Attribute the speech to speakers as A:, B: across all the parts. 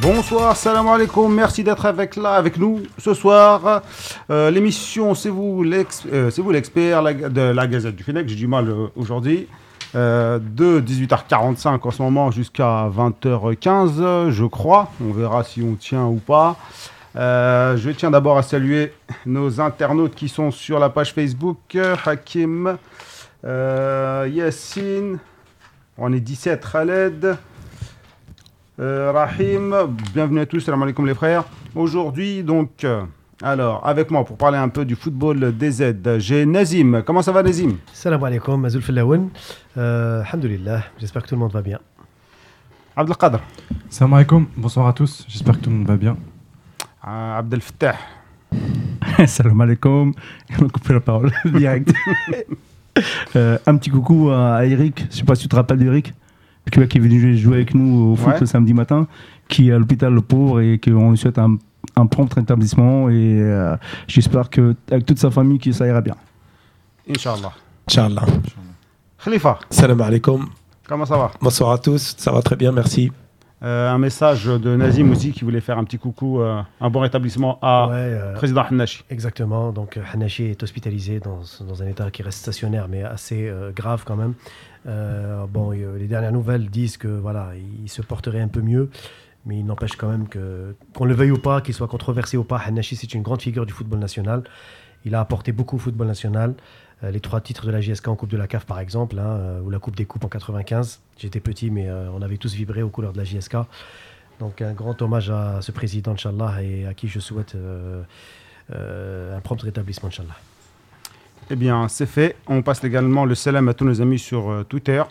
A: bonsoir, salam alaikum, merci d'être avec là, avec nous ce soir. Euh, L'émission C'est vous l'ex- euh, C'est vous l'expert la- de la Gazette du Fennec, j'ai du mal euh, aujourd'hui. Euh, de 18h45 en ce moment jusqu'à 20h15, je crois. On verra si on tient ou pas. Euh, je tiens d'abord à saluer nos internautes qui sont sur la page Facebook. euh, Hakim, euh, Yassine, on est 17, Khaled, euh, Rahim, bienvenue à tous, salam alaikum les frères. Aujourd'hui, donc, euh, alors, avec moi pour parler un peu du football DZ, j'ai Nazim. Comment ça va, Nazim
B: Salam alaikum, Azoul Fellaoun. Euh, alhamdoulilah, j'espère que tout le monde va bien.
A: Abdelkader,
C: Salam alaikum, bonsoir à tous, j'espère que tout le monde va bien.
A: euh, Abdel Fattah,
D: Salam alaikum. On a coupé la parole direct. Euh, un petit coucou à Eric. Je sais pas si tu te rappelles d'Eric, le Québécois qui est venu jouer avec nous au foot
A: Ouais.
D: le samedi matin, qui est à l'hôpital le pauvre et qu'on lui souhaite un, un prompt rétablissement. Et euh, j'espère que avec toute sa famille, que ça ira bien.
A: Inch'Allah.
E: Inch'Allah.
A: Khalifa,
E: Salam alaikum.
A: comment ça va
E: Bonsoir à tous. Ça va très bien, merci.
A: Euh, Un message de Nazim aussi qui voulait faire un petit coucou, euh, un bon rétablissement à
B: Ouais, euh,
A: Président Hannachi.
B: exactement. Donc, euh, Hanashi est hospitalisé dans, dans un état qui reste stationnaire, mais assez euh, grave quand même. Euh, bon, et, euh, les dernières nouvelles disent que voilà, il se porterait un peu mieux, mais il n'empêche quand même que, qu'on le veuille ou pas, qu'il soit controversé ou pas, Hanashi, c'est une grande figure du football national. Il a apporté beaucoup au football national. Euh, les trois titres de la GSK en Coupe de la CAF, par exemple, hein, euh, ou la Coupe des Coupes en 95. J'étais petit, mais euh, on avait tous vibré aux couleurs de la GSK. Donc, un grand hommage à ce président, Inch'Allah, et à qui je souhaite euh, euh, un prompt rétablissement, Inch'Allah.
A: Eh bien, c'est fait. On passe également le salam à tous nos amis sur euh, Twitter.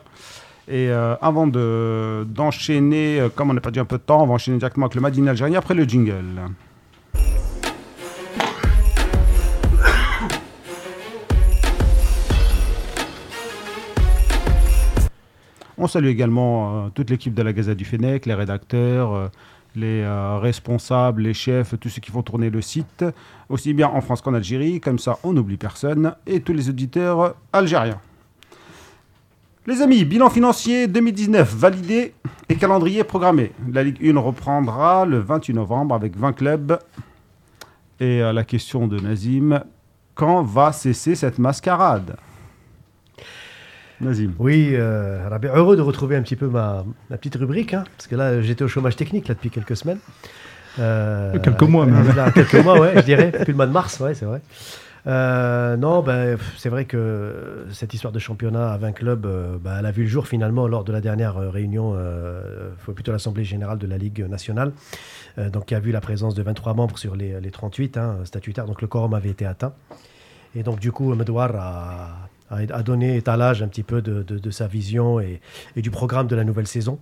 A: Et euh, avant de- d'enchaîner, euh, comme on n'a perdu un peu de temps, on va enchaîner directement avec le Madina algérien après le jingle. On salue également euh, toute l'équipe de la Gazette du Fennec, les rédacteurs, euh, les euh, responsables, les chefs, tous ceux qui font tourner le site, aussi bien en France qu'en Algérie, comme ça on n'oublie personne, et tous les auditeurs euh, algériens. Les amis, bilan financier 2019 validé et calendrier programmé. La Ligue 1 reprendra le 28 novembre avec 20 clubs. Et euh, la question de Nazim, quand va cesser cette mascarade Nazim.
B: Oui, euh, Rabi, heureux de retrouver un petit peu ma, ma petite rubrique, hein, parce que là, euh, j'étais au chômage technique là, depuis quelques semaines. Euh,
D: Quelques mois,
B: avec-
D: même.
B: avec la- quelques mois, ouais, je dirais, depuis le mois de mars, ouais, c'est vrai. Euh, non, ben, pff, c'est vrai que cette histoire de championnat à 20 clubs, euh, ben, elle a vu le jour finalement lors de la dernière euh, réunion, euh, faut plutôt l'Assemblée générale de la Ligue nationale, euh, donc qui a vu la présence de 23 membres sur les, les 38 hein, statutaires, donc le quorum avait été atteint. Et donc, du coup, Medouar a, a- a donné étalage un petit peu de, de- de sa vision et, et du programme de la nouvelle saison.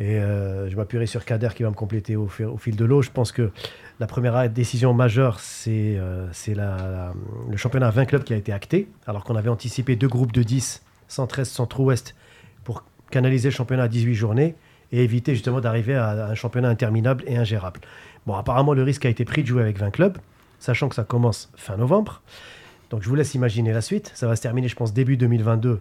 B: Et euh, je m'appuierai sur Kader qui va me compléter au, fi- au fil de l'eau. Je pense que la première décision majeure, c'est euh, c'est la- la- le championnat à 20 clubs qui a été acté, alors qu'on avait anticipé deux groupes de 10, 113, Centre-Ouest, pour canaliser le championnat à 18 journées et éviter justement d'arriver à un championnat interminable et ingérable. Bon, apparemment, le risque a été pris de jouer avec 20 clubs, sachant que ça commence fin novembre. Donc je vous laisse imaginer la suite. Ça va se terminer, je pense, début 2022,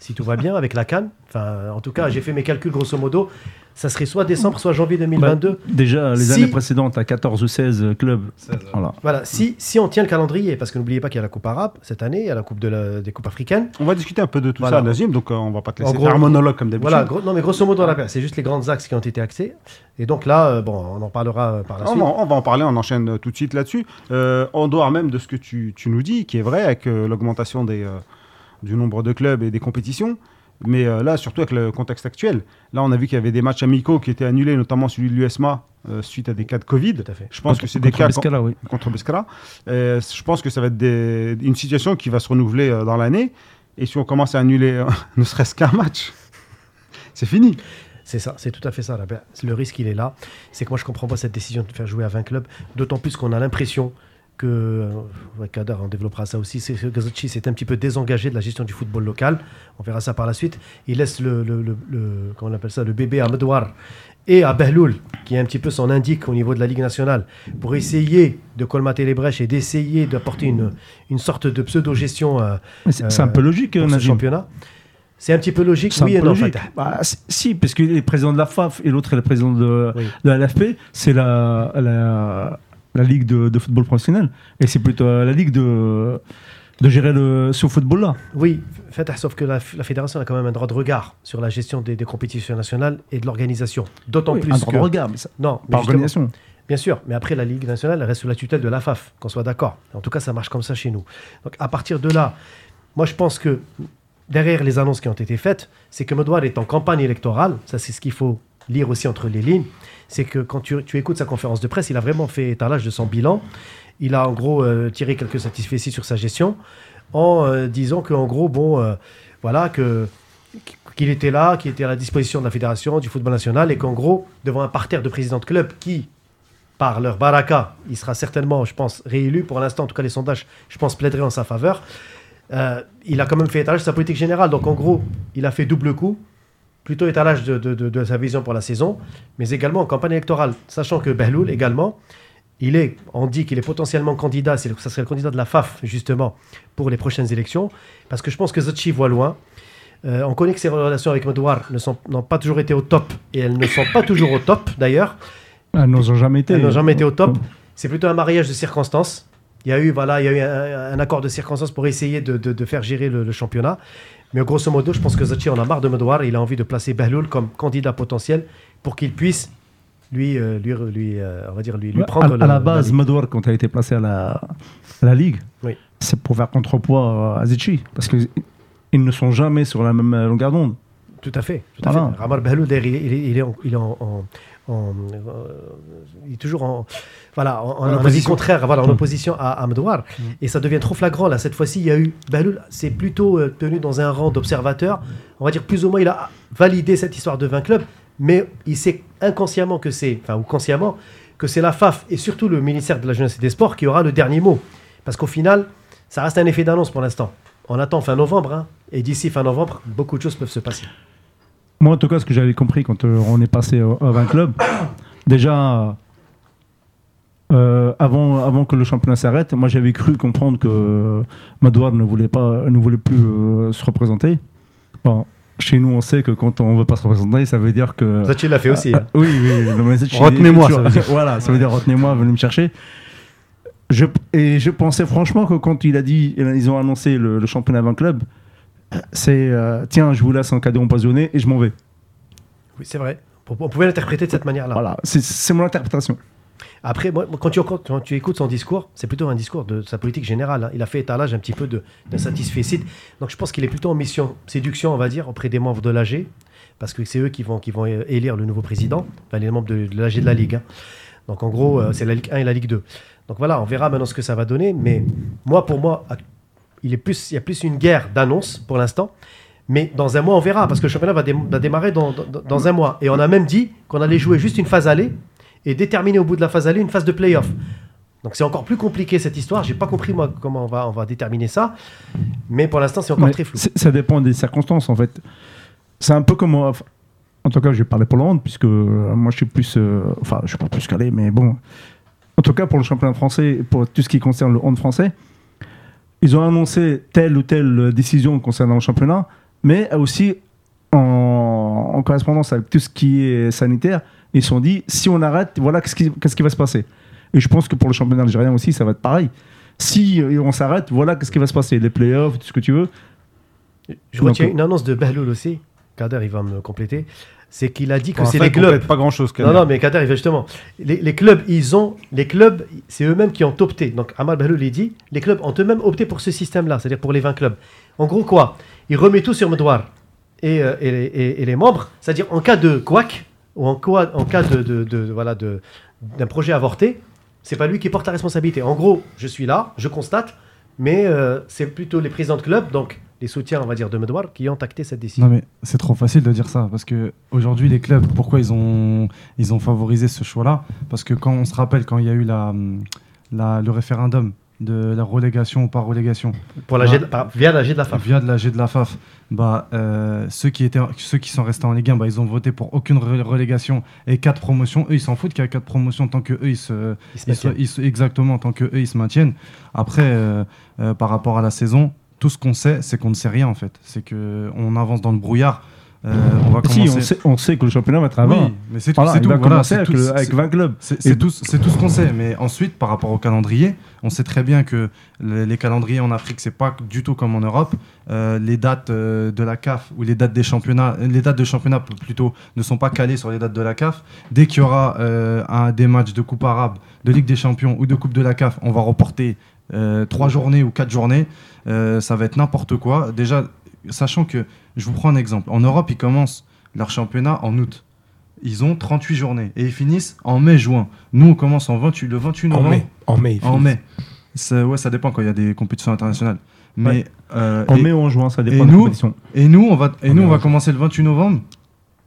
B: si tout va bien, avec la Cannes. Enfin, en tout cas, j'ai fait mes calculs grosso modo. Ça serait soit décembre, soit janvier 2022.
D: Bah, déjà, les
B: Si-
D: années précédentes, à euh, 14 ou 16 clubs. Voilà.
B: Voilà, si, si on tient le calendrier, parce que n'oubliez pas qu'il y a la Coupe arabe cette année, il y a la Coupe de la- des Coupes africaines.
A: On va discuter un peu de tout
B: Voilà.
A: ça, Nazim, donc euh, on va pas te laisser
B: En gros,
A: faire un monologue comme d'habitude.
B: Voilà, gros- non mais grosso modo, on a- c'est juste les grands axes qui ont été axés. Et donc là, euh, bon, on en parlera euh, par la
A: on,
B: suite.
A: va, on va en parler, on enchaîne euh, tout de suite là-dessus. Euh, en dehors même de ce que tu, tu nous dis, qui est vrai, avec euh, l'augmentation des, euh, du nombre de clubs et des compétitions, mais euh, là, surtout avec le contexte actuel, là, on a vu qu'il y avait des matchs amicaux qui étaient annulés, notamment celui de l'USMA, euh, suite à des cas de Covid.
B: Tout à fait.
A: Je pense que c'est des
D: Contre
A: cas
D: Pescara, oui.
A: contre Pescara. Euh, je pense que ça va être des- une situation qui va se renouveler euh, dans l'année. Et si on commence à annuler euh, ne serait-ce qu'un match, c'est fini.
B: C'est ça, c'est tout à fait ça. Rabia. Le risque, il est là. C'est que moi, je comprends pas cette décision de faire jouer à 20 clubs, d'autant plus qu'on a l'impression que, euh, ouais, Kadar, on développera ça aussi, c'est que Gazzocchi s'est un petit peu désengagé de la gestion du football local. On verra ça par la suite. Il laisse le, le, le- le- comment on appelle ça, le bébé à Medouar et à Behloul, qui est un petit peu son indique au niveau de la Ligue nationale, pour essayer de colmater les brèches et d'essayer d'apporter une, une sorte de pseudo-gestion euh,
D: Mais C'est c'est
B: Euh,
D: un peu logique,
B: pour ce
D: Nazim.
B: championnat. C'est un petit peu logique,
F: C'est un
B: oui
F: peu
B: et non.
F: logique.
B: Fatah.
F: Bah, si- si, parce qu'il est président de la FAF et l'autre est le président de,
B: Oui.
F: de la LFP, c'est la, la, la ligue de, de football professionnel. Et c'est plutôt à la ligue de, de gérer le, ce football-là.
B: Oui, Fatah, sauf que la, la fédération a quand même un droit de regard sur la gestion des, des compétitions nationales et de l'organisation. D'autant
F: Oui,
B: plus
F: un droit
B: que-
F: de regard, mais ça-
B: Non, mais
F: par
B: justement,
F: organisation.
B: Bien sûr, mais après la Ligue nationale elle reste sous la tutelle de la FAF, qu'on soit d'accord. En tout cas, ça marche comme ça chez nous. Donc à partir de là, moi je pense que derrière les annonces qui ont été faites, c'est que Medouard est en campagne électorale, ça c'est ce qu'il faut lire aussi entre les lignes, c'est que quand tu, tu écoutes sa conférence de presse, il a vraiment fait étalage de son bilan, il a en gros euh, tiré quelques satisfecits sur sa gestion, en euh, disant qu'en gros, bon, euh, voilà, que qu'il était là, qu'il était à la disposition de la fédération, du football national, et qu'en gros, devant un parterre de présidents de club qui, par leur baraka, il sera certainement, je pense, réélu. Pour l'instant, en tout cas, les sondages, je pense, plaideraient en sa faveur. Euh, il a quand même fait étalage de sa politique générale. Donc, en gros, il a fait double coup, plutôt étalage de, de- de- de sa vision pour la saison, mais également en campagne électorale. Sachant que Behloul, également, il est, on dit qu'il est potentiellement candidat, c'est le- ça serait le candidat de la FAF, justement, pour les prochaines élections, parce que je pense que Zotchi voit loin. Euh, on connaît que ses relations avec Medouar ne sont- n'ont pas toujours été au top, et elles ne sont pas toujours au top, d'ailleurs.
F: Elles n'ont jamais été.
B: Elles n'ont jamais été au top. C'est plutôt un mariage de circonstances. Il y a eu, voilà, il y a eu un, un accord de circonstances pour essayer de, de- de faire gérer le, le championnat. Mais grosso modo, je pense que Zachi en a marre de Medouar. Il a envie de placer Behloul comme candidat potentiel pour qu'il puisse lui, euh, lui, lui, euh, on va dire, lui, lui
F: Ouais,
B: prendre
F: à,
B: le-
F: à la base,
B: ligue.
F: Madouar, quand elle a été placé à la, à la Ligue,
B: Oui.
F: c'est pour faire contrepoids à Zichi. Parce qu'ils ils ne sont jamais sur la même longueur d'onde.
B: Tout à fait. Tout à
F: Voilà.
B: fait. Ramar Behloul, d'ailleurs, il, est- il est- il est, en, il est en- en- en, euh, il est toujours en, voilà, en, en- en avis
A: opposition.
B: contraire, voilà, en opposition à, à Medouar. Et ça devient trop flagrant. Là, cette fois-ci, il y a eu. Behloul s'est plutôt euh, tenu dans un rang d'observateur. On va dire plus ou moins, il a validé cette histoire de 20 clubs, mais il sait inconsciemment que c'est, enfin, ou consciemment, que c'est la FAF et surtout le ministère de la Jeunesse et des Sports qui aura le dernier mot. Parce qu'au final, ça reste un effet d'annonce pour l'instant. On attend fin novembre, hein, et d'ici fin novembre, beaucoup de choses peuvent se passer.
F: Moi, en tout cas, ce que j'avais compris quand euh, on est passé au- à 20 clubs, déjà, euh, avant, avant que le championnat s'arrête, moi j'avais cru comprendre que euh, Madouar ne voulait, pas, ne voulait plus euh, se représenter. Bon, chez nous, on sait que quand on ne veut pas se représenter, ça veut dire que. Ah,
B: Ça, tu l'as fait aussi. hein.
F: Oui, oui, oui, non, mais c'est-
A: Retenez-moi,
F: c'est-
A: ça veut dire.
F: Voilà, ça veut dire retenez-moi, venez me chercher. Je, et je pensais franchement que quand il a dit, eh ben, ils ont annoncé le, le championnat 20 clubs, c'est euh, tiens, je vous laisse un cadeau empoisonné et je m'en vais.
B: Oui, c'est vrai. On on pouvait l'interpréter de cette manière-là.
F: Voilà, c'est- c'est mon interprétation.
B: Après, moi, moi, quand, tu, quand, tu écoutes son discours, c'est plutôt un discours de sa politique générale. hein. Il a fait étalage un petit peu de, de satisfecit. Donc je pense qu'il est plutôt en mission séduction, on va dire, auprès des membres de l'AG, parce que c'est eux qui vont, qui vont é- élire le nouveau président, enfin, les membres de, de l'AG de la Ligue. hein. Donc en gros, euh, c'est la Ligue 1 et la Ligue 2. Donc voilà, on verra maintenant ce que ça va donner. Mais moi, pour moi, ac- il, est plus, il y a plus une guerre d'annonces pour l'instant. Mais dans un mois, on verra, parce que le championnat va, dé- va démarrer dans, dans- dans un mois. Et on a même dit qu'on allait jouer juste une phase aller et déterminer au bout de la phase aller une phase de play-off. Donc c'est encore plus compliqué cette histoire. J'ai pas compris moi comment on va, on va déterminer ça. Mais pour l'instant, c'est encore
F: Mais
B: très flou.
F: c'est- Ça dépend des circonstances, en fait. C'est un peu comme. euh, En tout cas, je vais parler pour la honte, puisque euh, moi, je suis plus. euh, Enfin, je suis pas plus calé, mais bon. En tout cas, pour le championnat français, pour tout ce qui concerne le honte français, ils ont annoncé telle ou telle euh, décision concernant le championnat, mais aussi en, en correspondance avec tout ce qui est sanitaire, ils se sont dit si on arrête, voilà qu'est-ce qui, qu'est-ce qui va se passer. Et je pense que pour le championnat algérien aussi, ça va être pareil. Si euh, on s'arrête, voilà qu'est-ce qui va se passer. Les playoffs, tout ce que tu veux.
B: Je retiens
F: Donc,
B: une annonce de Bahloul aussi. Kader, il va me compléter. C'est qu'il a dit que
A: Pour
B: c'est
A: l'instant,
B: les
A: il complète
B: clubs.
A: Pas grand chose.
B: Non, non, mais Kader, il va justement. Les, les clubs, ils ont. Les clubs, c'est eux-mêmes qui ont opté. Donc, Amal Bahloul, il dit les clubs ont eux-mêmes opté pour ce système-là, c'est-à-dire pour les 20 clubs. En gros, quoi Il remet tout sur Medouar et, euh, et, les- et- et les membres, c'est-à-dire en cas de couac ou en, quoi- en cas de, de, de- voilà, de, d'un projet avorté, c'est pas lui qui porte la responsabilité. En gros, je suis là, je constate, mais euh, c'est plutôt les présidents de clubs, donc les soutiens, on va dire, de Medouar, qui ont acté cette décision.
C: Non mais c'est trop facile de dire ça parce que aujourd'hui les clubs pourquoi ils ont ils ont favorisé ce choix-là parce que quand on se rappelle quand il y a eu la, hum, la- le référendum de la relégation ou pas relégation
B: pour la G de- par- via la G de la femme.
C: via de la G de la FAF bah euh, ceux qui étaient ceux qui sont restés en Ligue 1 bah, ils ont voté pour aucune re- relégation et quatre promotions eux ils s'en foutent qu'il y a quatre promotions tant que eux ils se
B: Ils se
C: ils
B: maintiennent.
C: se- ils se- exactement, tant que eux ils se maintiennent. Après, euh, euh, par rapport à la saison, tout ce qu'on sait, c'est qu'on ne sait rien en fait. C'est que on avance dans le brouillard. Euh, on va
D: Mais si, on
C: commencer.
D: sait, on sait que le championnat va être à 20.
C: Oui, mais c'est tout.
D: Voilà,
C: c'est
D: il
C: tout.
D: va
C: Voilà,
D: commencer
C: c'est
D: avec,
C: tout.
D: le-
C: C'est-
D: avec 20 clubs.
C: C'est c'est
D: Et-
C: tout, c'est tout ce qu'on sait. Mais ensuite, par rapport au calendrier, on sait très bien que les, les calendriers en Afrique, c'est pas du tout comme en Europe. Euh, les dates euh, de la CAF ou les dates des championnats, euh, les dates de championnat p- plutôt, ne sont pas calées sur les dates de la CAF. Dès qu'il y aura euh, un, des matchs de Coupe arabe, de Ligue des champions ou de Coupe de la CAF, on va reporter euh, trois journées ou quatre journées. Euh, ça va être n'importe quoi. Déjà, sachant que, je vous prends un exemple. En Europe, ils commencent leur championnat en août. Ils ont 38 journées et ils finissent en mai-juin. Nous, on commence en 28, le 28
E: En
C: novembre.
E: mai. En mai.
C: En mai. Ça- ouais, ça dépend quand il y a des compétitions internationales. Mais,
D: Ouais.
C: euh,
D: En
C: et,
D: mai ou en juin, ça
C: et
D: dépend de la
C: nous-
D: compétition.
C: et nous, on va, et
E: En
C: nous, on
E: mai,
C: va
E: ouais.
C: commencer le 28 novembre.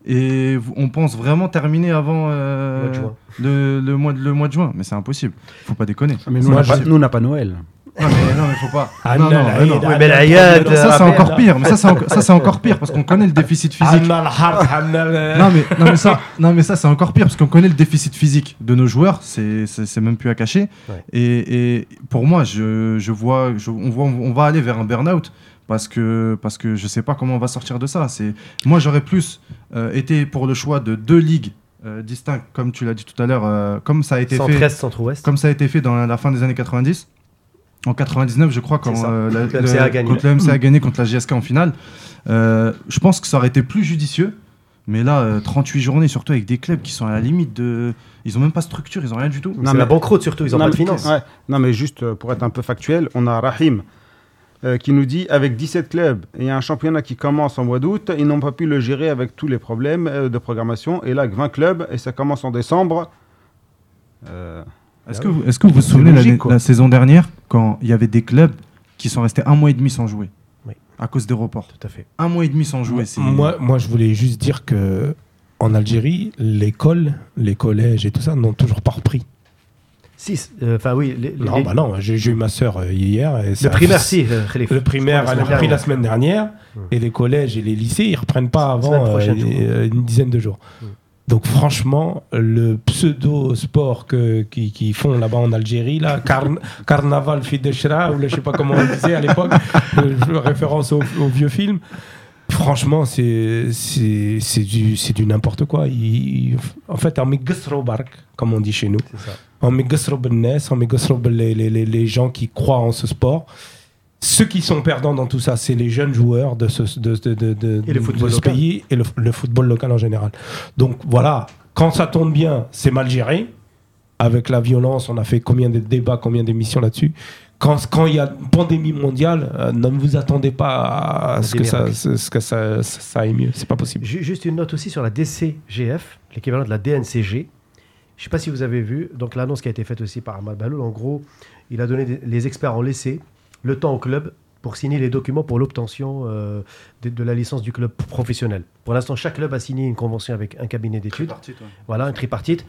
C: Et v- on pense vraiment terminer avant euh,
B: Mois de juin.
C: le, le mois de, le mois de juin. Mais c'est impossible. Faut pas déconner.
A: Ah, Mais
C: Ah, nous,
A: nous,
C: on
A: on
C: n'a pas-
A: n'a pas Noël.
C: Non, mais non, mais faut pas.
B: Ah,
C: non, non, mais non.
B: Oui, mais la Yad,
C: Ça, c'est
B: euh,
C: encore pire. Mais ça, c'est enco- ça, c'est encore pire parce qu'on connaît le déficit
E: Ah,
C: physique. Non mais, non, mais ça, non mais ça c'est encore pire parce qu'on connaît le déficit physique de nos joueurs, c'est- c'est c'est même plus à cacher.
B: Ouais.
C: Et, et pour moi, je, je vois, je- on, voit- on va aller vers un burn-out parce que, parce que je sais pas comment on va sortir de ça. C'est- Moi j'aurais plus euh, été pour le choix de deux ligues euh, distinctes, comme tu l'as dit tout à l'heure, euh, comme ça a été fait
B: 113 centre-ouest.
C: comme ça a été fait dans la fin des années 90. En 99, je crois, quand
B: C'est ça.
C: euh, la-
B: Le MCA
C: la-
B: a gagné.
C: quand le MCA a gagné contre la GSK en finale, euh, je pense que ça aurait été plus judicieux. Mais là, euh, 38 journées, surtout avec des clubs qui sont à la limite de. Ils ont même pas de structure, ils ont rien du tout.
A: Non,
B: C'est
A: mais-
B: la banqueroute surtout, ils ont
A: non,
B: pas de
A: mais-
B: finances.
A: ouais. Non, mais juste euh, pour être un peu factuel, on a Rahim euh, qui nous dit avec 17 clubs et un championnat qui commence en mois d'août, ils n'ont pas pu le gérer avec tous les problèmes euh, de programmation. Et là, 20 clubs et ça commence en décembre. Euh,
C: Est-ce que, vous- est-ce que vous vous souvenez
A: logique,
C: l'année-
A: quoi.
C: la, saison dernière, quand il y avait des clubs qui sont restés un mois et demi sans jouer
B: Oui.
C: À cause des reports.
B: Tout à fait.
C: Un mois et demi sans jouer, c'est.
E: Moi, moi, je voulais juste dire que en Algérie, l'école, les collèges et tout ça n'ont toujours pas repris.
B: 6. euh, Enfin, oui. les- les-
E: Non, bah non, j'ai j'ai eu ma sœur euh, hier. Et
B: Le
E: ça-
B: primaire, si. euh, Khalif.
E: Le primaire,
B: Je crois,
E: elle
B: la
E: a
B: semaine
E: repris la
B: dernière.
E: semaine dernière.
B: Mm.
E: Et les collèges et les lycées, ils reprennent pas
B: Semaine
E: avant euh,
B: prochaine, je
E: une,
B: crois.
E: euh, une dizaine de jours.
B: Mm.
E: Donc franchement, le pseudo-sport que- qui, qui font là-bas en Algérie, là, carn- Carnaval Fideshra, ou là, je sais pas comment on disait à l'époque, euh, je fais référence au, au vieux film, franchement, c'est c'est- c'est du, c'est du n'importe quoi. Il- il- en fait, on met Gusro Bark, comme on dit chez nous.
B: C'est ça.
E: On met Gusro Benes, on met Gusro Bel- les, les, les, les gens qui croient en ce sport. Ceux qui sont perdants dans tout ça, c'est les jeunes joueurs de ce, de, de- de- de-
B: Et le
E: de
B: football
E: ce
B: local.
E: pays et le, le football local en général. Donc voilà, quand ça tourne bien, c'est mal géré. Avec la violence, on a fait combien de débats, combien d'émissions là-dessus. Quand quand il y a une pandémie mondiale, euh, ne vous attendez pas à
B: Au
E: ce que, ça,
B: délire.
E: ce ce que ça, ça, ça aille mieux. C'est pas possible.
B: Ju- Juste une note aussi sur la DCGF, l'équivalent de la DNCG. Je ne sais pas si vous avez vu, donc l'annonce qui a été faite aussi par Ahmad Baloul, en gros, il a donné des- les experts en laissé le temps au club pour signer les documents pour l'obtention euh, de, de la licence du club professionnel. Pour l'instant, chaque club a signé une convention avec un cabinet d'études, voilà, un tripartite,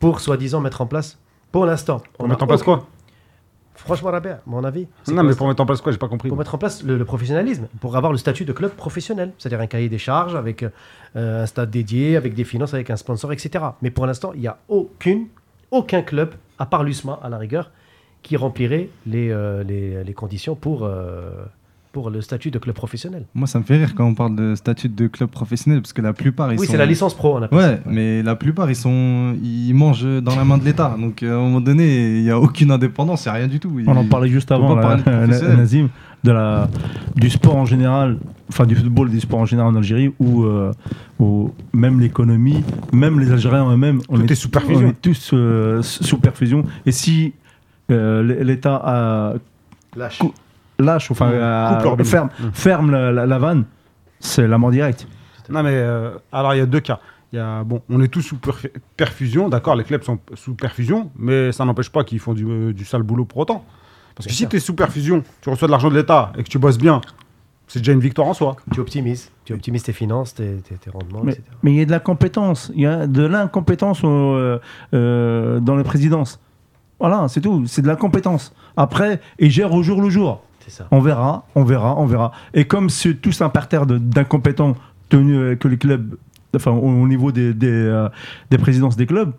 B: pour soi-disant mettre en place, pour l'instant.
A: pour
B: on
A: mettre
B: a-
A: en place quoi
B: Franchement, Rabia, mon avis. Oh, c'est
A: Non,
B: pour
A: mais pour mettre en place quoi J'ai pas compris.
B: pour mettre en place le, le professionnalisme, pour avoir le statut de club professionnel, c'est-à-dire un cahier des charges avec euh, un stade dédié, avec des finances, avec un sponsor, etc. Mais pour l'instant, il n'y a aucune, aucun club, à part l'USMA à la rigueur, qui remplirait les, euh, les, les conditions pour, euh, pour le statut de club professionnel.
C: Moi, ça me fait rire quand on parle de statut de club professionnel parce que la plupart ils
B: oui,
C: sont.
B: c'est la licence pro, on appelle
C: Ouais, mais la plupart ils sont, ils mangent dans la main de l'État. Donc euh, à un moment donné, il n'y a aucune indépendance, il n'y a rien du tout. Ils-
D: On en parlait juste
C: peut
D: avant,
C: pas parler
D: là,
C: de professionnel.
D: Nazim, de la, du sport en général, enfin du football, du sport en général en Algérie, où, euh, où même l'économie, même les Algériens eux-mêmes, on,
A: Tout
D: est-
A: est sous perfusion.
D: on est tous euh, sous perfusion. Et si euh, l- l'État a-
B: Lâche.
D: Cou- lâche, enfin
A: Coupe
D: a-
A: leur bine.
D: ferme,
A: Mm.
D: ferme la, la- la vanne, c'est la mort directe.
A: Non, mais euh, alors il y a deux cas. Il Y a, bon, on est tous sous perf- perfusion, d'accord, les clubs sont sous perfusion, mais ça n'empêche pas qu'ils font du, euh, du sale boulot pour autant. Parce que
B: Bien
A: si
B: sûr.
A: tu es sous perfusion, tu reçois de l'argent de l'État et que tu bosses bien, c'est déjà une victoire en soi.
B: Tu optimises, tu optimises tes finances, tes, tes- tes rendements,
D: Mais
B: etc.
D: mais il y a de la compétence, il y a de l'incompétence euh, euh, dans les présidences. Voilà, c'est tout, c'est de la compétence. Après, ils gèrent au jour le jour.
B: C'est ça.
D: On verra, on verra, on verra. Et comme c'est tous un parterre de- d'incompétents tenus euh, que les clubs, enfin au, au niveau des, des, euh, des présidences des clubs,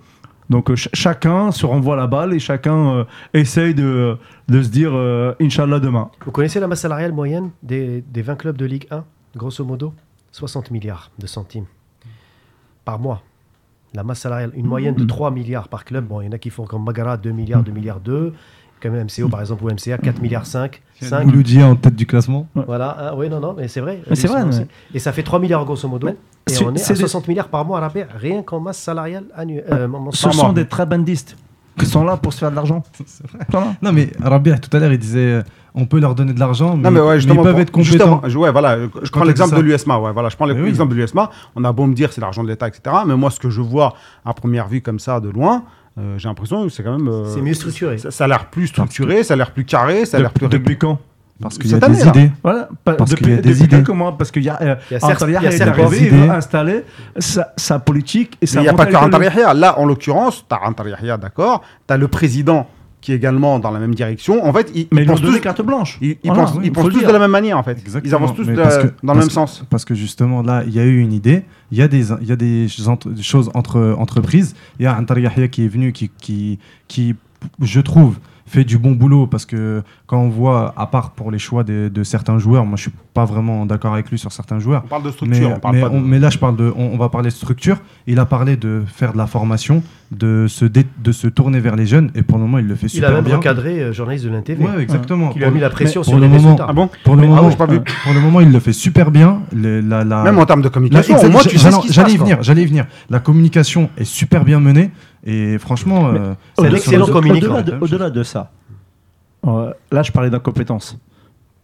D: Donc euh, ch- chacun se renvoie la balle et chacun euh, essaye de, de se dire euh, Inch'Allah demain.
B: Vous connaissez la masse salariale moyenne des, des 20 clubs de Ligue 1 Grosso modo, 60 milliards de centimes par mois. La masse salariale, une moyenne de 3 milliards par club. Bon, il y en a qui font comme Magara 2 milliards, 2 milliards 2. Comme MCO par exemple ou MCA 4 milliards 5. 5
C: Mouloudia en tête du classement.
B: voilà, hein, oui, non, non, mais c'est vrai.
F: Mais c'est
B: Ils sont
F: vrai,
B: aussi-
F: mais-
B: Et ça fait 3 milliards grosso modo. et
F: c'est-
B: on est
F: c'est
B: à
F: des-
B: 60 milliards par mois à la paire, rien qu'en masse salariale annuelle. euh,
F: Ce sont des trabandistes qui sont là pour se faire de l'argent. Voilà.
C: Non, mais Rabia, tout à l'heure, il disait euh, on peut leur donner de l'argent, mais,
A: Non, mais ouais,
C: mais
A: justement,
C: ils peuvent
A: pour-
C: être compétents.
A: juste avant- je- ouais, voilà, je- je prends
C: t'as
A: l'exemple
C: dit
A: de
C: ça.
A: l'USMA. Ouais, voilà, je prends
C: Mais oui.
A: l'exemple de l'USMA. On a beau me dire c'est l'argent de l'État, etc. Mais moi, ce que je vois à première vue comme ça, de loin, euh, j'ai l'impression que c'est quand même. euh,
B: C'est mieux structuré.
A: Ça, ça a l'air plus structuré, ça a l'air plus carré, ça a
D: De-
A: l'air plus
D: depuis
A: régulier.
D: quand
C: Parce qu'il y a
A: Cette
C: des
A: année, là.
C: idées.
D: Voilà, pa-
C: Parce
D: depuis,
C: qu'il y a des
D: depuis
C: idées.
D: quelques mois, parce qu'il y a, euh,
B: Il y a Serp-
D: Antalya
B: il y a
D: est
B: Serp-
D: arrivé,
C: des
D: il veut
C: idées.
D: installer sa, sa politique et
A: Mais
D: sa
A: il n'y a pas que
D: mentalité.
A: Antar Yahya. Là, en l'occurrence, tu as Antar Yahya, d'accord. Tu as le président qui est également dans la même direction. En fait, ils, ils
D: Mais ils ont
A: pensent
D: donné
A: tous,
D: carte blanche.
A: ils, ils
D: Voilà,
A: pensent,
D: oui,
A: ils
D: faut
A: pensent
D: le
A: tous
D: dire.
A: de la même manière, en fait. Ils
C: Exactement,
A: avancent tous
C: mais
A: de-
C: parce que-
A: dans le même
C: parce que-
A: sens.
C: Parce que justement, là, il y a eu une idée, il y a des, il y a des, ch- entre- des choses entre entreprises. Il y a Antar Yahya qui est venu, qui, qui, qui, je trouve, fait du bon boulot parce que quand on voit, à part pour les choix de, de certains joueurs, moi je suis pas vraiment d'accord avec lui sur certains joueurs.
A: On parle de structure,
C: Mais,
A: on parle
C: mais
A: pas de...
C: on- mais là, je parle de, on, on va parler de structure. Il a parlé de faire de la formation, de se, dé- de se tourner vers les jeunes, et pour le moment, il le fait
B: Il a
C: super
B: même
C: bien.
B: recadré euh, journaliste de l'INTV.
C: Ouais, exactement.
B: Qui lui a mis la pression
C: mais
B: sur
C: pour
B: les
C: le moment-
B: résultats.
A: Ah bon
C: Pour le,
A: Mais- ah
C: moment,
A: oui, j'ai pas vu.
C: euh, pour le moment, il le fait super bien. Le- la- la-
A: Même en termes de
C: la-
A: communication, au
C: exact-
A: moins, tu sais
C: j'allais-
A: ce qui se
C: J'allais
A: passe,
C: y
A: quoi.
C: venir, j'allais y venir. La communication est super bien menée et franchement, euh,
B: C'est un
C: sur-
B: excellent
C: sur-
B: communicant.
C: sur-
F: Au-delà de, au-delà de ça, euh, là je parlais d'incompétence.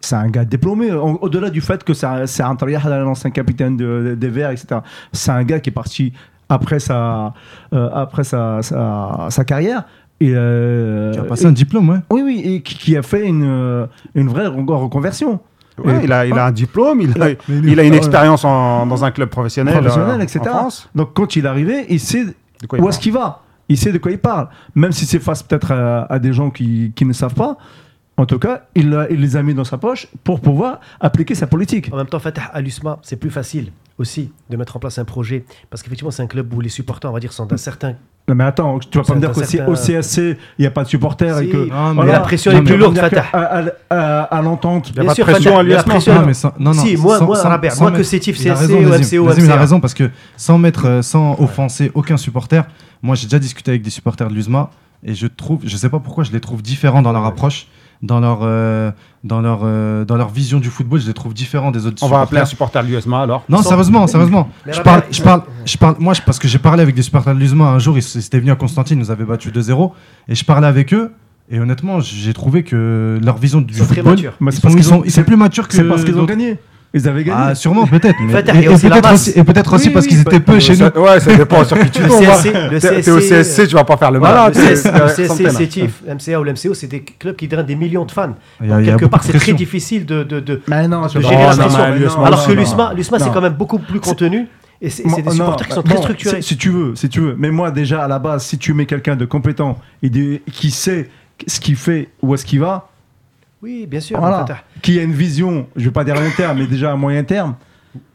F: C'est un gars diplômé, au- au-delà du fait que c'est un- c'est un Tayyah, l'ancien capitaine de- des Verts, etc. C'est un gars qui est parti après sa, euh, après sa, sa, sa carrière. Et, euh,
C: Il a passé un diplôme, ouais.
F: oui, oui, et qui, qui a fait une, euh, une vraie re- reconversion.
A: Ouais,
F: Et-
A: il, a, il a un diplôme, il a,
C: il-
A: il a une
F: ouais.
A: expérience en- dans un club professionnel, euh,
F: professionnelle, etc.
A: en France.
F: Donc quand il est arrivé, il sait
A: De quoi il
F: où
A: parle
F: est-ce qu'il va. Il sait de quoi il parle. Même si c'est face peut-être à, à des gens qui, qui ne savent pas, en tout cas, il, l'a- il les a mis dans sa poche pour pouvoir appliquer sa politique.
B: En même temps, Fatah à l'USMA, c'est plus facile aussi de mettre en place un projet. Parce qu'effectivement, c'est un club où les supporters, on va dire, sont d'un certain.
F: Non, mais attends, tu vas pas me dire que
B: C'est
F: si
B: un
F: au CSC, il n'y a pas de supporters
B: Si,
F: et que.
C: Ah, mais
B: mais la
C: voilà.
B: pression
C: Non,
B: est
C: mais
B: plus
C: on
B: lourde,
F: dire que
B: Fatah.
F: À, à- à- à l'entente.
A: y a
B: Bien
A: pas de
B: sûr,
A: pression
B: Fatah,
A: à
B: il y a la
A: l'USMA.
B: pression.
C: Non, mais sans- non, non,
B: Si, moins-
C: sans-
B: moins,
C: sans-
B: Robert,
C: sans
B: moins
C: mettre-
B: que Sétif,
C: il a
B: CSC,
C: raison,
B: ou
C: Nazim.
B: FCO,
C: Nazim, il a
B: FCA.
C: raison parce que sans mettre, euh, sans offenser aucun supporter, moi j'ai déjà discuté avec des supporters de l'USMA et je trouve, je sais pas pourquoi, je les trouve différents dans leur approche, dans leur, euh, dans leur, euh, dans leur vision du football, je les trouve différents des autres
A: On va
C: supporters.
A: appeler un supporter de l'USMA alors.
C: Non,
B: Sans-
C: sérieusement, sérieusement.
B: Mais
C: Je
B: Rabia,
C: parle, je parle, je parle, moi, je- parce que j'ai parlé avec des supporters de l'USMA un jour, ils s- ils étaient venus à Constantine, ils nous avaient battu 2-0, et je parlais avec eux, et honnêtement, j'ai trouvé que leur vision du
B: Ils sont très
C: football,
B: matures.
F: Mais
C: ils
F: c'est
C: sont-
F: parce
C: ils
F: qu'ils
C: sont,
F: ont.
C: ils sont plus matures que
F: C'est parce qu'ils ont
C: d'autres.
F: gagné. Ils avaient gagné.
C: Ah, sûrement, peut-être. Mais,
B: Fatah,
C: mais-
B: il y a
C: et
B: aussi la
C: peut-être
B: masse.
C: aussi, et peut-être aussi
F: Oui,
C: parce
F: oui,
C: qu'ils étaient peu chez nous.
A: Ça- Ouais, ça dépend sur qui tu
B: Le
A: tombes.
B: CSC,
A: hein.
B: le
A: T'es t'es au
B: CSC,
A: CSC, tu vas pas faire le
B: Voilà,
A: malin.
B: le CS,
A: t'es- t'es à
B: le
A: la
B: CSC,
A: centaine.
B: CETIF, MCA ou l'MCO, c'est des clubs qui drainent des millions de fans.
C: Il y a-
B: Donc,
C: il y a
B: quelque part,
C: beaucoup
B: c'est très
C: de pression.
B: difficile de, de, de,
F: Mais non, je
B: de
F: non,
B: gérer la
F: non,
B: pression.
F: mais non,
B: Alors
F: non,
B: que
F: non.
B: l'USMA, l'USMA, c'est
F: Non.
B: quand même beaucoup plus contenu et c'est c'est des
F: Non,
B: supporters qui sont
F: bon,
B: très structurés.
F: Si, si tu veux, si tu veux. Mais moi, déjà, à la base, si tu mets quelqu'un de compétent et de- qui sait ce qu'il fait, où est-ce qu'il va,
B: Oui, bien sûr.
F: voilà,
B: Fatah.
F: qui a une vision, je ne vais pas dire à long terme, mais déjà à moyen terme,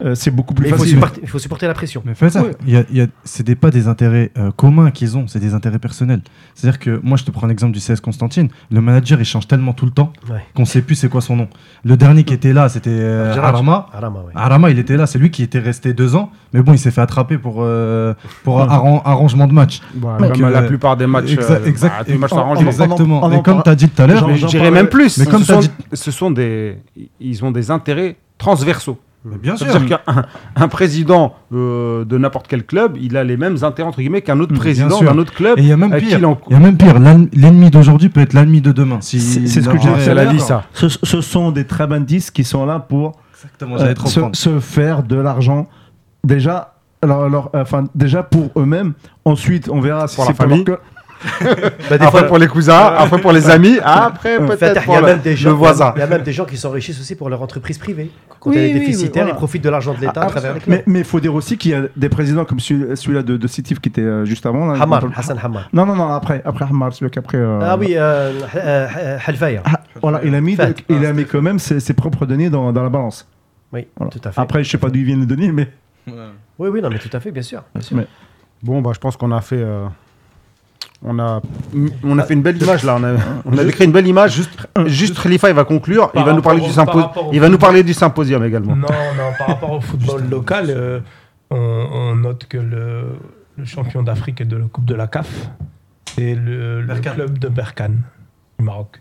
F: euh, c'est beaucoup plus
B: Mais il faut
F: facile.
B: supporter- il faut supporter la pression.
C: Mais faites ça.
F: Ouais.
C: Il y a- il y a- c'est des- pas des intérêts euh, communs qu'ils ont, c'est des intérêts personnels. C'est-à-dire que moi, je te prends l'exemple du CS Constantine. Le manager, il change tellement tout le temps
B: Ouais.
C: qu'on sait plus c'est quoi son nom. Le dernier qui était là, c'était euh,
B: Gérard.
C: Arama.
B: Arama, ah ouais.
C: Arama, il était là, c'est lui qui était resté deux ans, mais bon, il s'est fait attraper pour, euh, pour arran- arrangement de match.
A: Bah,
C: Donc,
A: Comme
C: euh,
A: la plupart des matchs.
C: Exa-
A: euh,
C: exact- Oh,
A: bah, tous les matchs sont
F: en-
A: arrangés.
F: en-
C: Exactement.
F: on en
C: Et comme
F: parle-
C: tu as dit tout à l'heure,
F: J'en-
A: Mais
F: j'en
A: je dirais
F: parlais-
A: même plus.
C: Mais comme
A: ce,
C: t'as
A: sont,
C: dit-
A: ce sont des, ils ont des intérêts transversaux.
C: Mais bien sûr,
A: C'est-à-dire qu'un un président euh, de n'importe quel club, il a les mêmes intérêts entre guillemets qu'un autre
C: Bien
A: président
C: sûr.
A: d'un autre club.
C: Et il y a même
A: avec qui
C: pire.
A: il est en-
C: Il y a même pire, l'en- l'ennemi d'aujourd'hui peut être l'ennemi de demain. Si
F: C'est- c'est ce que
C: Non,
F: j'ai
C: ouais,
F: dit
A: C'est la
F: D'accord.
A: vie, ça.
F: Ce, ce sont des très bonnes disques qui sont là pour
C: Exactement, j'allais
F: euh,
C: te
F: se,
C: reprendre.
F: se faire de l'argent déjà. Alors, alors, euh, enfin, déjà pour eux-mêmes. Ensuite, on verra si
A: Pour la
F: c'est pour
A: famille.
F: leur co-
B: Bah, des
A: Après
B: fois,
A: pour les cousins, après pour les amis, après
B: Fatah,
A: peut-être
B: il y
A: pour
B: a
A: le,
B: même des
A: le
B: gens,
A: voisin.
B: il y a même des gens qui s'enrichissent aussi pour leur entreprise privée. Quand
F: Oui,
B: elle est
F: oui, oui,
B: déficitaire,
F: voilà.
B: ils profitent de l'argent de l'État à
F: Ah,
B: travers les clubs.
F: mais il faut dire aussi qu'il y a des présidents comme celui- celui-là de, de Sétif qui était euh, juste avant. là,
B: Hamar,
F: dont on-
B: Hassan Hamar.
F: Non, non, non, après, après Hamar, celui qu'après. euh,
B: Ah oui, euh, euh, euh, Halfaya.
F: Ah, voilà, il a mis,
B: Fait.
F: il a mis quand même ses, ses propres deniers dans, dans la balance.
B: Oui,
F: Voilà.
B: Ah, tout à fait.
F: Après, je sais pas d'où ils viennent les deniers, mais.
B: Oui, oui, non, mais tout à fait, bien sûr. bien sûr.
F: mais-
A: Bon, bah, je pense qu'on a fait euh, On a, on a fait une belle image là. On a, on a décrit une belle image. Juste, juste Khalifa, il va conclure. Il va nous parler du
E: rapport au- par
A: symposium.
E: rapport au- Mm.
A: Il va nous parler du symposium également.
E: Non, non, par rapport au football local, euh, on, on note que le, le champion d'Afrique et de la Coupe de la CAF, c'est le, le
C: Berkane.
E: club de Berkane, du Maroc.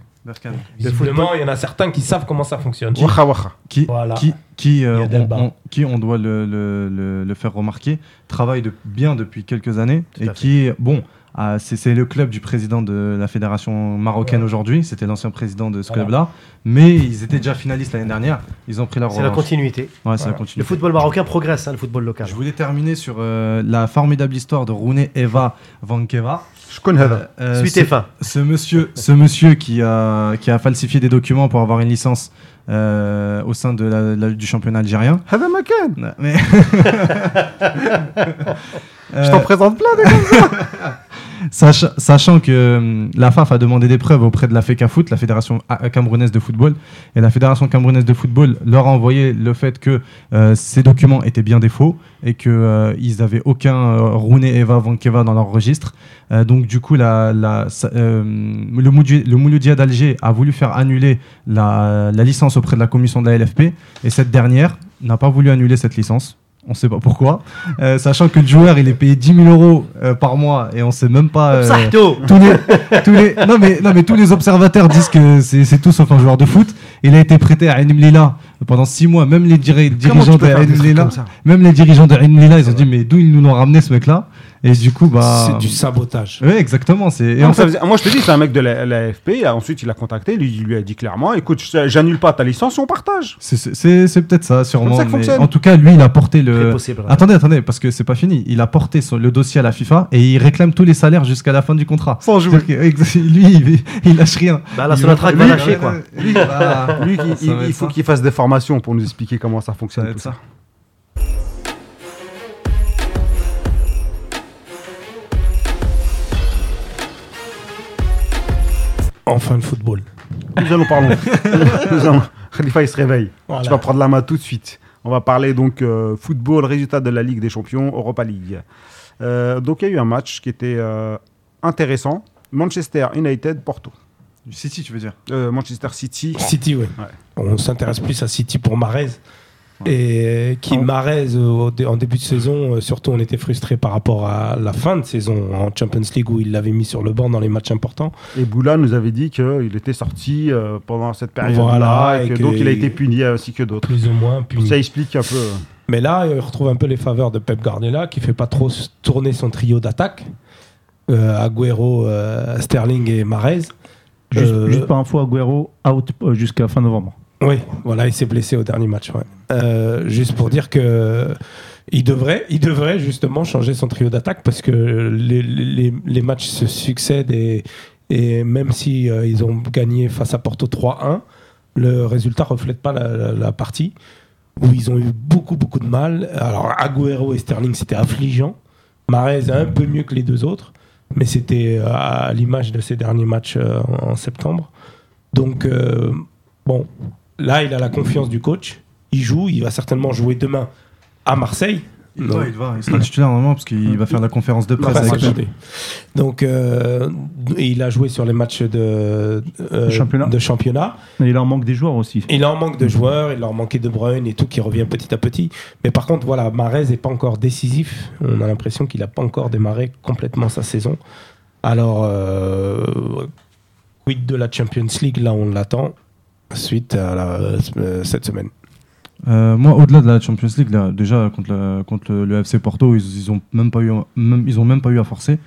E: Visiblement, il y en a certains qui savent comment ça fonctionne.
A: Wacha wacha.
C: qui,
E: Voilà.
C: qui, qui, euh,
E: Il y a Delba.
C: on, on- qui on doit le, le- le- le faire remarquer, travaille de, bien depuis quelques années
B: Tout à
C: et
B: fait.
C: qui, bon, ah, c'est c'est le club du président de la fédération marocaine
E: Ouais.
C: aujourd'hui, c'était l'ancien président de ce
E: Voilà.
C: club-là, mais ils étaient déjà finalistes l'année dernière, ils ont pris la
B: C'est la
C: revanche.
B: continuité.
C: Ouais, c'est la
E: Voilà.
C: continuité.
B: Le football marocain progresse, hein, le football local.
C: Je voulais terminer sur euh, la formidable histoire de Rooney Eva Vankeva.
A: Je connais ça.
C: Euh,
B: Suite
C: ce-
B: et fin.
C: ce monsieur, ce monsieur qui, a, qui a falsifié des documents pour avoir une licence euh, au sein de la- la- du championnat algérien.
A: Hada Makan.
C: Mais-
A: Je
C: Euh,
A: t'en présente plein. des gars.
C: Sach- Euh, sachant que hum, la FAF a demandé des preuves auprès de la E FECAFOOT, la Fédération A- Camerounaise de Football, et la Fédération Camerounaise de Football leur a envoyé le fait que euh, ces documents étaient bien des faux et qu'ils n'avaient aucun euh, Rooney, Eva, Vankeva dans leur registre. Euh, donc du coup, la, la- sa- euh, le, Moudi- le Mouloudia d'Alger a voulu faire annuler la, la licence auprès de la commission de la LFP, et cette dernière n'a pas voulu annuler cette licence. On ne sait pas pourquoi, Euh, sachant que le joueur il est payé 10 000 euros euh, par mois et on ne sait même pas. euh,
B: Sarto
C: tous les, tous les, non, mais, non, mais tous les observateurs disent que c'est c'est tout sauf un joueur de foot. Il a été prêté à Enim Lila pendant six mois. Même les diri-
A: Comment
C: dirigeants
A: tu
C: de
A: peux faire des
C: Enim
A: trucs
C: Lila,
A: comme ça
C: même les dirigeants de Enim Lila, ils ont dit mais d'où ils nous l'ont ramené ce mec-là Et du coup, bah.
E: C'est du sabotage.
C: Ouais, exactement. C'est et
A: Non,
C: en
A: ça
C: fait,
A: faisait- Moi, je te dis, c'est un mec de la, la AFP. Ensuite, il a contacté. Lui, il lui a dit clairement écoute, je- j'annule pas ta licence, on partage.
C: c'est- c'est c'est- c'est peut-être ça, sûrement.
A: ça que
C: mais
A: fonctionne.
C: en tout cas, lui, il a porté
B: Très
C: le.
B: possible.
C: Attendez, attendez, parce que c'est pas fini. Il a porté son- le dossier à la FIFA et il réclame tous les salaires jusqu'à la fin du contrat.
A: Sans
C: C'est-à-dire que- Lui, il, il lâche rien.
B: Bah, la
C: Il
B: Sonatrach va
C: lui- euh,
B: lâcher, quoi.
C: Lui, bah,
A: Lui, il,
C: ça va
A: il- il
C: être
A: faut
C: ça.
A: qu'il fasse des formations pour nous expliquer comment ça fonctionne.
C: Ça va être
A: tout ça.
C: ça.
E: Enfin, le football.
A: Nous allons parler. Nous allons- Khalifa, il se réveille.
E: Voilà.
A: Tu vas prendre la main tout de suite. On va parler donc euh, football, résultat de la Ligue des Champions, Europa League. Euh, donc il y a eu un match qui était euh, intéressant. Manchester United, Porto.
C: Du City, tu veux dire
A: Euh, Manchester City.
E: City, ouais.
A: Ouais.
E: On s'intéresse plus à City pour Marez. Et qui Marez, euh, au dé- en début de saison, euh, surtout on était frustré par rapport à la fin de saison en Champions League où il l'avait mis sur le banc dans les matchs importants.
A: Et Boula nous avait dit qu'il était sorti euh, pendant cette période-là.
E: Voilà,
A: et
E: et
A: que,
E: que-
A: donc il a été puni euh, ainsi que d'autres.
E: Plus ou moins puni.
A: Ça explique un peu. euh,
E: Mais là, il retrouve un peu les faveurs de Pep Guardiola, qui fait pas trop s- tourner son trio d'attaque. Euh, Agüero, euh, Sterling et Marez.
F: Juste,
E: Euh,
F: juste par info, Agüero out euh, jusqu'à fin novembre.
E: Oui, voilà, il s'est blessé au dernier match. ouais. Euh, juste pour dire que il devrait, il devrait justement changer son trio d'attaque parce que les, les- les matchs se succèdent et, et même si euh, ils ont gagné face à Porto 3-1, le résultat reflète pas la, la- la partie où ils ont eu beaucoup beaucoup de mal. Alors Agüero et Sterling c'était affligeant. Marez un peu mieux que les deux autres, mais c'était euh, à l'image de ses derniers matchs euh, en, en septembre. Donc euh, bon, là il a la confiance du coach. Il joue, il va certainement jouer demain à Marseille.
C: Il
E: Non.
C: va, il va. Il sera titulaire normalement parce qu'il va faire la conférence de presse
E: Bah,
C: avec
E: c'est
C: Pep.
E: compté. Donc, euh, et il a joué sur les matchs de, euh,
F: De championnat.
E: de championnat.
F: Et il en manque des joueurs aussi.
E: Il en manque de joueurs, il leur manquait De Bruyne et tout qui revient petit à petit. Mais par contre, voilà, Marez n'est pas encore décisif. On a l'impression qu'il n'a pas encore démarré complètement sa saison. Alors, euh, quid de la Champions League Là, on l'attend suite à la- euh, cette semaine.
C: Euh, moi, au-delà de la Champions League, là, déjà contre, la- contre le, le FC Porto, ils, ils ont même pas eu, même- ils ont même pas eu à forcer.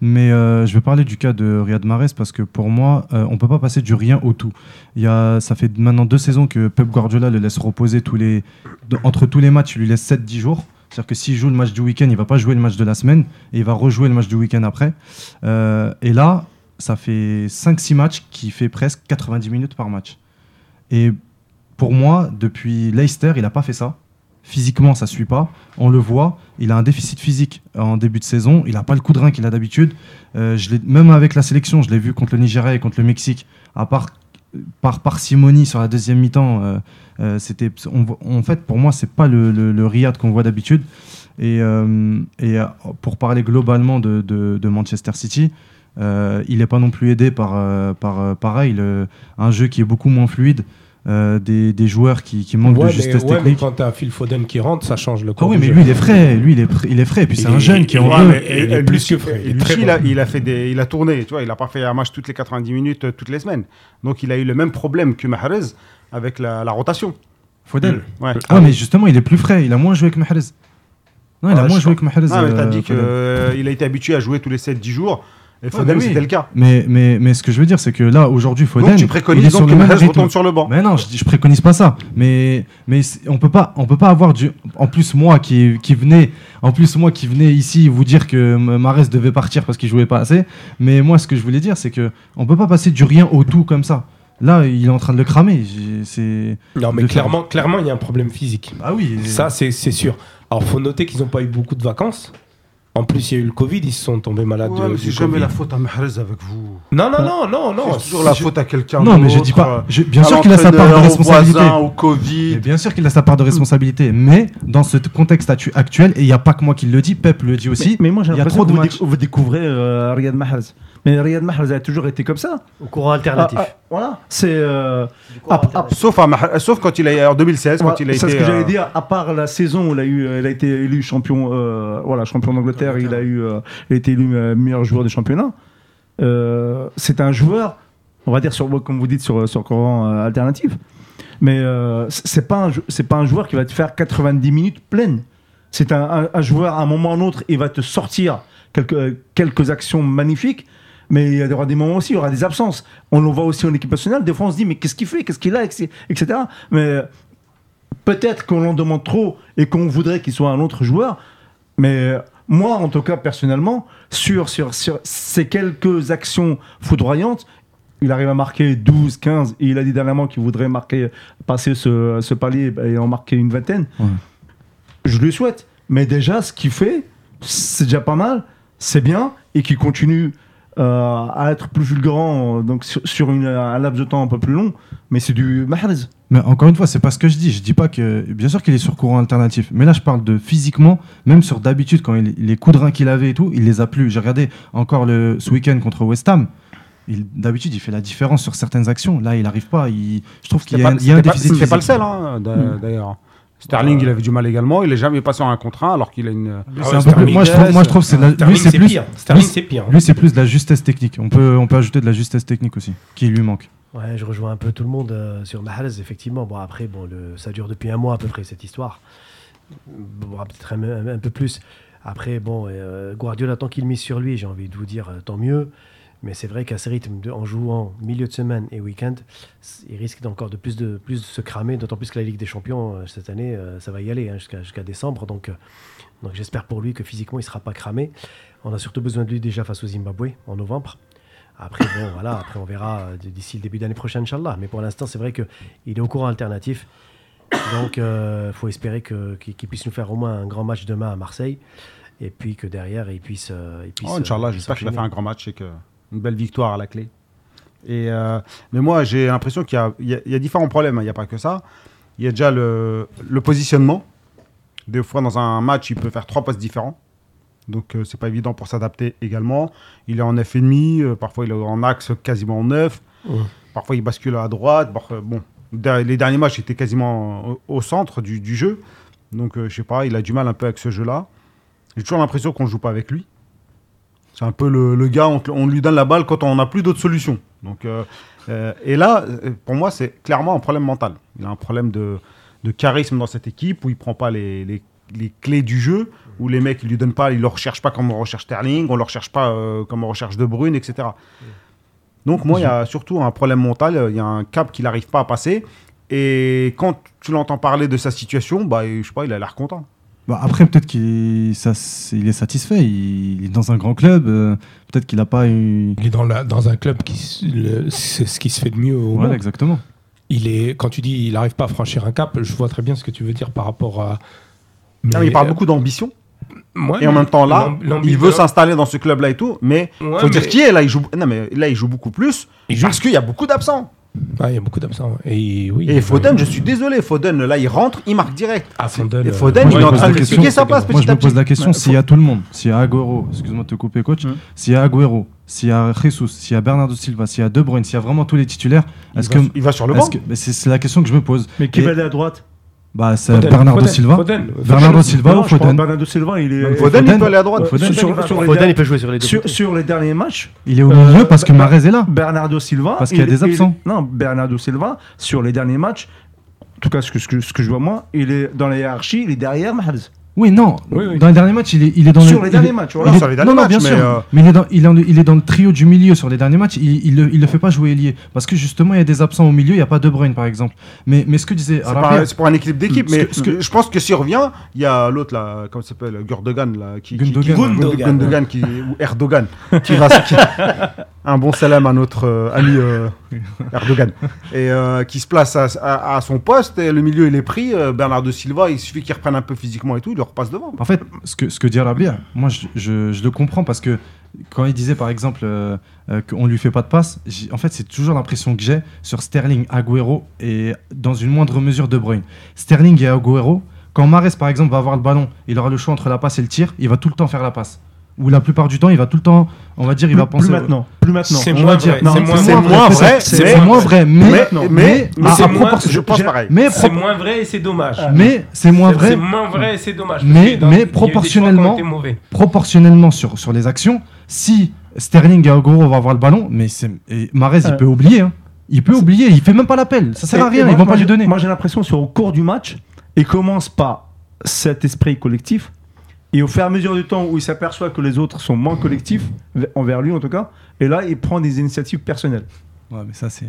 C: Mais euh, je vais parler du cas de Riyad Mahrez parce que pour moi, euh, on peut pas passer du rien au tout. Il y a, ça fait maintenant deux saisons que Pep Guardiola le laisse reposer tous les, de- entre tous les matchs, il lui laisse 7-10 jours. C'est-à-dire que s'il joue le match du week-end, il va pas jouer le match de la semaine et il va rejouer le match du week-end après. Euh, et là, ça fait 5-6 matchs qui fait presque 90 minutes par match. Et pour moi, depuis Leicester, il n'a pas fait ça. Physiquement, ça suit pas. On le voit. Il a un déficit physique en début de saison. Il n'a pas le coup de rein qu'il a d'habitude. Euh, je l'ai- même avec la sélection, je l'ai vu contre le Nigeria et contre le Mexique. À part par parcimonie sur la deuxième mi-temps, euh, euh, c'était. on vo- en fait, pour moi, c'est pas le, le, le Riyad qu'on voit d'habitude. Et, euh, et, euh, pour parler globalement de, de- de Manchester City, Euh, il n'est pas non plus aidé par, euh, par euh, pareil, le- un jeu qui est beaucoup moins fluide, euh, des, des joueurs qui, qui manquent de
E: Ouais, mais,
C: justesse
E: ouais, mais
C: technique.
E: quand t'as Phil Foden qui rentre, ça change le
C: Ah
E: cours.
C: oui,
E: du
C: mais
E: jeu.
C: lui, il est frais. Lui, il est, pr- il est frais. Et puis, c'est un jeune qui en
E: Ouais,
C: veut.
E: mais il est plus que frais.
A: Et
E: Il est très
A: Lucci,
E: bon.
A: il, a, il a fait des, il a tourné, tu vois, il a pas fait un match toutes les 90 minutes euh, toutes les semaines. Donc il a eu le même problème que Mahrez avec la, la rotation.
C: Foden.
A: Ouais.
C: Ah, mais justement, il est plus frais. Il a moins joué que Mahrez. Non, il
F: Ah,
C: a moins
F: je
C: joué que Mahrez.
A: Ah, mais t'as
C: euh,
A: dit qu'il
C: Foden.
A: a été habitué à jouer tous les 7-10 jours. Et
C: mais
A: Foden,
C: oui.
A: c'était le cas.
C: Mais, mais, mais ce que je veux dire, c'est que là, aujourd'hui, Foden.
A: Donc tu
C: il est
A: préconises
C: sur
A: donc que
C: le même
A: Mahrez
C: rythme.
A: retourne sur le banc.
C: Mais non, je, dis- je préconise pas ça. Mais, mais c'est- on peut pas, on peut pas avoir du. En plus moi qui, qui venais, en plus moi qui venais ici vous dire que Marès devait partir parce qu'il jouait pas assez. Mais moi, ce que je voulais dire, c'est que on peut pas passer du rien au tout comme ça. Là, il est en train de le cramer. J'ai- C'est
E: Non, mais
C: de
E: clairement, clairement, il y a un problème physique.
C: ah oui.
E: Ça, c'est c'est sûr. Alors, faut noter qu'ils n'ont pas eu beaucoup de vacances. En plus, il y a eu le Covid, ils se sont tombés
C: Bah,
E: malades. de- du Covid.
A: faute à Mahrez avec vous.
E: Non, non, non, non, non.
A: C'est toujours la faute à quelqu'un
C: Non, mais je dis
A: d'autre, euh.
C: pas. je- bien
A: à
C: sûr qu'il a sa part de
A: l'entraîneur, au
C: responsabilité.
A: voisin, au
C: Mais
A: Covid.
C: bien sûr qu'il a sa part de responsabilité. Mais dans ce contexte actu- actuel, et il y a pas que moi qui le dis, Pep le dit aussi.
F: mais moi j'ai
C: il y a
F: l'impression
C: trop
F: que
C: de
F: vous,
C: matchs.
F: déc- vous découvrez euh, Riyad Mahrez. Mais Riyad Mahrez a toujours été comme ça.
B: Au courant alternatif.
F: Ah, ah, voilà, c'est. euh,
B: Du courant
F: ah, ah,
B: alternatif.
A: Sauf, à Mahrez- sauf quand il a en 2016,
F: voilà,
A: quand il a
F: Bah, c'est
A: été.
F: ce que
A: euh,
F: j'allais dire. À part la saison où il a eu, euh, il a été élu champion, euh, voilà, champion d'Angleterre, il a eu, euh, il a été élu euh, meilleur joueur du championnat. Euh, c'est un joueur, on va dire sur, comme vous dites, sur sur courant euh, alternatif. Mais euh, c- c'est pas un, jou- c'est pas un joueur qui va te faire 90 minutes pleines. C'est un, un- un joueur à un moment ou à un autre, il va te sortir quelques quelques actions magnifiques. Mais il y aura des moments aussi, il y aura des absences. On le voit aussi en équipe nationale. Des fois, on se dit, mais qu'est-ce qu'il fait Qu'est-ce qu'il a etc. Mais peut-être qu'on l'en demande trop et qu'on voudrait qu'il soit un autre joueur, mais euh, moi, en tout cas, personnellement, sur, sur, sur ces quelques actions foudroyantes, il arrive à marquer 12, 15, et il a dit dernièrement qu'il voudrait marquer, passer ce, ce palier et en marquer une vingtaine.
C: Ouais.
F: Je lui souhaite, mais déjà, ce qu'il fait, c'est déjà pas mal, c'est bien, et qu'il continue euh, à être plus fulgurant euh, donc sur, sur une, un laps de temps un peu plus long, mais c'est du Mahrez.
C: Mais encore une fois, c'est pas ce que je dis. Je dis pas que. Bien sûr qu'il est sur courant alternatif. Mais là, je parle de physiquement, même sur d'habitude, quand il, les coups de rein qu'il avait et tout, il les a plus. J'ai regardé encore le, ce week-end contre West Ham. Il- D'habitude, il fait la différence sur certaines actions. Là, il n'arrive pas. Il- je trouve qu'il y a,
A: C'était
C: un-
A: pas-
C: il y a un
A: c'était pas-
C: déficit.
A: C'était pas le
C: physique. Hmm.
A: seul, hein, d'a- d'ailleurs. Sterling, il avait du mal également. Il est jamais passé en un contre un alors qu'il a une.
E: Ah
C: C'est
E: ouais,
C: un peu plus-
E: Sterling,
C: moi, je trouve, moi, je trouve que c'est de la-
E: Sterling,
C: lui, c'est
E: c'est
C: plus.
E: pire. Sterling,
C: lui,
E: c'est pire.
C: Lui, c'est plus de la justesse technique. On peut, on peut ajouter de la justesse technique aussi, qui lui manque.
B: Ouais, je rejoins un peu tout le monde euh, sur Mahrez, effectivement. Bon, après, bon, le, ça dure depuis un mois à peu près, cette histoire. Bon, ah, peut-être un, un- un peu plus. Après, bon, euh, Guardiola, tant qu'il mise sur lui, j'ai envie de vous dire, euh, tant mieux. Mais c'est vrai qu'à ce rythme, de- en jouant milieu de semaine et week-end, c- il risque encore de plus, de plus de se cramer, d'autant plus que la Ligue des Champions, euh, cette année, euh, ça va y aller hein, jusqu'à jusqu'à décembre. Donc, euh, donc j'espère pour lui que physiquement, il ne sera pas cramé. On a surtout besoin de lui déjà face au Zimbabwe en novembre. Après, bon, voilà, après on verra euh, d'ici le début d'année prochaine, Inch'Allah. Mais pour l'instant, c'est vrai qu'il est au courant alternatif. Donc, il faut espérer que- qu'il qu'il puisse nous faire au moins un grand match demain à Marseille. Et puis que derrière, il puisse. euh, il puisse
A: Oh, Inch'Allah,
B: euh,
A: j'espère qu'il va
B: s'enchaîner.
A: faire un grand match et que une belle victoire à la clé. Et euh, mais moi, j'ai l'impression qu'il y a- il y, a- il y a différents problèmes. hein, Il n'y a pas que ça. Il y a déjà le, le positionnement. Des fois, dans un match, il peut faire trois passes différents. Donc, euh, c'est pas évident pour s'adapter également. Il est en 9,5. euh, parfois, il est en axe quasiment en 9.
E: Ouais.
A: Parfois, il bascule à droite. par- euh, bon, der- les derniers matchs étaient quasiment euh, au, au centre du, du jeu. Donc, euh, je sais pas, il a du mal un peu avec ce jeu-là. J'ai toujours l'impression qu'on joue pas avec lui. C'est un peu le, le gars, on, te- on lui donne la balle quand on n'a plus d'autres solutions. Donc, euh, euh, et là, euh, pour moi, c'est clairement un problème mental. Il a un problème de, de charisme dans cette équipe où il prend pas les, les- les clés du jeu, où les mecs, ils lui donnent pas, ils le recherchent pas comme on recherche Sterling, on le recherche pas euh, comme on recherche De Bruyne, etc. Donc moi, il y a surtout un problème mental, euh, il y a un cap qu'il n'arrive pas à passer. Et quand tu l'entends parler de sa situation, bah, je sais pas, il a l'air content.
C: Bah, après, peut-être qu'il ça, c'est- il est satisfait. Il, il est dans un grand club. euh, peut-être qu'il n'a pas eu.
E: Il est dans, la- dans un club qui s- le- c'est ce qui se fait de mieux au
C: Voilà,
E: monde.
C: exactement.
E: Il est quand tu dis il n'arrive pas à franchir un cap, je vois très bien ce que tu veux dire par rapport à. Mais,
A: Ah, il parle beaucoup d'ambition.
E: Ouais,
A: Et en
E: mais
A: même temps, là,
E: l'ambi- l'ambi-
A: il veut s'installer dans ce club-là et tout, mais
E: Ouais,
A: faut dire
E: mais-
A: qui est. Là, il joue. Non, mais là, il joue beaucoup plus
E: Il joue-
A: parce qu'il y a beaucoup d'absents.
E: Ah, il y a beaucoup d'absents. Et oui.
A: Et Foden, je suis désolé, Foden, là, il rentre, il marque direct.
E: Ah, Foden,
A: Et
E: euh,
A: Foden,
E: moi,
A: il est
E: je
A: en
E: me
A: train
E: pose
A: de
E: la
A: expliquer
E: question,
A: sa place
E: Foden.
C: Moi, je
A: petit à
C: me pose
A: petit.
C: la question s'il y a tout le monde, s'il y a Agüero, excuse-moi de te couper, coach, s'il y a Agüero, s'il y a Jesus, s'il y a Bernardo Silva, s'il y a De Bruyne, s'il y a vraiment tous les titulaires,
A: Il,
C: est-ce
A: va,
C: que.
A: il va sur le
C: est-ce
A: banc.
C: que- mais C'est c'est la question que je me pose.
F: Mais qui
C: Et-
F: va aller à droite
C: Bah, c'est
E: Foden,
C: Bernardo
E: Foden,
C: Silva.
E: Foden.
C: Bernardo Silva
F: Non,
C: ou
F: je parle de
C: Foden
F: Bernardo Silva, il est.
A: Foden, il
C: Foden.
A: peut aller à droite.
C: Ouais, Foden,
F: Sur- sur- sur les
B: Foden,
F: derniers-
B: il peut jouer sur les deux.
F: sur-
B: côtés.
F: sur les derniers matchs,
C: Il est au
F: Euh,
C: milieu parce que
F: bah-
C: Marez est là.
F: Bernardo Silva.
C: Parce qu'il y a
F: il-
C: des
F: il-
C: absents.
F: non, Bernardo Silva, sur les derniers matchs, en tout cas, ce que, ce que, ce que je vois moi, il est dans la hiérarchie, il est derrière Mahrez.
C: Oui, non.
E: Oui, oui.
C: Dans les derniers matchs, il est, il est dans
F: Sur
C: le.
F: les
C: il est-
F: derniers matchs, voilà.
C: il est-
A: sur les derniers
C: non, non,
A: matchs,
C: bien
A: mais,
C: sûr.
A: euh,
C: Mais il est, dans, il, est en- il est dans le trio du milieu sur les derniers matchs. Il, il, le- il le fait pas jouer ailier. Parce que justement, il y a des absents au milieu. Il n'y a pas De Bruyne, par exemple. Mais, mais ce que disait.
A: C'est
C: Rabia-
A: pas- c'est pour un équipe d'équipe,
C: Ah, Ce
A: mais
C: que- ce que-
A: je pense que s'il revient, il y a l'autre là, comment il s'appelle, Gundogan là, qui, qui- qui-
C: Gundogan, ouais.
A: Gundogan, Gundogan qui, ou Erdogan, qui va qui- un bon salam à notre euh, ami euh, Erdogan et euh, qui se place à, à- à son poste et le milieu il est pris. euh, Bernardo Silva, il suffit qu'il reprenne un peu physiquement et tout, il le repasse devant.
C: En fait, ce que, ce que dit Rabia, moi je, je- je le comprends parce que quand il disait par exemple euh, euh, qu'on lui fait pas de passe, j'ai- en fait c'est toujours l'impression que j'ai sur Sterling, Agüero et dans une moindre mesure De Bruyne. Sterling et Agüero, quand Mares par exemple va avoir le ballon, il aura le choix entre la passe et le tir, il va tout le temps faire la passe. Ou la plupart du temps, il va tout le temps, on va dire, il va penser.
F: plus maintenant. Plus maintenant.
E: C'est
C: On
E: moins
C: va dire,
E: vrai,
C: non,
E: c'est moins
A: vrai. C'est vrai,
C: c'est-
A: c'est
C: c'est
A: vrai.
C: moins vrai, mais
A: Mais, mais,
C: mais-
A: mais
C: à-
A: c'est
C: à
A: moins-
C: propor-
A: je pense pareil.
C: mais
E: C'est
C: pro-
E: moins vrai et c'est dommage.
C: Ah. mais c'est moins
E: C'est-
C: vrai.
E: C'est moins vrai et c'est dommage.
C: Mais- mais
E: parce que dans- il y a eu des choix qui ont
C: proportionnellement-
E: été mauvais.
C: proportionnellement sur, sur les actions, si Sterling et Agüero vont avoir le ballon, mais c'est et Mahrez, il
F: Ouais.
C: peut oublier. hein. Il peut oublier, il fait même pas l'appel. Ça sert à
F: Et-
C: rien,
F: et
C: ils
F: moi-
C: vont pas
F: moi,
C: lui
F: j'ai-
C: donner.
F: Moi, j'ai l'impression, sur au cours du match, il commence par cet esprit collectif. Et au fur et à mesure du temps où il s'aperçoit que les autres sont moins collectifs, ve- envers lui en tout cas, et là, il prend des initiatives personnelles.
C: Ouais, mais ça c'est.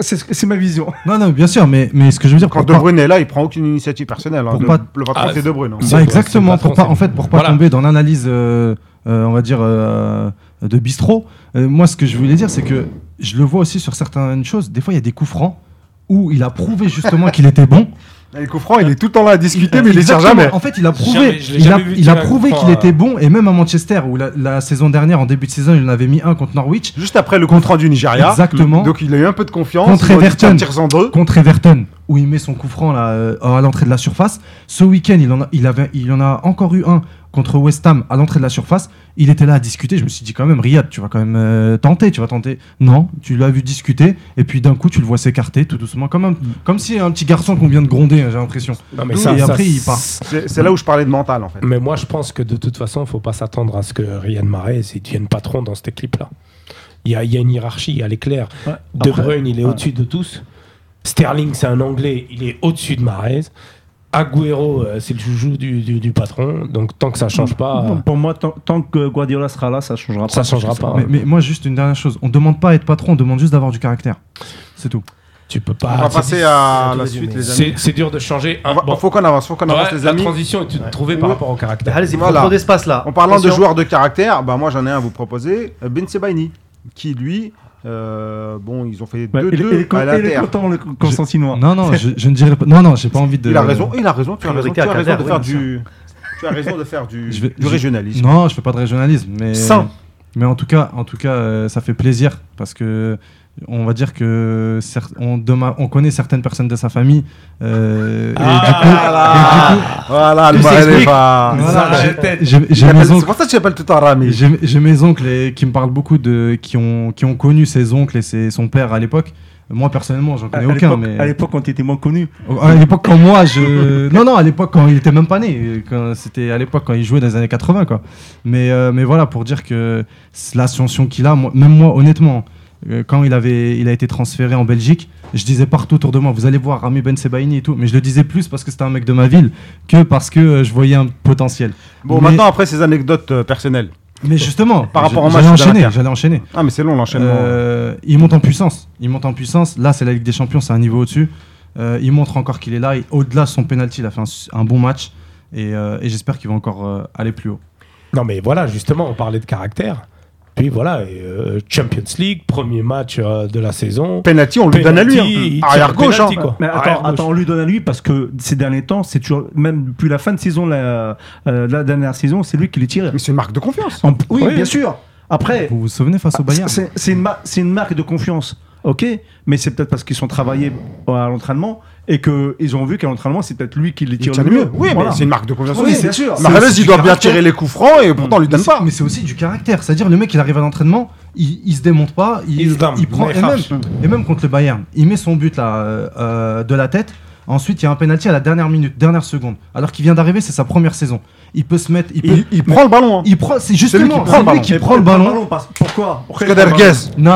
F: C'est ce que- c'est ma vision.
C: Non, non, bien sûr, mais, mais ce que je veux dire,
A: Quand
C: pour
A: De
C: pas-
A: Bruyne est là, il prend aucune initiative personnelle. hein.
C: Pour
A: Le-
C: pas-
A: Le patron
E: Ah,
A: c'est De Bruyne. hein.
E: c'est-
C: Bah, exactement,
E: c'est pas
C: pour pas,
E: français.
C: en fait, pour pas
E: Voilà.
C: tomber dans l'analyse, euh, euh, on va dire, euh, de bistrot, euh, moi, ce que je voulais dire, c'est que je le vois aussi sur certaines choses. Des fois, il y a des coups francs où il a prouvé justement qu'il était bon.
A: Et coup franc, il est tout le temps là à discuter, mais il les tire
C: Exactement.
A: jamais.
C: En fait, il a prouvé,
E: Jamais, je l'ai
C: il a,
E: jamais vu
C: il a
E: tirer un
C: prouvé
E: coup
C: qu'il
E: franc, euh.
C: était bon, et même à Manchester, où la, la saison dernière, en début de saison, il en avait mis un contre Norwich,
A: Juste après le contrat du Nigeria.
C: Exactement.
A: Donc il a eu un peu de confiance.
C: Contre
A: il a dit, tiens,
C: Everton.
A: tire-en deux.
C: contre Everton, où il met son coup franc là, euh, à l'entrée de la surface. Ce week-end, il, en a- il, avait- il en a encore eu un contre West Ham à l'entrée de la surface. Il était là à discuter. Je me suis dit, quand même, Riyad, tu vas quand même euh, tenter, tu vas tenter. Non, tu l'as vu discuter, et puis d'un coup, tu le vois s'écarter tout doucement, comme, un- comme si un petit garçon qu'on vient de gronder, hein, j'ai l'impression.
E: Non, mais
C: Et
E: ça- ça-
C: après, il part.
A: C'est c'est là où je parlais de mental en fait.
E: Mais moi, je pense que de toute façon, il ne faut pas s'attendre à ce que Riyad Mahrez il devienne patron dans cette équipe-là. Il y, a, il y a une hiérarchie, elle est claire. De
F: Après-
E: Bruyne, il est au-dessus de tous. Sterling, c'est un Anglais, il est au-dessus de Mahrez. Agüero, euh, c'est le joujou du, du- du patron. Donc, tant que ça ne change pas,
F: Bon, Pour moi, tant, tant que Guardiola sera là, ça changera pas.
E: Ah, ça ne changera
A: Ah,
E: pas.
C: Mais, mais moi, juste une dernière chose. On demande pas à être patron, on demande juste d'avoir du caractère. C'est tout.
E: Tu peux
A: On va
E: pas. c'est-
A: passer à la
B: c'est-
A: suite, les amis.
E: C'est c'est dur de changer.
A: Il
E: un- bon,
A: faut qu'on avance, faut qu'on
E: ouais,
A: avance, les
E: la
A: amis.
E: transition est trouvée par
A: Ouais.
E: rapport au caractère.
B: Allez-y, prends
A: Voilà.
B: trop d'espace là.
A: En parlant de
B: Attention.
A: joueurs de caractère, bah moi j'en ai un à vous proposer, Ben Sebaini, qui lui, euh, bon, ils ont fait
F: Ouais,
A: 2-2
F: il, il est con-
A: à la
F: il est
A: terre.
F: content, le Constantinois.
C: Non, non, je, je ne dirais pas. Non, non, j'ai pas envie de.
A: Ah. Il a raison, il a raison, tu as raison,
B: Priorité
A: tu
B: à
A: as raison
B: Calder,
A: de
B: oui,
A: faire
B: bien
A: du, tu as raison de faire du,
C: Je vais-
A: du
C: je-
A: régionalisme.
C: Non, je fais pas de régionalisme, mais
A: Sans.
C: mais en tout cas, en tout cas, euh, ça fait plaisir parce que on va dire que cer- on, dema- on connaît certaines personnes de sa famille euh,
F: Ah
C: et du coup,
A: Voilà, voilà, le
C: Tout
A: bal est
C: s'explique.
A: pas.
C: voilà,
E: Ça,
C: j'ai-
E: la tête.
C: j'ai-
A: Il
C: j'ai
A: appelle-
C: mes
A: C'est
C: oncles,
A: pour ça que tu appelles tout le temps Rami.
C: j'ai- j'ai mes oncles et qui me parlent beaucoup de qui ont qui ont connu ses oncles et ses- son père à l'époque. Moi personnellement, j'en
F: À,
C: connais
F: à
C: aucun,
F: l'époque-
C: mais
F: à l'époque, quand il était moins connu.
C: à l'époque quand moi je non non à l'époque quand il était même pas né quand c'était à l'époque quand il jouait dans les années 80 quoi mais euh, mais voilà pour dire que c'est l'ascension qu'il a moi- même moi honnêtement euh, quand il avait il a été transféré en Belgique je disais partout autour de moi vous allez voir Rami Ben Sebaini et tout mais je le disais plus parce que c'était un mec de ma ville que parce que euh, je voyais un potentiel
A: Bon,
C: mais-
A: maintenant, après ces anecdotes euh, personnelles.
C: mais justement
A: Par rapport
C: je-
A: au match
C: j'allais
A: de
C: enchaîner
A: l'Inter.
C: j'allais enchaîner
A: Ah, mais c'est long l'enchaînement.
C: euh, il monte en puissance. Il monte en puissance. Là, c'est la Ligue des Champions, c'est un niveau au-dessus. Euh, il montre encore qu'il est là. Et Au-delà de son penalty, il a fait un, su- un bon match. Et, euh, et j'espère qu'il va encore euh, aller plus haut.
E: Non, mais voilà, justement, on parlait de caractère. Puis voilà, et, euh, Champions League, premier match euh, de la saison.
A: Penalty, on le donne à lui. hein.
E: Penalty, il tire
A: Arrière
E: le
A: gauche.
E: penalty,
A: hein.
E: quoi.
F: Mais attends,
E: Arrière gauche.
F: attends, on lui donne à lui parce que ces derniers temps, c'est toujours, même depuis la fin de saison, la, euh, la dernière saison, c'est lui qui les tire.
A: Mais c'est une marque de confiance.
F: Oui, bien sûr. Après,
A: Ah,
C: Vous vous souvenez face au Bayern
F: c'est c'est une, ma- c'est une marque de confiance. ok, mais c'est peut-être parce qu'ils sont travaillés à l'entraînement et qu'ils ont vu qu'à l'entraînement, c'est peut-être lui qui les tire le mieux.
A: Oui,
F: Voilà.
A: mais c'est une marque de confiance.
F: Oui,
A: aussi.
F: c'est sûr.
A: Mahrez,
F: C'est-
A: il doit bien tirer les coups francs et pourtant on lui
C: Mais
A: donne
C: c'est-
A: pas.
C: Mais c'est aussi du caractère. C'est-à-dire, le mec, il arrive à l'entraînement, il, il se démonte pas, il,
E: Il se dame,
C: il prend.
E: mais
C: Et même,
E: rage.
C: et même contre le Bayern, il met son but là, euh, euh, de la tête. Ensuite, il y a un penalty à la dernière minute, dernière seconde. Alors qu'il vient d'arriver, c'est sa première saison. Il peut se mettre. Il, peut-
A: Il, il prend le ballon. hein.
C: il prend. C'est
A: lui qui prend
C: justement.
A: le
C: C'est lui
A: ballon.
C: qui
F: Et
C: prend le ballon.
F: parce- Pourquoi Pourquoi il
A: Kader
F: prend le ballon
A: Guess.
C: Non,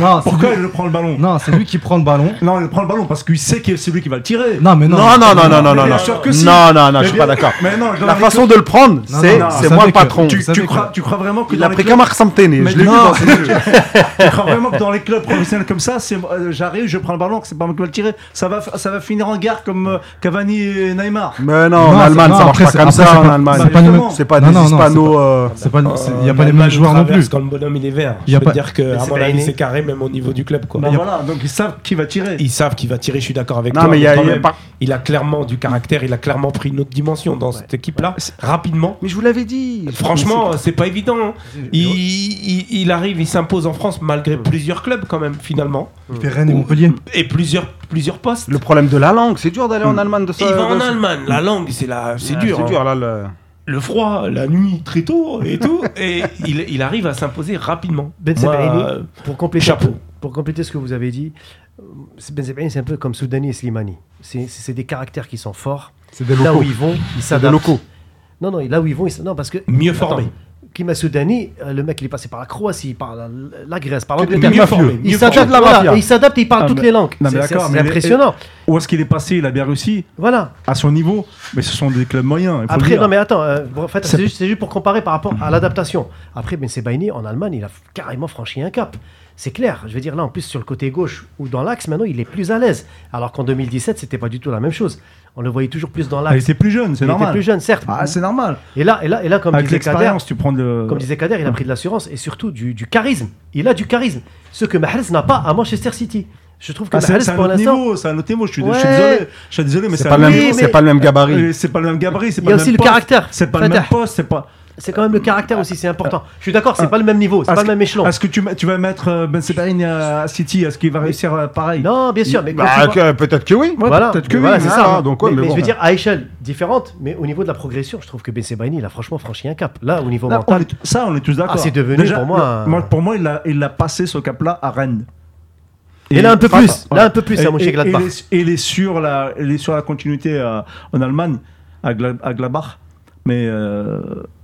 C: non. c'est
F: Pourquoi
C: lui-
F: il prend le ballon
C: Non, c'est lui qui prend le ballon.
F: Non, il prend le ballon parce qu'il sait que c'est lui qui va le tirer.
C: Non, mais non.
A: Non, non, non, non, non, non.
F: Mais bien
A: Non,
F: sûr que si.
A: non, non, non,
F: Mais
A: je suis
F: bien-
A: pas d'accord.
F: Mais non, dans
A: La
F: les-
A: façon de le prendre,
C: Non,
A: c'est
C: non,
A: c'est
C: vous
A: moi
C: savez
A: le
C: que-
A: patron.
C: tu-
F: Tu,
C: savez
F: tu
C: que-
F: crois, tu crois vraiment que
A: Il
F: dans
A: a
F: les
A: pris
F: clubs-
A: qu'un Marc Samptene,
F: Mais
A: je l'ai vu
F: non.
A: dans ses yeux.
F: tu crois vraiment que dans les clubs professionnels comme ça, c'est euh, j'arrive, je prends le ballon, que c'est pas moi qui vais le tirer. Ça va, f- ça va finir en gare comme euh, Cavani et Neymar.
A: Mais non, en
C: Non,
A: Allemagne,
C: c'est-
A: ça
C: non,
A: marche
C: après,
A: pas
C: c'est-
A: comme
C: après,
A: ça
C: c'est
A: en
C: pas-
A: Allemagne.
C: c'est pas les mêmes-
A: C'est pas
C: Non,
A: des
C: non, non, c'est
A: hispanos. euh,
C: C'est pas- c'est- Il n'y a pas
E: Euh,
C: les mêmes
E: l'Allemagne
C: joueurs non plus.
E: traverse comme bonhomme il est vert.
C: Il y
E: Je
C: a
E: peux
C: pas-
E: dire que à
B: c'est
E: mon
B: pas
E: avis
B: aîné.
E: c'est carré même au niveau du club quoi.
F: Bah voilà, donc ils savent qui va tirer.
E: Ils savent qu'il va tirer, je suis d'accord avec
A: Non,
E: toi.
A: mais il y a-
E: quand
A: il y a
E: même,
A: pas-
E: il a clairement du caractère, il a clairement pris une autre dimension dans cette équipe-là, rapidement.
A: Mais je vous l'avais dit.
E: Franchement, c'est pas évident. hein. Il, il- il arrive, il s'impose en France malgré plusieurs clubs quand même finalement
C: Il fait Rennes et Montpellier.
E: et plusieurs plusieurs postes.
A: Le problème de la langue, c'est dur d'aller en Allemagne de ça.
E: Et il va en
A: de-
E: Allemagne, la langue c'est la c'est
A: Ah,
E: dur.
A: C'est
E: hein.
A: dur là. le-
E: Le froid, la nuit très tôt et tout et il, il arrive à s'imposer rapidement.
B: Benzema
E: Moi,
B: Aini,
E: euh,
B: pour compléter,
E: chapeau.
B: Pour compléter ce que vous avez dit, euh, c'est- Benzema Aini, c'est un peu comme Soudani et Slimani. C'est- C'est c'est des caractères qui sont forts.
A: C'est des
B: Là où
A: locaux.
B: ils vont, ils
A: C'est des
B: s'adaptent.
A: locaux.
B: Non, non, là où ils vont, ils s'adaptent. Non, parce que.
E: mieux
B: Attends,
E: formé.
B: Kima Soudani, euh, le mec, il est passé par la Croatie, par la, la Grèce, par
A: Mieux
B: l'Angleterre.
E: mieux formé.
A: mafieux.
E: mieux
B: Il s'adapte
A: formé.
B: là
A: Mafia.
B: Il s'adapte et il parle
F: Ah,
B: toutes
F: mais-
B: les langues.
F: non, mais
B: C'est- C'est
F: d'accord,
B: c'est
F: mais les-
B: impressionnant.
F: Où est-ce qu'il est passé Il a bien réussi
B: Voilà.
F: à son niveau, mais ce sont des clubs moyens. il faut le
B: Après,
F: dire.
B: non mais attends, euh, bon, en fait,
F: C'est-
B: c'est juste, c'est juste pour comparer par rapport à l'adaptation. Après, Ben Sebaini, en Allemagne, il a f- carrément franchi un cap. C'est clair. Je veux dire, là, en plus, sur le côté gauche ou dans l'axe, maintenant, il est plus à l'aise. Alors qu'en 2017, c'était pas du tout la même chose. On le voyait toujours plus dans
F: Ah, il
B: l'axe.
F: était plus jeune, c'est
B: Il était
F: normal.
B: plus jeune, certes.
F: Ah, c'est normal.
B: et là, et là, et là, comme
F: Avec
B: disait Kader,
F: l'expérience, euh, tu prends le.
B: comme disait Kader, il a pris de l'assurance et surtout du, du charisme. Il a du charisme, ce que Mahrez n'a pas à Manchester City. Je trouve que
F: Ah, c'est
B: Mahrez,
F: c'est un
B: pour
F: autre
B: l'instant,
F: niveau, c'est un autre niveau. Je suis, je suis
B: Ouais.
F: désolé, je suis désolé, mais
A: C'est
F: c'est
A: pas
F: un
A: le
B: Oui,
A: même-
B: mais-
A: c'est pas le même gabarit.
F: Euh, C'est pas le même gabarit, c'est
B: Il
F: pas
B: y a
F: le
B: aussi
F: même
B: le
F: poste,
B: caractère.
F: C'est pas le
B: Fatah.
F: même poste, c'est pas.
B: c'est quand même le caractère aussi, c'est important. Je suis d'accord, c'est pas le même niveau, c'est
F: Est-ce
B: pas le
F: que-
B: même échelon.
F: Est-ce que tu, mets- tu vas mettre euh, Ben Sebaini à City Est-ce qu'il va réussir euh, pareil
B: Non, bien sûr, mais quand tu
A: Bah,
B: vois-
A: que- Peut-être que oui.
F: Ouais,
B: voilà,
F: peut-être que
B: mais
F: oui,
B: voilà, c'est
A: hein,
B: ça.
A: donc ouais,
B: mais,
A: mais
B: mais
A: bon.
B: je veux dire, à échelle différente, mais au niveau de la progression, je trouve que Ben Sebaini, il a franchement franchi un cap. Là, au niveau
F: Là, on
B: mental,
F: est- ça, on est tous d'accord.
B: Ah, c'est devenu pour moi un-
F: le- pour moi, il a, il a passé ce cap-là à Rennes.
B: Et là, un peu plus.
F: voilà.
B: Là, un peu plus, hein,
F: Et-
B: à Mönchengladbach.
F: et- et il est- Et il est sur la, il est sur la continuité euh, en Allemagne, à, Gla, à Gladbach. Mais euh,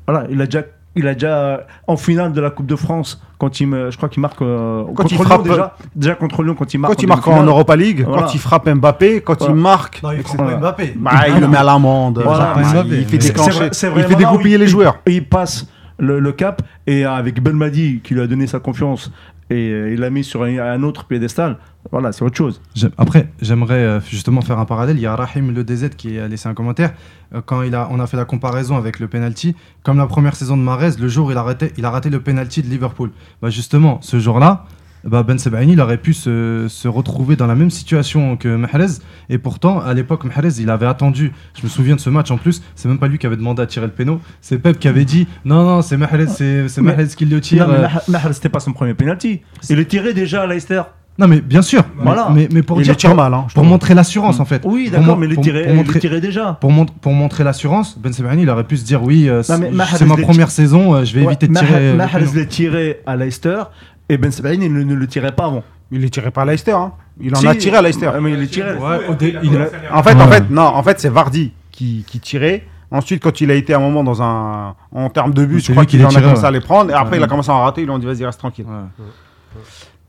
F: voilà, il a déjà, il a déjà euh, en finale de la Coupe de France quand il, me, je crois qu'il marque euh,
A: Quand il
F: contre Lyon
A: frappe- euh,
F: déjà, déjà contre Lyon quand il marque.
A: Quand il marque en
F: demi-finale.
A: Europa League,
F: Voilà.
A: quand il frappe Mbappé, quand
F: Voilà.
A: il marque,
C: Non, il prend
F: pas
C: Mbappé.
A: bah, il le met à l'amende.
F: Voilà.
A: Bah,
C: Ouais,
A: il
C: mais-
A: fait
C: mais c'est-
A: déclencher,
F: c'est vrai- c'est
A: il fait
F: vraiment là où
A: dégoupiller les joueurs.
F: Et il passe le, le cap et avec Belmadi qui lui a donné sa confiance et euh, il l'a mis sur un, un autre piédestal. Voilà, c'est autre chose.
C: J'aime- Après, j'aimerais euh, justement faire un parallèle. Il y a Rahim Le DZ qui a laissé un commentaire. Euh, Quand il a, on a fait la comparaison avec le penalty, comme la première saison de Marez, le jour où il a raté, il a raté le penalty de Liverpool. Bah justement, ce jour-là, bah Ben Sebaini il aurait pu se, se retrouver dans la même situation que Mahrez. Et pourtant, à l'époque, Mahrez, il avait attendu. Je me souviens de ce match en plus. C'est même pas lui qui avait demandé à tirer le péno. C'est Pep qui avait dit Non, non, c'est Mahrez, c'est c'est
F: Mais-
C: Mahrez qui le
F: Non,
C: tire.
F: mais
C: Euh,
F: Mahr- Mahrez, c'était pas son premier penalty. Il est tiré déjà à Leicester.
C: Non, mais bien sûr. Mais-
F: Voilà.
C: Mais, mais pour
A: Il
C: dire
A: le tire mal. hein, je
C: pour
A: trouve.
C: montrer l'assurance en fait.
F: Mm. Oui,
C: Pour mon-
F: d'accord, mais euh, il est
C: pour-
F: tiré,
C: pour
F: il est
C: montrer-
F: tiré déjà.
C: Pour, mont- pour montrer l'assurance, Ben Sebaini, il aurait pu se dire oui, euh, c'est
F: mais Mahrez
C: c'est ma
F: l'est-
C: première saison, euh, je vais
F: Ouais,
C: éviter de
F: Mahrez-
C: tirer. euh, le
F: Mahrez
C: péno.
F: l'a tiré à Leicester et Ben Sebaïn il ne, ne le tirait pas avant.
A: Il les tirait pas à Leicester. hein. Il en
F: Si,
A: a tiré à Leicester.
F: ah, Mais il est tiré.
C: Ouais, au dé- il a-
A: En fait, en
C: Ouais.
A: fait, non, en fait, c'est Vardy qui, qui tirait. Ensuite, quand il a été à un moment dans un, en termes de but,
C: C'est
A: je crois
C: lui qui
A: qu'il
C: les
A: en a
C: tirait,
A: commencé
C: ouais.
A: à les prendre. Et après,
C: Ouais.
A: il a commencé à en rater. Ils lui ont dit vas-y, reste tranquille.
C: Ouais.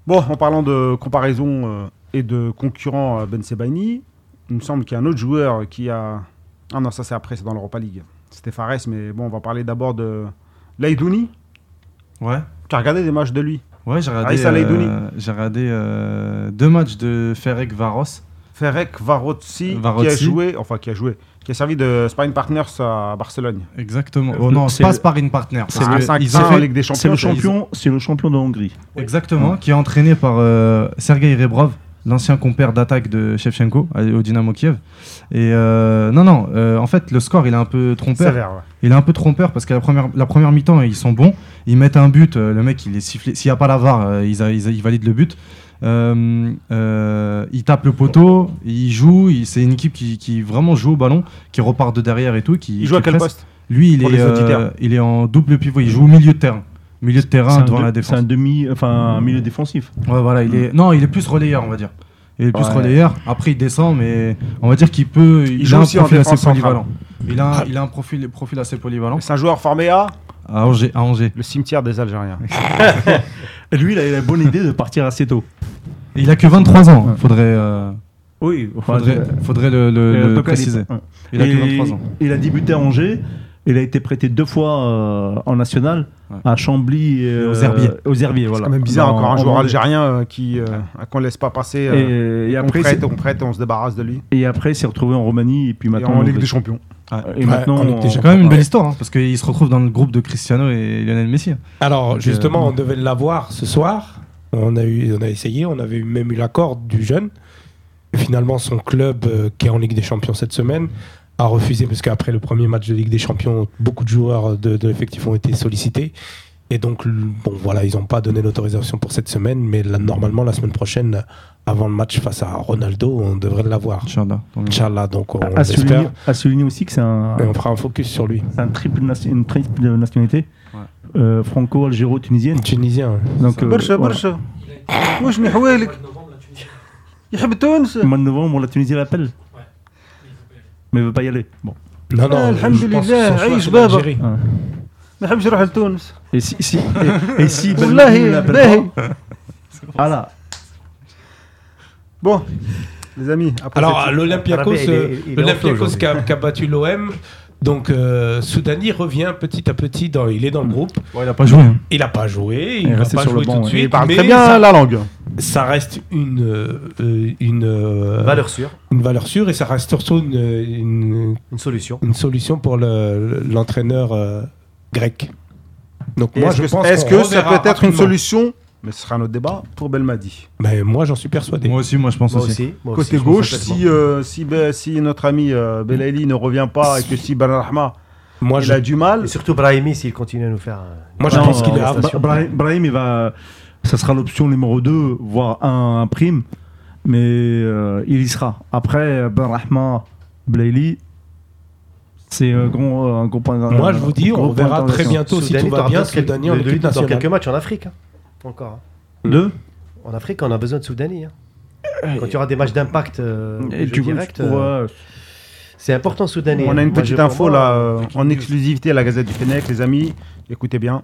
A: Bon, en parlant de comparaison euh, et de concurrent euh, Ben Sebaini, il me semble qu'il y a un autre joueur qui a. Ah non, ça c'est après, c'est dans l'Europa League. C'était Fares, mais bon, on va parler d'abord de Leidouni.
C: Ouais,
A: Tu as regardé des matchs de lui
C: ouais j'ai regardé,
A: Aïssa Leidouni.
C: euh, j'ai regardé euh, deux matchs de Ferek Varos.
A: Ferek Varotsi, qui a
C: Varotsi.
A: joué, enfin qui a joué, qui a servi de sparring partners à Barcelone.
C: Exactement. Oh non,
F: c'est
C: pas
F: le-
C: sparring partner.
A: C'est
C: parce
A: un
C: que
A: 5
C: ils ont
A: en
C: fait-
A: Ligue des
F: C'est
A: Champions.
F: le
A: ça, ils-
F: champion, c'est le champion de Hongrie.
C: Exactement, qui est entraîné par euh, Sergei Rebrov, l'ancien compère d'attaque de Shevchenko à- au Dynamo Kiev. Et euh, non, non, euh, en fait, le score, il est un peu trompeur.
A: Sévère, ouais.
C: Il est un peu trompeur parce que la première, la première mi-temps, ils sont bons. Ils mettent un but, euh, le mec, il est sifflé. S'il n'y a pas la VAR, euh, ils, a- ils a- ils valident le but. Euh, euh, il tape le poteau, il joue. il- C'est une équipe qui, qui vraiment joue au ballon, qui repart de derrière et tout. Qui,
A: Il joue à
C: qui
A: quel
C: presse.
A: poste
C: Lui, il
A: Pour
C: est,
A: les
C: euh,
A: auditeurs.
C: il est en double pivot. Il joue au milieu de terrain. Milieu de terrain devant la défense.
F: C'est un demi, enfin un milieu défensif.
C: Ouais, voilà,
A: Hmm.
C: il est... Non, il est plus relayeur, on va dire. Il est plus
F: Ouais.
C: relayeur. Après, il descend, mais on va dire qu'il peut. Il,
A: joue
C: a un
A: aussi en
C: profil
A: défense
C: assez
A: centrale.
C: polyvalent. Il a, un- il a un profil, profil assez polyvalent.
A: C'est un joueur formé à
C: À Angers. À Angers.
A: le cimetière des Algériens.
F: Et Lui, il a eu la bonne idée de partir assez tôt.
C: Et Il a que 23 ans. Faudrait, euh,
F: Oui,
C: faudrait, faudrait le, le- le préciser. euh, Il a que 23 ans.
F: Il a débuté à Angers. Il a été prêté deux fois euh, en national
C: Ouais.
F: à Chambly et
C: aux
F: euh,
C: Herbiers.
F: Aux Herbiers, voilà.
A: C'est quand même bizarre,
F: Dans-
A: encore un
F: en
A: joueur
F: Vendée.
A: algérien euh, qui euh, qu'on laisse pas passer. euh,
F: Et, et
A: on
F: après,
A: prête,
F: c'est-
A: on prête, on se débarrasse de lui.
F: et après, il s'est retrouvé en Roumanie et puis
A: Et
F: maintenant euh,
A: en Ligue des Champions.
F: Et
E: Ouais,
F: maintenant,
E: on est déjà-
C: C'est quand même une belle histoire, hein, parce qu'il se retrouve dans le groupe de Cristiano et Lionel Messi. hein.
E: Alors,
C: Donc,
E: justement,
C: euh,
E: on devait l'avoir ce soir. On a, eu, on a essayé, on avait eu- même eu l'accord du jeune. Et finalement, son club, euh, qui est en Ligue des Champions cette semaine, a refusé, parce qu'après le premier match de Ligue des Champions, beaucoup de joueurs de, de l'effectif ont été sollicités. Et donc, l- bon, voilà, ils n'ont pas donné l'autorisation pour cette semaine, mais là, normalement, la semaine prochaine, avant le match face à Ronaldo, on devrait l'avoir.
C: Inch'Allah. Donc, euh,
E: Inch'Allah, donc on
F: à, à souligner,
E: l'espère.
F: à souligner aussi que c'est un,
E: Et on fera un focus sur lui.
F: c'est un triple nation- une triple nationalité
C: Ouais.
F: euh, franco-algéro-tunisienne.
E: Tunisien. hein.
F: Donc, euh, voilà. Le mois de novembre, la Tunisie l'appelle. Mais elle veut pas y aller. Bon.
E: Non, non, je pense que son
G: Alhamdulillah,
E: choix,
G: Aïch
E: c'est
G: Baba.
E: l'Algérie.
G: ما نحبش نروح لتونس
F: Et si, si, et, et si Belmadi ne
G: والله
F: l'appelle
G: باهي
F: pas, voilà.
A: Bon, les amis, après
E: Alors,
A: cette-
E: l'Olympiakos,
B: Rabia, il est-
E: euh,
B: il est en feu
E: l'Olympiakos
B: aujourd'hui.
E: qui a, qui a battu l'OM. Donc, euh, Soudani revient petit à petit. Dans, il est
A: Mm.
E: dans le groupe.
C: ouais, il a pas joué. hein.
E: Il n'a pas joué.
F: Il
E: Il
F: est
E: n'a
F: resté
E: pas
F: sur le
E: joué
F: banc,
E: tout de
F: ouais.
E: suite.
A: il parle
E: mais
A: très bien
E: ça,
A: la langue.
E: ça reste une, euh, une, euh,
B: Valeur sûre,
E: une valeur sûre et ça reste surtout une, une,
B: une solution.
E: une solution pour le- l'entraîneur euh, grec. Donc,
A: Et
E: moi,
A: est-ce
E: je
A: que,
E: pense
A: est-ce
E: qu'on
A: que ça
E: reverra
A: peut être une
E: rapidement.
A: solution Mais ce sera notre débat pour Belmadi.
E: Mais moi, j'en suis persuadé.
C: Moi aussi, moi je pense
B: Moi
C: aussi.
B: aussi. moi aussi,
A: Côté
B: je pense
A: gauche,
B: complètement.
A: si, euh, si, Be- si notre ami euh, Belaïli ne revient pas et que si Ben Rahma
E: Moi,
A: il
E: je,
A: a du mal,
B: Et surtout Brahimi, s'il continue à nous faire. euh,
E: moi, je
F: Non,
E: pense qu'il est
F: Bra-
E: à-
F: Bra- Brahim, Brahim, il va. Ça sera l'option numéro 2, voire 1, prime. Mais euh, il y sera. Après, Ben Rahman, Blaili, c'est un gros, un gros point
E: Moi, je vous dis,
F: gros
E: on
F: point
E: verra très
F: d'interrogation.
E: bientôt si
B: Soudani,
E: tout
B: t'en
E: va
B: as
E: bien.
B: besoin de-
E: Soudani en
B: de- de-
E: équipe
B: dans
E: nationale.
B: quelques matchs en Afrique. hein. Encore. hein.
F: Deux
B: En Afrique, on a besoin de Soudani. hein.
E: Euh,
B: Quand il y aura des matchs d'impact euh,
F: Et
B: jeu
F: tu-
B: direct,
F: tu pourras-
B: euh, c'est important Soudani.
A: on
B: hein.
A: a une
B: Moi,
A: petite
B: je-
A: info
B: pour moi,
A: là euh, en exclusivité à la Gazette du Fennec, les amis. Écoutez bien,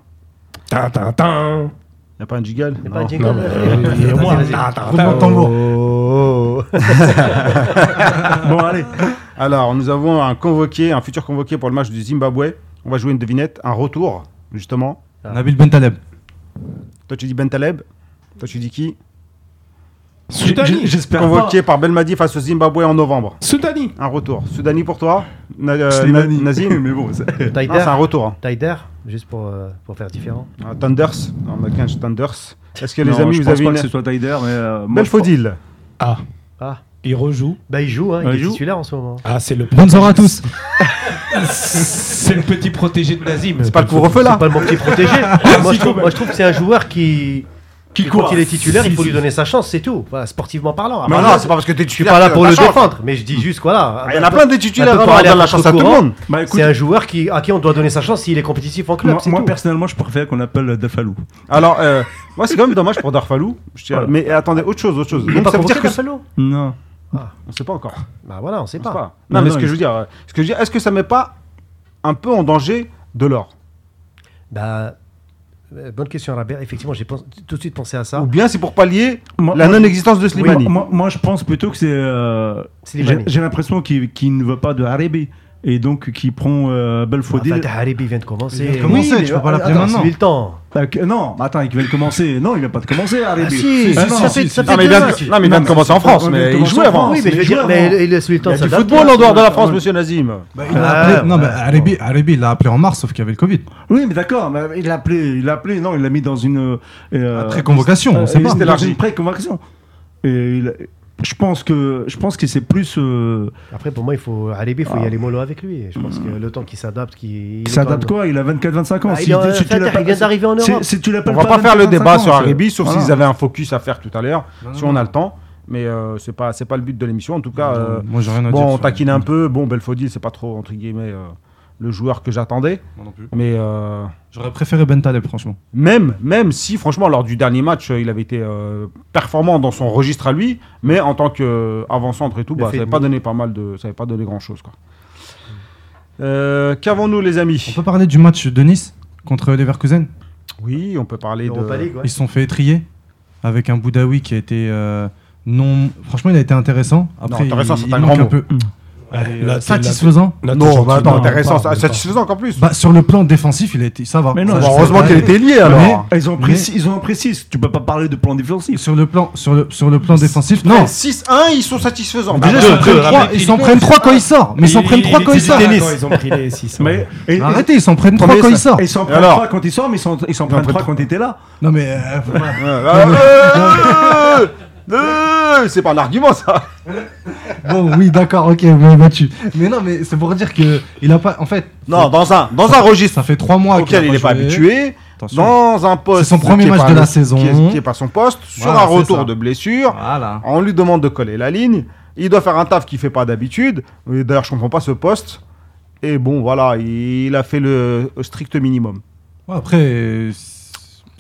E: Tin, tin, tin.
A: il n'y a pas un jiggle
B: y a pas
A: Non.
B: un jingle,
E: Non, mais, euh, il y a
B: Vas-y,
E: moi.
B: vas-y. Oh.
E: Ah, attends,
C: Roulement de
E: attends.
C: tambour.
A: Bon, allez. Alors, nous avons un convoqué, un futur convoqué pour le match du Zimbabwe. On va jouer une devinette, un retour, justement.
C: Nabil Ben Bentaleb.
A: Toi, tu dis Ben Taleb. Toi, tu dis qui
E: Soudani.
F: J'espère pas.
A: Convoqué par Belmadi face au Zimbabwe en novembre.
E: Soudani.
A: Un retour. Soudani pour toi Na- euh,
F: Slimani.
A: Na- Nazim
F: Mais bon, c'est-
A: Non, c'est un
B: Taider,
A: retour. hein.
B: Taider, juste pour, euh, pour faire différent.
A: Un Thunders. On a qu'un Thunders. Est-ce que
F: Non,
A: les amis,
F: je
A: vous
F: pense
A: avez
F: pas
A: une.
F: que ce soit Taider, mais. euh, moi, je pense-
A: Belfodil.
E: Ah,
B: Ah,
E: il rejoue.
B: bah il joue, hein,
F: Ouais,
B: il,
F: il
B: est
F: joue.
B: titulaire en ce moment.
E: Ah, c'est le,
C: Bonne soirée à tous.
E: c'est le petit protégé de Nazim.
A: C'est pas le couvre-feu là Ah,
B: Pas le mon petit protégé. moi, je trouve, moi, je trouve que c'est un joueur qui, qui quand il est titulaire, il faut lui donner sa chance, c'est tout. Voilà, sportivement parlant.
A: Mais
B: Après,
A: non, c'est pas parce que t'es
B: je suis
A: titulaire.
B: pas là
A: que
B: pour
A: t'as
B: le
A: la chance.
B: défendre, mais je dis juste que voilà.
A: Ah, Il y en a plein de
B: Un
A: titulaires.
B: peu
A: alors
B: pour
A: On
B: aller
A: donne
B: à
A: la chance à tout le
B: contre-courant.
A: monde.
F: Bah, écoute,
B: C'est un joueur qui, à qui on doit donner sa chance s'il est compétitif en club.
F: moi,
B: c'est
F: moi,
B: tout.
F: personnellement, je préfère qu'on appelle Dafalou.
A: Alors, euh, moi, c'est quand même dommage pour Darfalou. je tiens-
F: Voilà.
A: Mais attendez, autre chose, autre chose.
B: Il est
A: Donc,
B: pas
A: ça veut dire
B: convoqué,
A: que.
B: Buffalo
F: Non.
A: On sait pas encore.
B: Bah voilà, on sait
A: On sait
B: pas.
A: pas. Non,
F: Non,
A: mais
F: non,
A: ce que
F: il-
A: je veux dire, euh, ce que je veux dire, est-ce que ça met pas un peu en danger de l'or
B: Bah, euh, bonne question, Rabert. Effectivement, j'ai pens- tout de suite pensé à ça.
A: Ou bien c'est pour pallier
F: Moi-
A: la
F: moi-
A: non-existence de
F: Oui, moi,
A: Slimani
F: moi- moi, je pense plutôt que c'est. euh,
B: Slimani.
F: j'ai- J'ai l'impression qu'il qu'il ne veut pas de Haribi et donc qu'il prend euh, Belfodil.
B: Ah, Fatah Haribi vient de
C: Il
B: commencer.
C: vient de commencer,
B: Oui,
C: tu peux pas l'appeler
B: attends,
C: maintenant.
B: c'est lui le temps.
F: Bah, que- non, attends, il va le commencer. Non, il va pas de commencer Haribi.
B: si,
F: Ah
B: si,
F: non,
B: ça fait- ça
A: Non,
B: fait
A: mais il
B: deux
A: vient
B: ans.
A: de- non, mais il vient de commencer en France, mais il jouait avant.
B: Oui, mais je veux dire, mais il laisse lui le temps.
A: Il y a
B: ça
A: du
B: date
A: football
B: bien.
A: en dehors de la France,
F: ouais.
A: monsieur Nazim.
C: Bah, Il l'a
B: Ah,
C: appelé- non,
B: ouais.
C: mais Arabi, Arabi, il l'a appelé en mars, sauf qu'il y avait le Covid.
F: Oui, mais d'accord, mais il l'a appelé, il l'a appelé, non, il l'a mis dans une. euh,
A: Ah,
C: Après convocation, on
F: euh,
C: sait pas.
F: dans
A: élargi.
F: une pré-convocation. Et il- je pense que je pense que c'est plus euh,
B: Après, pour moi, il faut Alibi, il faut y
F: Ah.
B: aller mollo avec lui. Et Je pense que le temps qu'il s'adapte, qu'il il est
F: il s'adapte
B: quand même-
F: quoi il a 24 25 ans
B: Ah, il est en-
F: tu
B: Fatah,
F: l'appelles-
B: il vient d'arriver en
F: si-
B: Europe.
F: si tu
A: On
F: l'appelles
A: va pas faire le
F: 25
A: débat
F: ans,
A: sur
F: c'est-
A: Haribi, sauf
F: voilà.
A: s'ils avaient un focus à faire tout à l'heure,
C: Non, non,
A: si
C: non.
A: on a le temps. Mais euh, c'est pas c'est pas le but de l'émission. En tout cas, euh,
C: Moi, j'ai rien à dire.
A: bon, on
C: sur-
A: taquine un peu. Bon, Belfodil, c'est pas trop entre guillemets euh, le joueur que j'attendais,
C: Moi non plus.
A: mais euh,
C: J'aurais préféré Bentaleb, franchement.
A: Même, même si, franchement, lors du dernier match, euh, il avait été euh, performant dans son registre à lui, mais en tant qu'avant-centre et tout,
B: Il a
A: bah,
B: fait
A: ça n'avait
B: une-
A: pas donné pas mal de, ça avait pas donné grand-chose. quoi. Euh, Qu'avons-nous, les
C: On
A: amis
C: peut parler du match de Nice contre Leverkusen
A: Oui, on peut parler
B: Europa
A: de.
B: League, ouais.
C: Ils se sont fait étrier avec un Boudaoui qui a été euh, non. Franchement, il a été intéressant. Après,
A: Non, intéressant,
C: il-
A: c'est
C: il
A: un
C: manque
A: grand mot.
C: peu.
E: Allez, là, c'est- là,
C: Satisfaisant.
E: là, t'es
A: Non,
E: gentil,
A: bah, attends,
E: non,
A: intéressant,
E: pas,
A: ça-
E: mais pas.
A: satisfaisant encore plus.
C: Bah, sur le plan défensif, il a été. Ça va.
F: Mais non,
C: Ça,
F: bah,
C: je peux
A: heureusement
C: le
A: qu'elle
C: dire.
A: était liée alors.
F: Ah, ils ont
C: Mais-
F: précis, ils ont imprécis tu peux pas parler de plan défensif
C: Sur le plan, sur le, sur le plan défensif,
A: Ouais,
C: non.
A: 6-1, ils sont satisfaisants. Bah,
C: Déjà,
E: deux,
C: ils s'en prennent
E: deux,
C: trois-
E: rappelez-
C: ils s'en prennent 3 quand ils sortent. Mais ils s'en prennent 3 quand ils
E: Ils
C: sortent. Bah,
E: étaient là quand ils ont pris les 600.
F: mais et- et-
C: Arrêtez, ils s'en prennent 3
A: Premier,
C: quand ils
A: ça.
C: sortent.
F: ils s'en
A: Et
F: prennent
A: alors
F: trois quand ils sortent mais ils s'en ils s'en prennent trois quand ils étaient là
C: Non, mais. euh, faut pas-
A: Ouais, ouais, ouais, ouais, C'est pas un argument ça.
C: Bon, oui, d'accord, ok, vous m'avez battu. Mais non, mais c'est pour dire que il a pas. En fait,
A: Non, dans un, dans un registre
C: ça fait 3 mois
A: auquel il
C: n'est
A: n'est Ah, pas habitué.
C: Attention.
A: dans un poste.
C: C'est son premier
A: qui est
C: match
A: pas
C: de la
A: le-
C: saison.
A: Qui est, qui est pas son poste,
C: Voilà,
A: sur un
C: c'est
A: retour
C: ça.
A: de blessure.
C: Voilà.
A: On lui demande de coller la ligne. Il doit faire un taf qu'il fait pas d'habitude. Et D'ailleurs, je comprends pas ce poste. Et bon, voilà, il a fait le strict minimum.
C: Ouais, après. euh,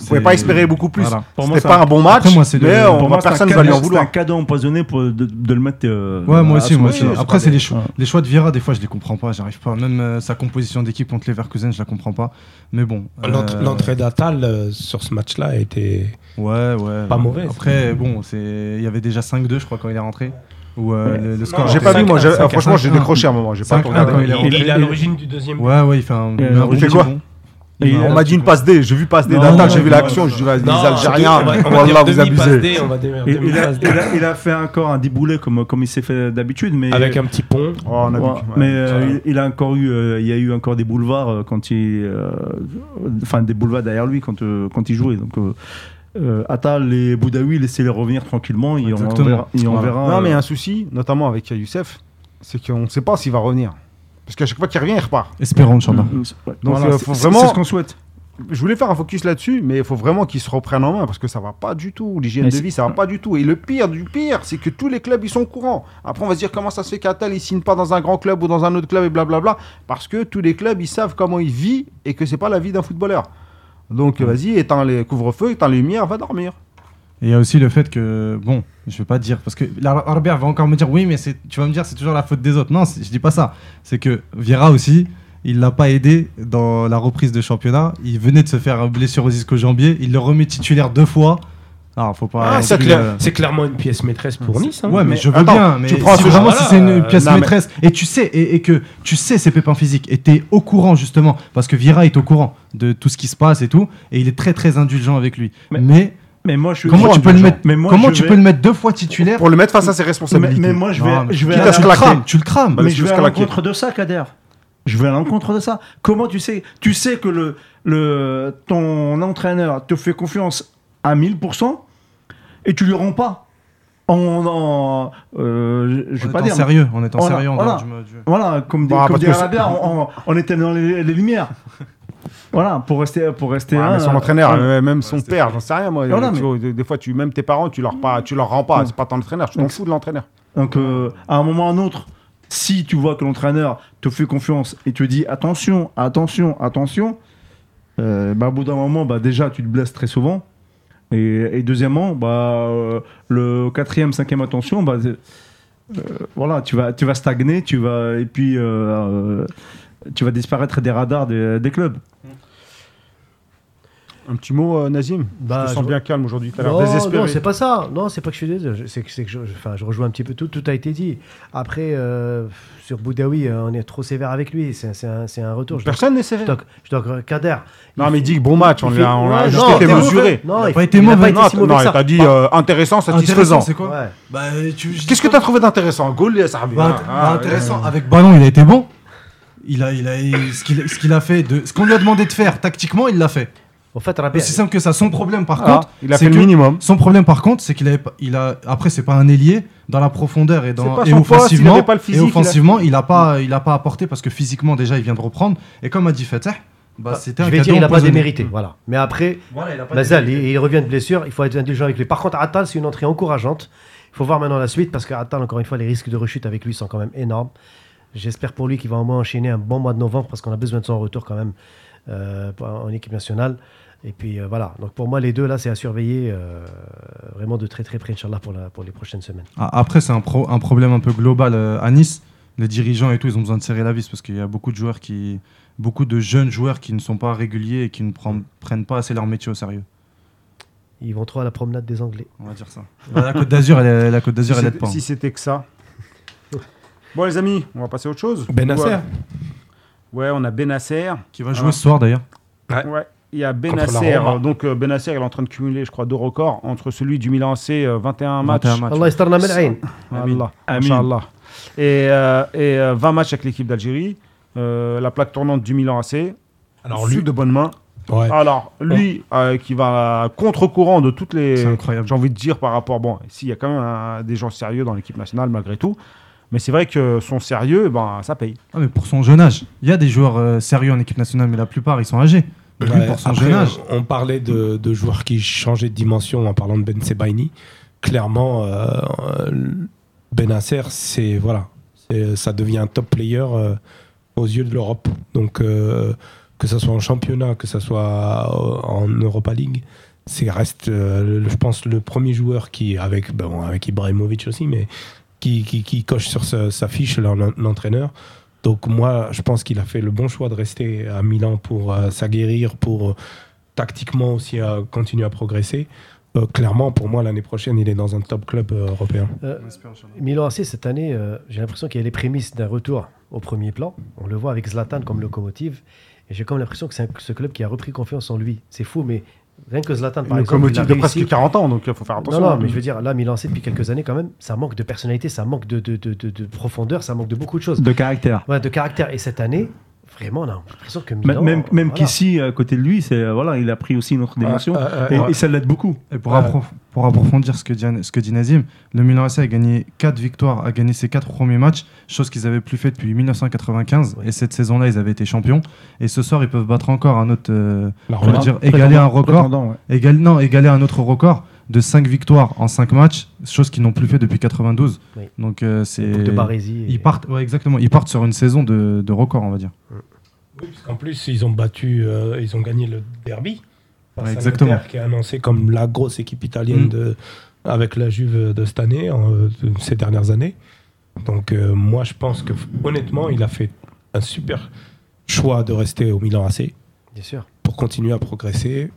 A: Vous
C: c'est-
A: pouvez pas espérer beaucoup plus.
C: Voilà.
F: Pour moi,
A: C'était
F: c'est
A: pas un bon match,
C: Après, moi, c'est
A: mais
C: le-
A: on
F: Pour
A: va
F: moi, c'est un
A: personne ne
F: cadeau-
A: va lui en
F: C'est
A: vouloir.
F: un cadeau empoisonné pour de, de le mettre. euh,
C: Ouais, moi
F: à
C: aussi,
F: son-
C: moi
A: oui,
C: aussi.
A: Ah, oui, c'est pas
C: Après, c'est
A: des-
C: les, choix, les choix de Vieira, des fois, je les comprends pas. J'arrive pas. Même euh, sa composition d'équipe contre Leverkusen, je la comprends pas. Mais bon. euh,
E: L'entrée- L'entrée d'Atal euh, sur ce match-là était.
C: Ouais, ouais.
E: Pas mauvaise.
C: Après, bon, c'est il y avait déjà 5-2, je crois, quand il est rentré. Ou euh, le, le score.
A: J'ai
C: était-
A: pas vu, moi. j'ai-
E: 5-1,
A: Franchement, j'ai
C: 5-1.
A: décroché un moment. J'ai pas
C: Cinq-
A: tout
C: Ah,
A: regardé.
C: quand il est
E: Il,
C: rentré.
E: il est à l'origine du deuxième.
C: Ouais, ouais, il fait un.
F: Euh,
C: un
A: il fait
C: bon
A: quoi
C: petit bond.
F: Et
A: On
F: euh,
A: m'a dit une passe D. J'ai vu passe D
C: Non,
A: d'Atal.
C: non,
A: J'ai vu
C: non,
A: l'action. Je dis, vas-y, les
E: Non,
A: Algériens.
E: on va- on va
A: Voilà,
E: dire
A: vous
E: demi-passe
A: abusez.
E: D, on va dire
F: il, il a,
E: demi-passe D.
F: il a- il a fait encore un déboulé comme, comme il s'est fait d'habitude, mais.
E: Avec un petit pont.
A: Oh, on a vu
F: Ouais,
A: que- ouais.
F: mais euh, il, il a encore eu, euh, il y a eu encore des boulevards euh, quand il, euh, enfin des boulevards derrière lui quand euh, quand il jouait. Donc euh, euh, Attal et Boudaoui laissez-les revenir tranquillement et on
C: Exactement.
F: verra. et on
C: Voilà.
F: verra,
A: Non, mais
F: euh,
A: un souci, notamment avec Youssef, c'est qu'on ne sait pas s'il va revenir. Parce qu'à chaque fois qu'il revient, il repart.
C: Espérons, Inch'Allah.
F: mm, ouais.
A: Donc,
F: Voilà,
A: euh,
F: c'est-
A: faut
F: c'est-
A: vraiment-
F: c'est ce qu'on souhaite.
A: Je voulais faire un focus là-dessus, mais il faut vraiment qu'il se reprenne en main parce que ça va pas du tout. L'hygiène
F: Mais
A: de
F: c'est-
A: vie, ça va pas du tout. Et le pire du pire, c'est que tous les clubs, ils sont au courant. Après, on va se dire comment ça se fait qu'Atal, il signe pas dans un grand club ou dans un autre club et blablabla. parce que tous les clubs, ils savent comment il vit et que c'est pas la vie d'un footballeur. Donc, vas-y, éteins les couvre-feux, éteins les lumières, va dormir.
C: Et il y a aussi le fait que, bon, je vais pas dire, parce que Arbert va encore me dire, oui, mais c'est- tu vas me dire, c'est toujours la faute des autres. Non, c'est- je dis pas ça. C'est que Vieira aussi, il l'a pas aidé dans la reprise de championnat. Il venait de se faire blessure aux isco-jambiers. Il le remet titulaire deux fois. Alors, faut pas.
E: Ah,
C: non
E: c'est
C: plus,
E: clair-
C: euh,
E: c'est clairement une pièce maîtresse pour Nice. hein.
C: Ouais, mais, je veux
A: attends,
C: bien. Mais
A: tu prends
C: si
A: ce
C: vraiment,
E: genre-là,
C: si c'est une
E: euh,
C: pièce
A: non, mais-
C: maîtresse, et tu sais, et, et que tu sais ses pépins physiques, et t'es au courant justement, parce que Vieira est au courant de tout ce qui se passe et tout, et il est très très indulgent avec lui. Mais,
F: Mais- Mais moi, je
C: comment
F: je-
C: tu peux le
F: je-
C: mettre
F: mais moi,
C: Comment
F: je
C: tu
F: vais-
C: peux le mettre deux fois titulaire
A: Pour le mettre face à ses
F: mais,
A: responsabilités.
F: mais moi, je vais,
C: Non, mais
F: je vais
A: quitte
F: à
A: à se
C: tu
F: la-
C: le
A: claquer.
C: crames, tu le crames.
A: Bah,
F: mais
A: c'est
F: je vais
A: plus
F: à
A: que la quête.
F: l'encontre de ça, Kader. Je vais à l'encontre de ça. Comment tu sais Tu sais que le, le, ton entraîneur te fait confiance à 1000% et tu lui rends pas. En, en- euh, je je
C: On
F: vais
C: est
F: pas
C: en
F: dire. mais-
C: sérieux, on est en
F: Voilà,
C: sérieux. on
F: voilà.
C: dehors du mode du-
F: Voilà, comme des,
A: Ah,
F: comme
A: parce
F: des
A: que c'est-
F: Arabes, on, on- on était dans les, les lumières. voilà, pour rester, pour rester.
A: Ouais,
F: hein,
A: mais son entraîneur,
F: euh,
A: euh, même son père, j'en sais rien moi.
F: Voilà,
A: Tu
F: mais-
A: vois, des, des fois, tu, même tes parents, tu leur, pas, tu leur rends pas.
F: Ouais.
A: C'est pas ton entraîneur, tu t'en
F: Donc-
A: fous de l'entraîneur.
F: Donc, euh, à un moment ou à un autre, si tu vois que l'entraîneur te fait confiance et te dit attention, attention, attention, euh, bah, au bout d'un moment, bah, déjà, tu te blesses très souvent. Et, et deuxièmement, bah, euh, le quatrième, cinquième, attention, bah, euh, voilà, tu vas, tu vas stagner, tu vas, et puis euh, euh, tu vas disparaître des radars des, des clubs.
A: Un petit mot, euh, Nazim Je te
B: Bah, je
A: sens
B: vois-
A: bien calme aujourd'hui. T'as l'air
B: Non,
A: désespéré.
B: Non, c'est pas ça. Non, c'est pas que je suis désolé. Je- C'est que, c'est que je, je- enfin, je rejoins un petit peu tout. Tout a été dit. Après, euh, sur Boudaoui, euh, on est trop sévère avec lui. C'est c'est un, c'est un retour. Je dois-
A: Personne n'est sévère.
B: je dois- je dois- Kader.
A: Non, mais il dit que bon match, on
B: il
A: lui a,
B: fait-
A: on lui a
B: Ouais,
A: juste
B: non,
A: été
B: il a-
A: mesuré.
B: Non,
C: Il a
B: il
C: pas
B: n'a
C: été
B: pas
C: mauvais.
B: été
A: Non,
B: si mauvais que ça. Bah,
A: t'as dit
B: Par-
A: euh, intéressant, satisfaisant.
C: Intéressant, c'est quoi
B: Ouais.
C: Bah, tu- je-
A: Qu'est-ce que t'as trouvé d'intéressant Goal, ça revient.
C: Bah, int- bah,
A: Ah,
C: Intéressant. Avec Ballon, il a été bon. Il a, il a, il- ce qu'il ce qu'il a fait, de, ce qu'on lui a demandé de faire tactiquement, il l'a fait.
B: وفات ربيع
C: Aussi simple que ça. Son problème, par
A: Ah,
C: contre,
A: il a
C: c'est
A: fait le
C: que-
A: minimum.
C: Son problème, par contre, c'est qu'il avait, pas- il a, après, c'est pas un ailier dans la profondeur et
A: C'est
C: dans
A: pas
C: et
A: son poste, il
C: offensivement,
A: avait pas le
C: et
A: physique, il a-
C: offensivement, il a pas, il a pas apporté parce que physiquement déjà, il vient de reprendre. Et comme a dit Fateh, bah, c'était un
B: je vais
C: cadeau
B: dire, il n'a pas
C: empoisonné. Hmm.
B: démérité. Voilà. Mais après,
C: Voilà, il a pas
B: Mazal, il,
C: démérité.
B: il revient de blessure, il faut être indulgent avec lui. Par contre, Attal, c'est une entrée encourageante. Il faut voir maintenant la suite parce que Attal, encore une fois, les risques de rechute avec lui sont quand même énormes. J'espère pour lui qu'il va au moins enchaîner un bon mois de novembre parce qu'on a besoin de son retour quand même euh, pour- en équipe nationale. Et puis euh, voilà, donc pour moi, les deux là, c'est à surveiller euh, vraiment de très très près, Inch'Allah, pour, la- pour les prochaines semaines.
C: Ah, Après, c'est un, pro- un problème un peu global euh, à Nice. Les dirigeants et tout, ils ont besoin de serrer la vis parce qu'il y a beaucoup de joueurs qui, beaucoup de jeunes joueurs qui ne sont pas réguliers et qui ne prennent, prennent pas assez leur métier au sérieux.
B: Ils vont trop à la promenade des Anglais.
C: On va dire ça. Bah, la Côte d'Azur, elle, est- la Côte d'Azur,
A: Si
C: elle aide
A: c'était-
C: pas. hein.
A: Si c'était que ça. Bon, les amis, on va passer à autre chose.
E: Benasser.
A: Ouais, on a Benasser.
C: Qui va jouer
A: Ah.
C: ce soir d'ailleurs.
A: Ouais, il y a
E: Contre la
A: Benasser.
E: Roma.
A: Donc euh, Benasser, il est en train de cumuler, je crois, deux records entre celui du Milan AC, euh, 21 matchs.
C: 21 matchs.
B: Allah istarna min ayn.
A: Amin. Inch'Allah. Et, euh, et euh, 20 matchs avec l'équipe d'Algérie. Euh, la plaque tournante du Milan AC.
E: Alors,
A: sous
E: lui-
A: de bonnes mains.
E: Ouais.
A: Alors, lui, euh, qui va à contre-courant de toutes les.
C: C'est incroyable.
A: J'ai envie de dire par rapport. Bon, s'il y a quand même un- des gens sérieux dans l'équipe nationale, malgré tout. Mais c'est vrai que son sérieux, ben, ça paye.
C: Ah, mais pour son jeune âge. Il y a des joueurs euh, sérieux en équipe nationale, mais la plupart, ils sont âgés. Lui,
E: Ouais,
C: pour son
E: après,
C: jeune âge.
E: On, on parlait de, de joueurs qui changeaient de dimension en parlant de Ben Sebaini. Clairement, euh, Benasser, c'est voilà, c'est- ça devient un top player euh, aux yeux de l'Europe. Donc euh, que ce soit en championnat, que ce soit euh, en Europa League, c'est reste, euh, le- je pense, le premier joueur qui avec bon, avec Ibrahimovic aussi, mais qui, qui, qui coche sur sa, sa fiche l'en- l'entraîneur. Donc moi, je pense qu'il a fait le bon choix de rester à Milan pour euh, s'aguerrir, pour euh, tactiquement aussi euh, continuer à progresser. Euh, clairement, pour moi, l'année prochaine, il est dans un top club euh, européen.
B: Euh, Milan AC, cette année, euh, j'ai l'impression qu'il y a les prémices d'un retour au premier plan. On le voit avec Zlatan comme locomotive. Et j'ai comme l'impression que c'est un- ce club qui a repris confiance en lui. C'est fou, mais rien que Zlatan, par
A: le
B: exemple. il a
A: locomotive de
B: réussi-
A: presque 40 ans, donc il faut faire
B: non,
A: attention. hein.
F: hein.
B: non, mais je veux dire, là, Milan AC, depuis quelques années, quand même, ça manque de personnalité, ça manque de, de- de- de- de profondeur, ça manque de beaucoup de choses.
F: de caractère.
B: Ouais, de caractère. Et cette année, vraiment, on a l'impression que
F: Même-
B: Milan. euh,
F: même même
B: voilà.
F: qu'ici, à côté de lui, c'est voilà, il a pris aussi une autre dimension.
E: Euh,
F: et,
E: euh,
F: et ça l'aide beaucoup.
C: Et pour,
E: Ouais.
C: appro- pour approfondir ce que, dit, ce que dit Nazim, le Milan AC a gagné 4 victoires, a gagné ses 4 premiers matchs, chose qu'ils n'avaient plus fait depuis 1995.
B: Ouais.
C: Et cette saison-là, ils avaient été champions. Et ce soir, ils peuvent battre encore un autre. euh,
E: la
C: on va
E: Roma.
C: dire, égaler un record.
D: Prétendant, ouais.
C: Égal, non, égaler un autre record de 5 victoires en 5 matchs, chose qu'ils n'ont plus fait depuis 92.
B: Oui.
C: Donc euh, c'est.
B: Boucle de Barésie. et-
C: Ils partent, ouais, exactement. Ils partent sur une saison de, de record, on va dire.
E: Oui, parce qu'en plus, ils ont battu, euh, ils ont gagné le derby. Par
C: Ouais,
E: Salernitaire,
C: exactement.
E: Qui est annoncé comme la grosse équipe italienne
C: Mm.
E: de, avec la Juve de cette année, en, euh, de ces dernières années. Donc, euh, moi, je pense que, honnêtement, il a fait un super choix de rester au Milan AC
B: Bien sûr.
E: pour continuer à progresser.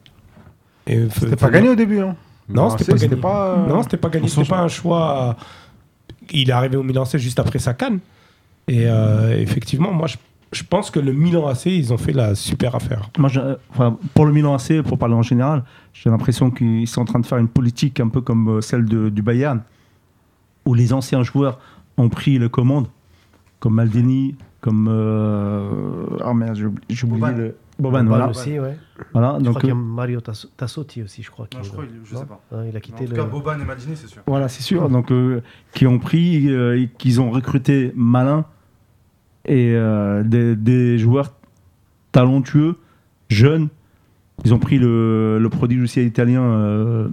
E: Et
A: C'était pas gagné au début. hein.
E: Non, c'était pas gagné.
A: pas, euh,
E: Non, c'était pas gagné.
C: On
E: C'était
C: s'en-
E: pas un choix. Il est arrivé au Milan AC juste après sa canne. Et euh, effectivement, moi, je, je pense que le Milan AC, ils ont fait la super affaire.
F: Moi, je- euh, enfin, pour le Milan AC, pour parler en général, j'ai l'impression qu'ils sont en train de faire une politique un peu comme euh, celle de- du Bayern, où les anciens joueurs ont pris les commandes, comme Maldini, comme. euh, Ah merde, j'ai oublié- j'ai oublié
B: Boban.
F: le. Boban,
B: Ball
F: voilà.
B: aussi, ouais.
F: Voilà,
B: Je
F: donc,
B: crois qu'il y a
F: euh,
B: Mario Tasso- Tassotti aussi, je crois. qui est- non Hein, Il a quitté
A: Euh,
B: le.
C: Boban et Maldini, c'est sûr.
F: voilà, c'est sûr. Donc, euh, qui ont pris, euh, et qu'ils ont recruté malin et euh, des, des joueurs talentueux, jeunes. Ils ont pris le, le prodige aussi italien. euh,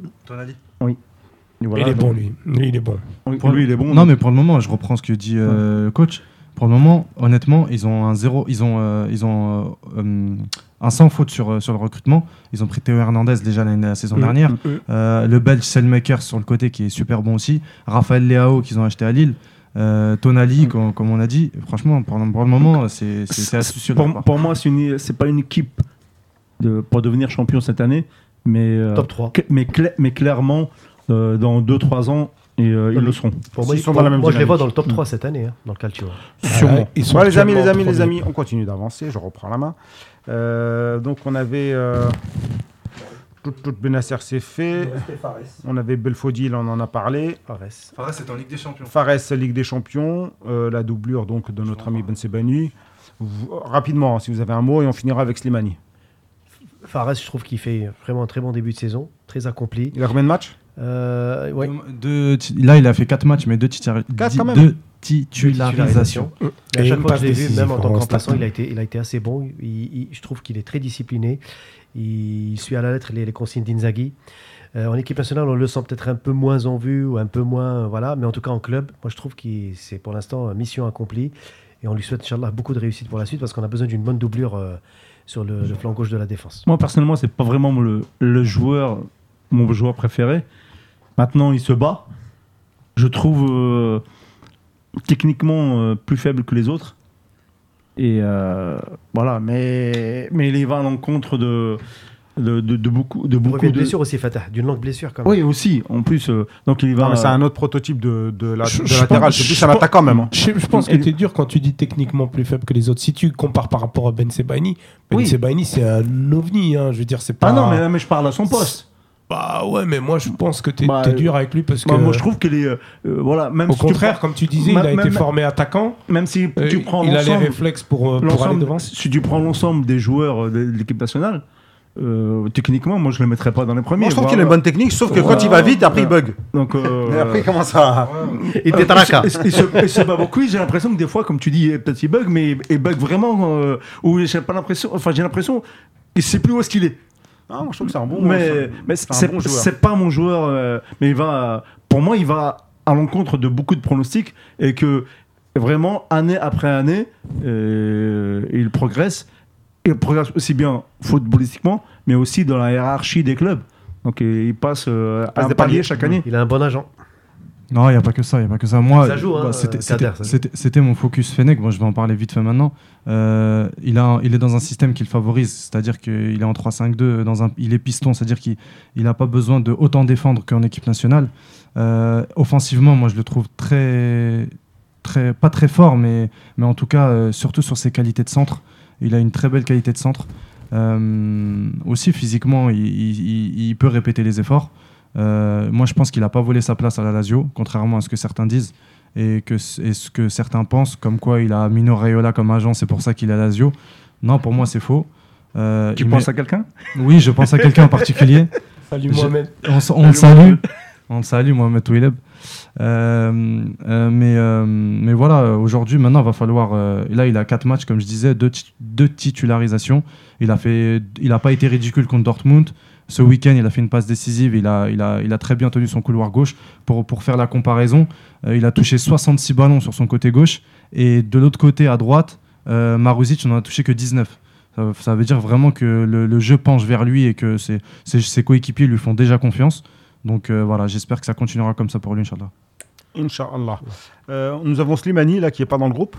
F: et voilà,
E: il est
F: donc-
E: bon, lui. Lui, il est bon.
F: Oui,
C: Pour
F: lui, il est bon.
C: Non, mais pour le moment, je reprends ce que dit euh, coach. Pour le moment, honnêtement, ils ont un zéro, ils ont, euh, ils ont euh, euh, un sans faute sur, euh, sur le recrutement. Ils ont pris Théo Hernandez déjà l'année- la saison
F: Mm,
C: dernière.
F: mm,
C: Euh, le Belge Selmaker sur le côté qui est super bon aussi. Raphaël Leao qu'ils ont acheté à Lille. Euh, Tonali, com- comme on a dit. Franchement, pour le, pour le moment, c'est c'est- c'est astucieux. de leur
F: Pour,
C: part.
F: pour moi, c'est une- c'est pas une équipe de, pour devenir champion cette année, mais, euh,
B: Top 3.
F: cl- mais, cla- mais clairement, euh, dans 2-3 ans, et, euh, ils le seront.
B: Pour moi,
A: S'ils
B: ils-
A: sont dans
B: pour-
A: la même
B: moi, je les vois
A: dynamique.
B: dans le top 3 cette année, hein, dans le calcio.
E: Voilà, Euh, ils sont
A: Ouais, les amis, les amis,
E: actuellement
A: les
E: premiers.
A: amis, on continue d'avancer, je reprends la main. Euh, donc on avait... euh, tout, tout Benasser c'est fait. On avait Belfodil, on en a parlé.
B: Arès.
A: Fares, Ligue des Champions. euh, la doublure donc de hein, notre ami Ben Sebani. Vous- Rapidement, si vous avez un mot, et on finira avec Slimani.
B: Fares, je trouve qu'il fait vraiment un très bon début de saison, très accompli.
A: Il a combien de matchs
B: Euh, ouais.
C: Deux ti- là, il a fait 4 matchs, mais 2
A: Quatre, quand même.
C: titularisations.
B: Mais à
E: Et
B: chaque fois
E: une
B: que
E: passe
B: je l'ai vu,
E: décisive
B: même en tant
E: en
B: qu'emplaçant,
E: stade.
B: il, a été- il a été assez bon. Il- il- je trouve qu'il est très discipliné. Il, suit à la lettre les, les consignes d'Inzaghi. Euh, en équipe nationale, on le sent peut-être un peu moins en vue ou un peu moins. Voilà. Mais en tout cas, en club, moi, je trouve que c'est pour l'instant euh, mission accomplie. Et on lui souhaite, Inch'Allah, beaucoup de réussite pour la suite parce qu'on a besoin d'une bonne doublure euh, sur le, le flanc gauche de la défense.
F: Moi, personnellement, c'est pas vraiment le, le joueur, mon joueur préféré. Maintenant, il se bat. Je trouve euh, techniquement euh, plus faible que les autres. Et euh, voilà, mais, mais il y va à l'encontre de, de, de- de beaucoup de
B: Beaucoup
F: beaucoup
B: de
F: de.
B: blessure aussi, Fatah. D'une longue blessure, quand même.
F: Oui, aussi. En plus, euh, donc il y va.
A: Non, mais c'est
F: euh,
A: un autre prototype de, de, la,
E: Je-
A: de
E: je
A: latéral.
E: pense-
A: C'est plus
E: je
A: un
E: pense-
A: attaquant même. hein.
E: Je, je pense que
F: Il-
E: t'es dur quand tu dis techniquement plus faible que les autres. Si tu compares par rapport à Ben Sebaini, Ben
F: Oui.
E: Sebaini c'est un ovni. hein. Je veux dire, c'est pas.
F: Ah non, mais, mais je parle à son poste.
E: Bah ouais, mais moi je pense que t'es
F: Bah,
E: t'es dur avec lui parce que.
F: Moi, moi, je trouve qu'il est. euh, euh, voilà, même
E: Au
F: si tu
E: contraire, comme tu disais,
F: Même-
E: il a été
F: même-
E: formé attaquant.
F: prends- même si
E: Euh,
F: tu prends
E: il a les
F: l'ensemble.
E: réflexes pour, euh, pour aller
F: l'ensemble,
E: devant.
F: si tu prends l'ensemble des joueurs euh, de de l'équipe nationale, euh, techniquement, moi, je ne le mettrais pas dans les premiers.
A: Moi, je trouve
F: voire-
A: qu'il a une bonne technique, sauf que
F: Ouais,
A: quand il va
F: ouais,
A: vite, après, il
F: ouais.
A: bug.
F: Donc, euh,
A: Et après, il commence à. Il
F: euh,
A: tétraque.
F: il se- il se- il se bat beaucoup. J'ai l'impression que des fois, comme tu dis, peut-être il bug, mais il bug vraiment. euh, Ou j'ai pas l'impression. Enfin, j'ai l'impression. Il sait plus où est-ce qu'il est.
A: Ah, moi, je trouve que c'est un bon.
F: mais mais
A: c'est un
F: c'est
A: bon joueur.
F: c'est pas mon joueur. euh, mais il va. euh, Pour moi, il va à l'encontre de beaucoup de pronostics et que vraiment année après année, euh, il progresse. Il progresse aussi bien footballistiquement, mais aussi dans la hiérarchie des clubs. Donc il il passe, euh,
A: passe
F: un
A: des
F: palier,
A: paliers.
F: chaque année.
B: Il a un bon agent.
C: Non, il n'y a pas que ça, il a pas que ça. Moi,
B: Ça joue, hein,
C: bah, c'était-
B: euh,
C: c'était-
B: Kader, ça joue.
C: c'était c'était mon focus Fennec, moi je vais en parler vite fait maintenant. Euh, il, a, un- il est dans un système qu'il favorise, c'est-à-dire qu'il est en 3-5-2, dans un, il est piston, c'est-à-dire qu'il n'a pas besoin de autant défendre qu'en équipe nationale. Euh, offensivement, moi je le trouve très, très pas très fort, mais, mais en tout cas, euh, surtout sur ses qualités de centre, il a une très belle qualité de centre. Euh, aussi physiquement, il- il- il- il peut répéter les efforts. Euh, moi, je pense qu'il n'a pas volé sa place à la Lazio, contrairement à ce que certains disent et, que, c- et ce que certains pensent, comme quoi il a Mino Raiola comme agent, c'est pour ça qu'il est à la Lazio. Non, pour moi, c'est faux. Euh,
F: Tu
C: il
F: penses
C: met-
F: à quelqu'un
C: Oui, je pense à quelqu'un en particulier.
E: Salut
C: Je-
E: Mohamed.
C: On, s- on le salue. On le salue, Mohamed Touileb. Euh, euh, mais, euh, mais voilà, euh, aujourd'hui, maintenant, il va falloir. euh, là, il a 4 matchs, comme je disais, 2 titularisations. Il a fait, il n'a pas été ridicule contre Dortmund. Ce week-end, il a fait une passe décisive. Il a, il a, il a très bien tenu son couloir gauche. Pour, pour faire la comparaison, euh, il a touché 66 ballons sur son côté gauche. Et de l'autre côté, à droite, euh, Maruzic n'en a touché que 19. Ça, ça veut dire vraiment que le, le jeu penche vers lui et que ses, ses- ses coéquipiers lui font déjà confiance. Donc euh, voilà, j'espère que ça continuera comme ça pour lui, Inch'Allah.
A: Inch'Allah. Euh, nous avons Slimani, là, qui n'est pas dans le groupe.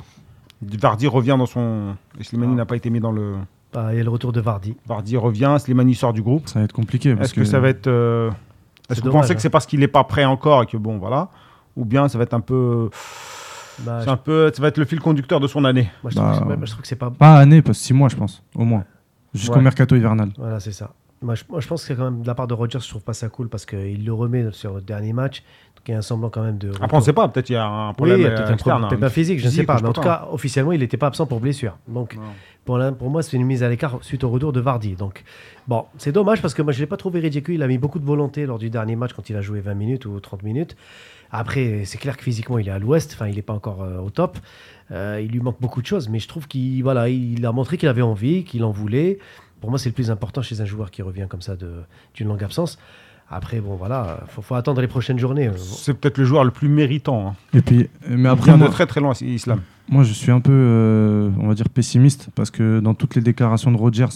A: Vardy revient dans son. Et Slimani n'a pas été mis dans le.
B: Bah, il y a le retour de Vardy.
A: Vardy revient, Slimani sort du groupe.
C: Ça va être compliqué. Parce
A: Est-ce que, ça va être. euh,
B: C'est
A: Est-ce que vous
B: dommage,
A: pensez
B: hein.
A: que c'est parce qu'il n'est pas prêt encore et que bon, voilà Ou bien ça va être un peu.
B: Bah,
A: c'est un peu ça va être le fil conducteur de son année.
B: moi, je trouve que c'est-
C: Bah,
B: moi, je trouve que c'est pas
C: Pas année, parce que 6 mois, je pense, au moins. Jusqu'au
B: Ouais.
C: mercato hivernal.
B: Voilà, c'est ça. Moi je, moi, je pense que quand même, de la part de Rogers, je trouve pas ça cool parce qu'il le remet sur le dernier match. Donc il y a un semblant quand même de.
A: Après, on ne sait pas, peut-être il y a un
B: Oui,
A: problème
B: il y a
A: euh,
B: peut-être un
A: externe.
B: problème peut-être pas physique, je ne sais
A: Physique,
B: pas.
A: je
B: Mais en tout
A: sais pas.
B: cas, officiellement, il n'était pas absent pour blessure. Donc
A: Non.
B: pour, l'un- pour moi, c'est une mise à l'écart suite au retour de Vardy. Donc bon, c'est dommage parce que moi, je ne l'ai pas trouvé ridicule. Il a mis beaucoup de volonté lors du dernier match quand il a joué 20 minutes ou 30 minutes. Après, c'est clair que physiquement, il est à l'ouest. Enfin, il n'est pas encore euh, au top. Euh, il lui manque beaucoup de choses, mais je trouve qu'il voilà, il a montré qu'il avait envie, qu'il en voulait. Pour moi, c'est le plus important chez un joueur qui revient comme ça de- d'une longue absence. Après, bon, voilà, faut, faut attendre les prochaines journées. euh,
A: C'est peut-être le joueur le plus méritant. hein.
C: Et puis, euh, mais
A: Il
C: après,
A: vient de
C: moi,
A: très très loin, Islam.
C: moi, je suis un peu, euh, on va dire, pessimiste, parce que dans toutes les déclarations de Rogers,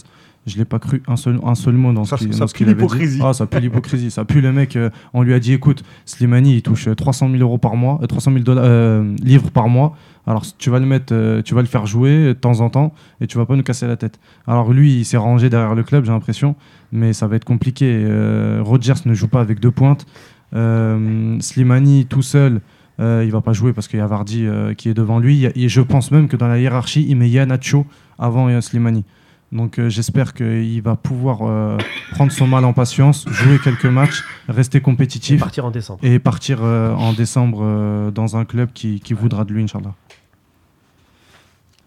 C: je l'ai pas cru un seul, un seul mot dans
A: Ça,
C: ce qu'il
A: ça
C: dans ce
A: pue
C: qu'il avait dit.
A: l'hypocrisie.
C: Ah, ça pue l'hypocrisie. ça pue le mec. euh, on lui a dit, écoute, Slimani, il touche euh, 300 000 euros par mois, euh, 300 000 dollars, euh, livres par mois. Alors tu vas le mettre, euh, tu vas le faire jouer euh, de temps en temps, et tu vas pas nous casser la tête. Alors lui, il s'est rangé derrière le club, j'ai l'impression, mais ça va être compliqué. Euh, Rodgers ne joue pas avec deux pointes. Euh, Slimani tout seul, euh, il va pas jouer parce qu'il y a Vardy euh, qui est devant lui. Il y a- Et je pense même que dans la hiérarchie, il met Yanacho avant euh, Slimani. Donc euh, j'espère qu'il va pouvoir euh, prendre son mal en patience, jouer quelques matchs, rester
B: Il
C: compétitif
B: partir en décembre.
C: et partir euh, en décembre euh, dans un club qui, qui voudra de lui, Inch'Allah.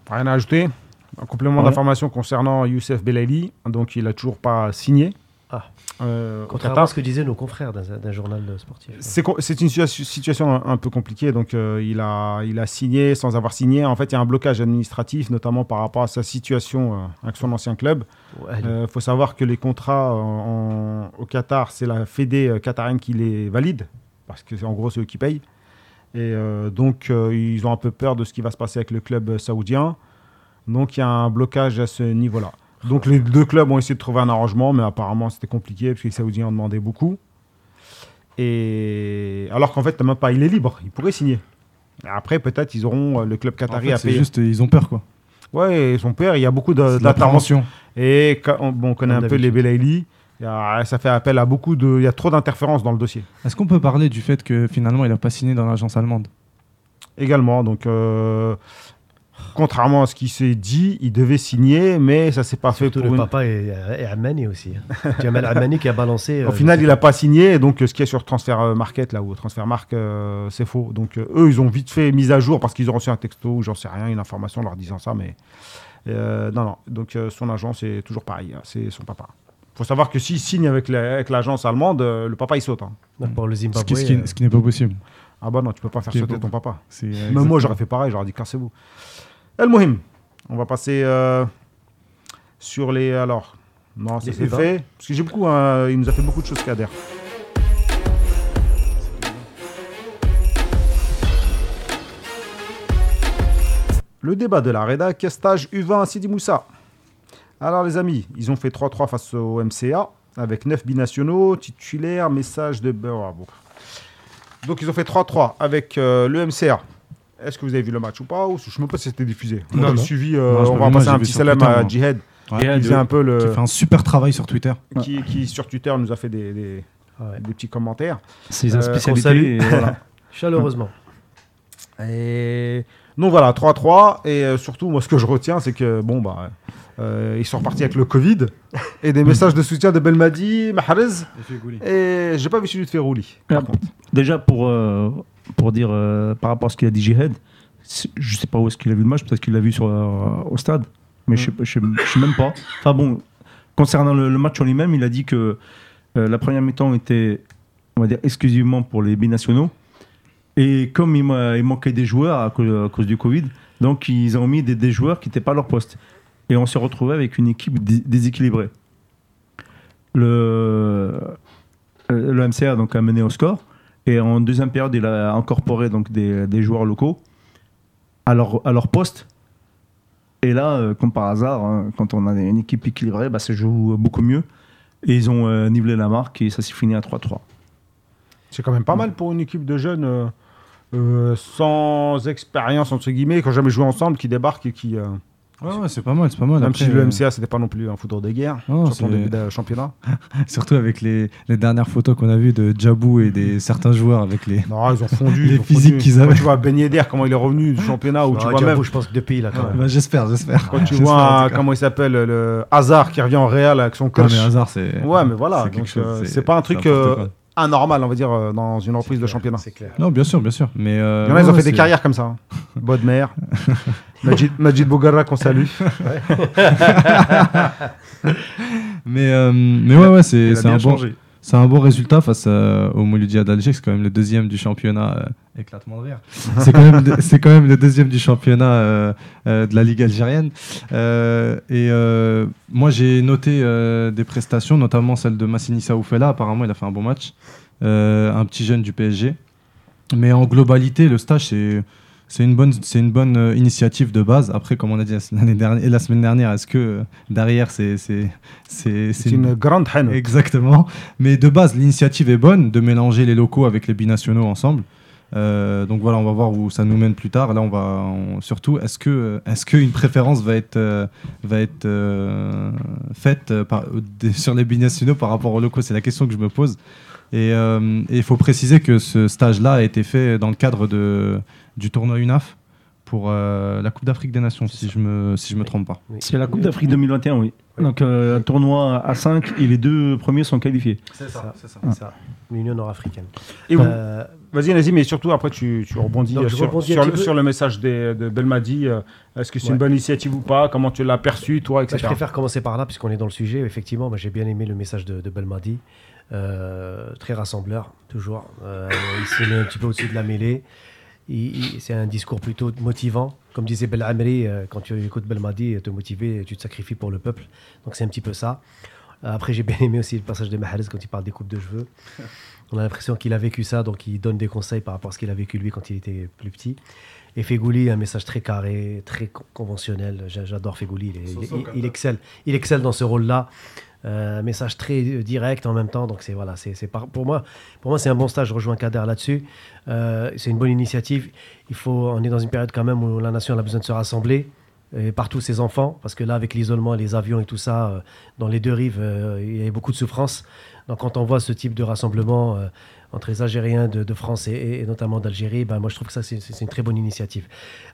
A: Rien à ajouter Un complément
D: Voilà.
A: d'information concernant Youssef Belali, donc il a toujours pas signé.
B: Ah.
A: Euh, au
B: Contrairement à
A: Qatar.
B: ce que disaient nos confrères d'un d'un journal euh, sportif.
A: C'est co- c'est une situa- situation un, un peu compliquée. Donc, euh, il, a, il a signé sans avoir signé. En fait, il y a un blocage administratif, notamment par rapport à sa situation euh, avec son ancien club.
B: Ouais,
A: Il faut savoir que les contrats euh, en- au Qatar, c'est la Fédé euh, qatarienne qui les valide, parce que c'est- en gros, c'est eux qui payent. Et euh, donc, euh, ils ont un peu peur de ce qui va se passer avec le club euh, saoudien. Donc, il y a un blocage à ce niveau-là. Donc, les deux clubs ont essayé de trouver un arrangement, mais apparemment, c'était compliqué, puisque les Saoudiens en demandaient beaucoup. Et alors qu'en fait, t'as même pas, il est libre, il pourrait signer. Après, peut-être, ils auront euh, le club
C: En
A: qatari
C: fait,
A: à
C: c'est
A: payer.
C: juste, Euh, ils ont peur, quoi.
A: Ouais, et son père, il y a beaucoup
C: C'est
A: de-
C: de la
A: d'interventions.
C: prévention.
A: Et quand- on, bon, on connaît
B: Comme
A: un peu les
B: d'habitude.
A: Belaïli. Il y a- Ça fait appel à beaucoup de. Il y a trop d'interférences dans le dossier.
C: Est-ce qu'on peut parler du fait que finalement, il a pas signé dans l'agence allemande
A: Également, donc. euh, Contrairement à ce qui s'est dit, il devait signer, mais ça s'est pas fait
B: Surtout
A: pour
B: le
A: une-
B: papa est, est Amani aussi. hein. Jamal Amani qui a balancé. euh,
A: Au final, il n'a pas signé, et donc euh, ce qu'il y a sur Transfer euh, Market, là, ou Transfer Mark, euh, c'est faux. Donc euh, eux, ils ont vite fait mise à jour parce qu'ils ont reçu un texto ou j'en sais rien, une information leur disant ça, mais euh, non, non. Donc euh, son agent, c'est toujours pareil, hein, c'est son papa. faut savoir que s'il signe avec la- avec l'agence allemande, euh, le papa, il saute. hein.
B: Pour le
C: Ce qui-
B: Zimbabwe.
C: ce qui- ce qui n'est pas possible.
A: Ah bah non, tu peux pas faire
C: Ok,
A: sauter
C: bon.
A: ton papa.
C: C'est, euh,
A: Même moi,
C: exactement.
A: j'aurais fait pareil, j'aurais dit cassez-vous. El Mohim, on va passer euh, sur les. Alors, non, ça
B: Les
A: c'est
B: F20.
A: fait. Parce que j'ai beaucoup. hein, il nous a fait beaucoup de choses, Kader. Le débat de la Reda, quel stage U20 à Sidi Moussa Alors, les amis, ils ont fait 3-3 face au MCA avec 9 binationaux, titulaires, message de. ben, ouais, bon. Donc, ils ont fait 3-3 avec euh, le MCA. Est-ce que vous avez vu le match ou pas ou Je me pose si c'était diffusé. On
E: Non,
A: avait
E: non.
A: suivi, euh,
C: Non, je
A: on
C: l'ai
A: va
C: vu,
A: passer
C: moi,
A: un petit
C: j'ai vu sur
A: salam
C: Twitter,
A: à
C: moi.
A: Jihad,
C: Ouais,
A: qui faisait un peu le.
C: qui fait un super travail sur Twitter.
A: Qui, qui, sur Twitter nous a fait des, des-
C: Ah
B: Ouais.
A: des petits commentaires.
F: C'est
A: Euh,
F: sa
A: qu'on
F: spécialité.
A: salue.
F: et voilà.
B: euh, Chaleureusement.
A: Et donc voilà, 3-3. Et euh, surtout, moi, ce que je retiens, c'est que, bon, bah, euh, ils sont repartis avec le Covid et des messages de soutien de Belmadi, Mahrez. Et j'ai pas vu celui de Ferrouli. par
F: Ah,
A: contre.
F: Déjà, pour, euh, pour dire euh, par rapport à ce qu'il a dit Jihad, c'est- je sais pas où est-ce qu'il a vu le match, peut-être qu'il l'a vu sur, euh, au stade,
A: Hmm.
F: mais je sais pas- je sais je sais même pas. Enfin bon, concernant le, le match en lui-même, il a dit que euh, la première mi-temps était, on va dire, exclusivement pour les binationaux. Et comme il, ma- il manquait des joueurs à cause, à cause du Covid, donc ils ont mis des, des joueurs qui n'étaient pas à leur poste. Et on s'est retrouvé avec une équipe dé- déséquilibrée. Le, euh, le MCA donc, a mené au score. Et en deuxième période, il a incorporé donc des, des joueurs locaux à leur, à leur poste. Et là, euh, comme par hasard, hein, quand on a une équipe équilibrée, bah, ça joue beaucoup mieux. Et ils ont euh, nivelé la marque et ça s'est fini à 3-3.
A: C'est quand même pas mal pour une équipe de jeunes euh, euh, sans expérience, entre guillemets, qui n'ont jamais joué ensemble, qui débarquent et qui. euh,
C: Ouais, ouais, c'est pas mal, c'est pas mal.
A: même
C: Après,
A: si le
C: euh,
A: MCA, c'était pas non plus un foudre de guerre
C: Non,
A: sur ton
C: c'est-
A: début de championnat.
C: Surtout avec les, les dernières photos qu'on a vues de Djabou et des certains joueurs avec les.
A: Non, ils ont fondu.
C: Les
A: ils ont
C: physiques
A: fondu.
C: qu'ils avaient.
A: Quand tu vois Ben Yedder, comment il est revenu du championnat, ou Oh, tu
B: Ah,
A: vois
B: Diabo,
A: même
B: je pense que depuis, là, quand même.
C: Bah, j'espère, j'espère.
A: Quand tu
C: J'espère, en
A: vois,
C: tout
A: euh,
C: cas.
A: comment il s'appelle, euh, le Hazard qui revient en Real avec son
C: Non,
A: coach.
C: mais hasard, c'est.
A: ouais, mais voilà.
C: c'est quelque
A: donc,
C: chose,
A: euh,
C: c'est-
A: C'est pas un truc
C: n'importe
A: euh,
C: quoi.
A: anormal, on va dire, euh, dans une reprise de championnat.
B: C'est clair.
C: Non, bien sûr, bien sûr. Mais. euh,
A: Il y en a, ils
C: ouais,
A: ont fait des
C: c'est-
A: carrières comme ça. hein. Bodmer, Majid, Majid Bougara qu'on salue.
C: Mais, euh, mais ouais, ouais, c'est
F: Il a
C: c'est un,
F: bien
C: bon,
F: changé.
C: c'est un bon résultat face euh, au Mouloudia d'Alger. C'est quand même le deuxième du championnat. euh, éclatement de rire. C'est quand, même de- c'est quand même le deuxième du championnat euh, euh, de la Ligue algérienne. Euh, et euh, moi, j'ai noté euh, des prestations, notamment celle de Massini Saoufela. Apparemment, il a fait un bon match. Euh, un petit jeune du PSG. Mais en globalité, le stage, c'est. C'est une bonne, c'est une bonne euh, initiative de base. Après, comme on a dit la semaine dernière, la semaine dernière est-ce que euh, derrière, c'est, c'est, c'est,
A: C'est une grande haine.
C: Exactement. Mais de base, l'initiative est bonne de mélanger les locaux avec les binationaux ensemble. Euh, donc voilà, on va voir où ça nous mène plus tard. Là, on va on- surtout, est-ce que est-ce qu'une préférence va être euh, va être euh, faite euh, par- des- sur les binationaux par rapport aux locaux C'est la question que je me pose. Et euh, et il faut préciser que ce stage-là a été fait dans le cadre de du tournoi UNAF pour euh, la Coupe d'Afrique des Nations,
B: C'est
C: si
B: ça.
C: je me si je me
B: Oui.
C: trompe pas.
F: C'est la Coupe d'Afrique 2021, oui. Donc, euh, un tournoi à 5 et les deux premiers sont qualifiés.
C: C'est
B: ça,
C: c'est ça.
B: C'est ça, l'Union nord-africaine.
A: Et vous-
B: Euh,
A: Vas-y, vas-y, mais surtout après, tu, tu rebondis
B: Donc, je
A: sur,
B: rebondis un
A: sur
B: petit
A: le,
B: peu.
A: sur le message des- de Belmadi. euh, Est-ce que c'est
B: Ouais.
A: une bonne initiative ou pas Comment tu l'as perçu, toi,
B: Bah, je
A: etc.
B: préfère commencer par là, puisqu'on est dans le sujet. Effectivement, moi, j'ai bien aimé le message de, de Belmadi. Euh, très rassembleur, toujours. Euh, il s'est mis un petit peu au-dessus de la mêlée. Il- il- C'est un discours plutôt motivant. Comme disait Bel Amri, euh, quand tu écoutes Belmadi, euh, te motiver, tu te sacrifies pour le peuple. Donc c'est un petit peu ça. Euh, Après, j'ai bien aimé aussi le passage de Mahrez quand il parle des coupes de cheveux. On a l'impression qu'il a vécu ça, donc il donne des conseils par rapport à ce qu'il a vécu lui quand il était plus petit. Et Fegouli, un message très carré, très con- conventionnel. J'a- J'adore Fegouli, il, est- il- il- il excelle. Il excelle dans ce rôle-là. Euh, Un message très euh, direct en même temps. Donc c'est voilà, c'est c'est par- pour moi, pour moi c'est un bon stage. Je rejoins Kader là-dessus. Euh, c'est une bonne initiative. Il faut, on est dans une période quand même où la nation elle a besoin de se rassembler. Et partout ses enfants, parce que là, avec l'isolement, les avions et tout ça, euh, dans les deux rives, euh, il y a beaucoup de souffrance. Donc, quand on voit ce type de rassemblement euh, entre les Algériens de, de France et- et, et notamment d'Algérie, ben, moi je trouve que ça c'est c'est- c'est une très bonne initiative.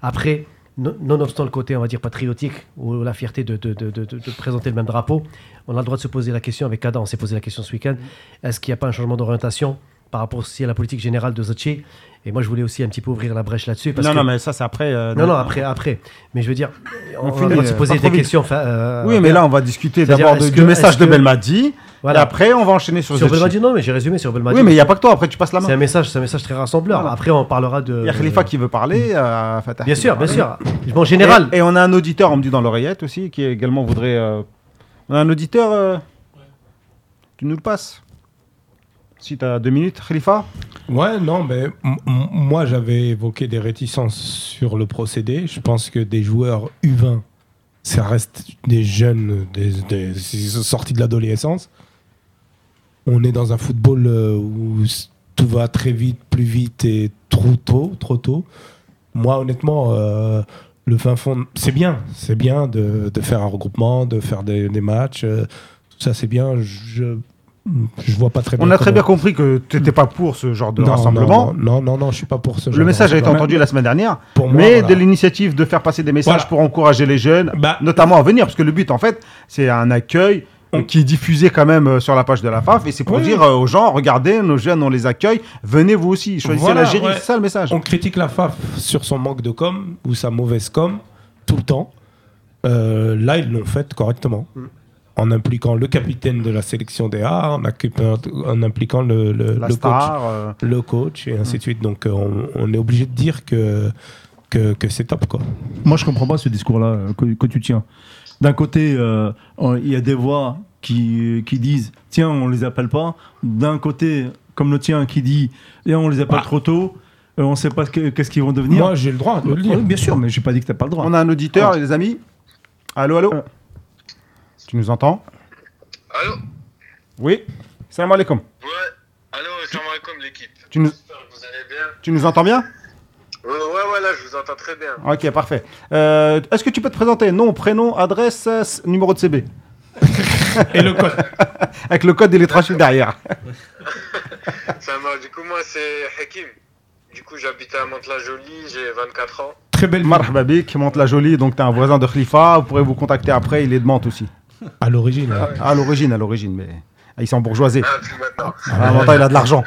B: Après, no- nonobstant le côté, on va dire, patriotique ou la fierté de, de- de- de- de- de présenter le même drapeau, on a le droit de se poser la question, avec Adam, on s'est posé la question ce week-end, est-ce qu'il n'y a pas un changement d'orientation par rapport aussi à la politique générale de Zotchi Et moi je voulais aussi un petit peu ouvrir la brèche là-dessus. parce
A: Non,
B: que-
A: non, mais ça, c'est après. euh,
B: non,
A: de-
B: non, après, après. Mais je veux dire, on,
A: On
B: on a
A: finit,
B: le droit de se
A: euh,
B: poser
A: pas
B: des
A: trop vite.
B: questions. enfin, euh,
A: Oui, mais là, on va discuter
B: C'est-à-dire,
A: d'abord de-
B: est-ce
A: du
B: que-
A: message
B: est-ce
A: de
B: que-
A: Belmadi.
B: Voilà.
A: Et après, on va enchaîner sur,
B: Sur
A: Zetchi.
B: Belmadi, non, mais j'ai résumé sur Belmadi.
A: Oui, mais il n'y a pas que toi. Après, tu passes la
B: c'est
A: main.
B: un message, c'est un message très rassembleur. Après, on parlera de.
A: Il y a Khalifa qui veut parler. euh, Fatah
B: Mm. Bien
A: qui
B: sûr,
A: veut
B: bien
A: parler.
B: sûr. Bon, en général,
A: Et, et on a un auditeur, on me dit dans l'oreillette aussi, qui également voudrait. euh, On a un auditeur. euh, Tu nous le passes Si tu as deux minutes, Khalifa
E: Ouais, non, mais m- m- moi j'avais évoqué des réticences sur le procédé. Je pense que des joueurs U20, ça reste des jeunes, des, des- ils sont sortis de l'adolescence. On est dans un football euh, où s- tout va très vite, plus vite et trop tôt, trop tôt. Moi, honnêtement, euh, le fin fond, c'est bien, c'est bien de, de faire un regroupement, de faire des, des matchs. euh, tout ça, c'est bien. Je, je vois pas très Eh bien.
A: On a très
E: comment-
A: bien compris que tu n'étais pas pour ce genre de
E: non,
A: rassemblement.
E: Non, non, non, non, je suis pas pour ce genre
A: Le message
E: de
A: a été
E: rassemblement.
A: entendu la semaine dernière,
E: Pour moi,
A: mais
E: voilà.
A: de l'initiative de faire passer des messages
E: Voilà.
A: pour encourager les jeunes,
E: Bah,
A: notamment à venir, parce que le but en fait, c'est un accueil euh,
E: On-
A: qui est diffusé quand même euh, sur la page de la FAF, et c'est pour
E: Oui.
A: dire euh, aux gens, regardez, nos jeunes, on les accueille, venez vous aussi, choisissez
E: Voilà,
A: l'Algérie,
E: ouais.
A: c'est ça le message.
E: on critique la FAF sur son manque de com ou sa mauvaise com tout le temps. Euh, là, ils l'ont fait correctement.
A: Mm.
E: En impliquant le capitaine de la sélection des A, en, occupant- en impliquant le, le,
A: La
E: le coach,
A: star, Mm. euh,
E: le coach, et ainsi de suite. Donc, euh, on, on est obligé de dire que, que, que c'est top. Quoi.
F: Moi, je comprends pas ce discours-là euh, que, que tu tiens. D'un côté, euh, on- il y a des voix qui, qui disent tiens, on les appelle pas. D'un côté, comme le tien qui dit eh, on les appelle
E: Bah.
F: trop tôt, euh, on sait pas ce que- qu'est-ce qu'ils vont devenir.
E: Moi, j'ai le droit de le
F: Oui,
E: dire.
F: bien sûr, mais j'ai pas dit que t'as pas le droit.
A: on a un auditeur, les amis. Allô, allô
F: Euh.
A: Tu nous entends
H: Allô
A: Oui. Salam alaikum.
H: Ouais. Allô, salam alaikum l'équipe.
A: Tu nous-
H: J'espère que vous allez bien.
A: Tu nous entends bien
H: Euh, ouais, ouais, là, je vous entends très bien.
A: Ok, parfait. Euh, Est-ce que tu peux te présenter Nom, prénom, adresse, euh, s- numéro de CB
E: Et le coach.
A: Avec le code et les trois chiffres derrière.
H: Ça marche. Du coup, moi, c'est Hakim. Du coup, j'habite à Mantes-la-Jolie, j'ai 24 ans.
E: Très belle marque.
A: Marhababi, qui monte la jolie, donc t'es un voisin de Khalifa, vous pourrez vous contacter après, il est de Mantes aussi.
E: À l'origine. hein.
A: À l'origine, à l'origine, mais ah, ils sont bourgeoisés.
H: Ah, plus maintenant.
A: Ah, maintenant, il a de l'argent.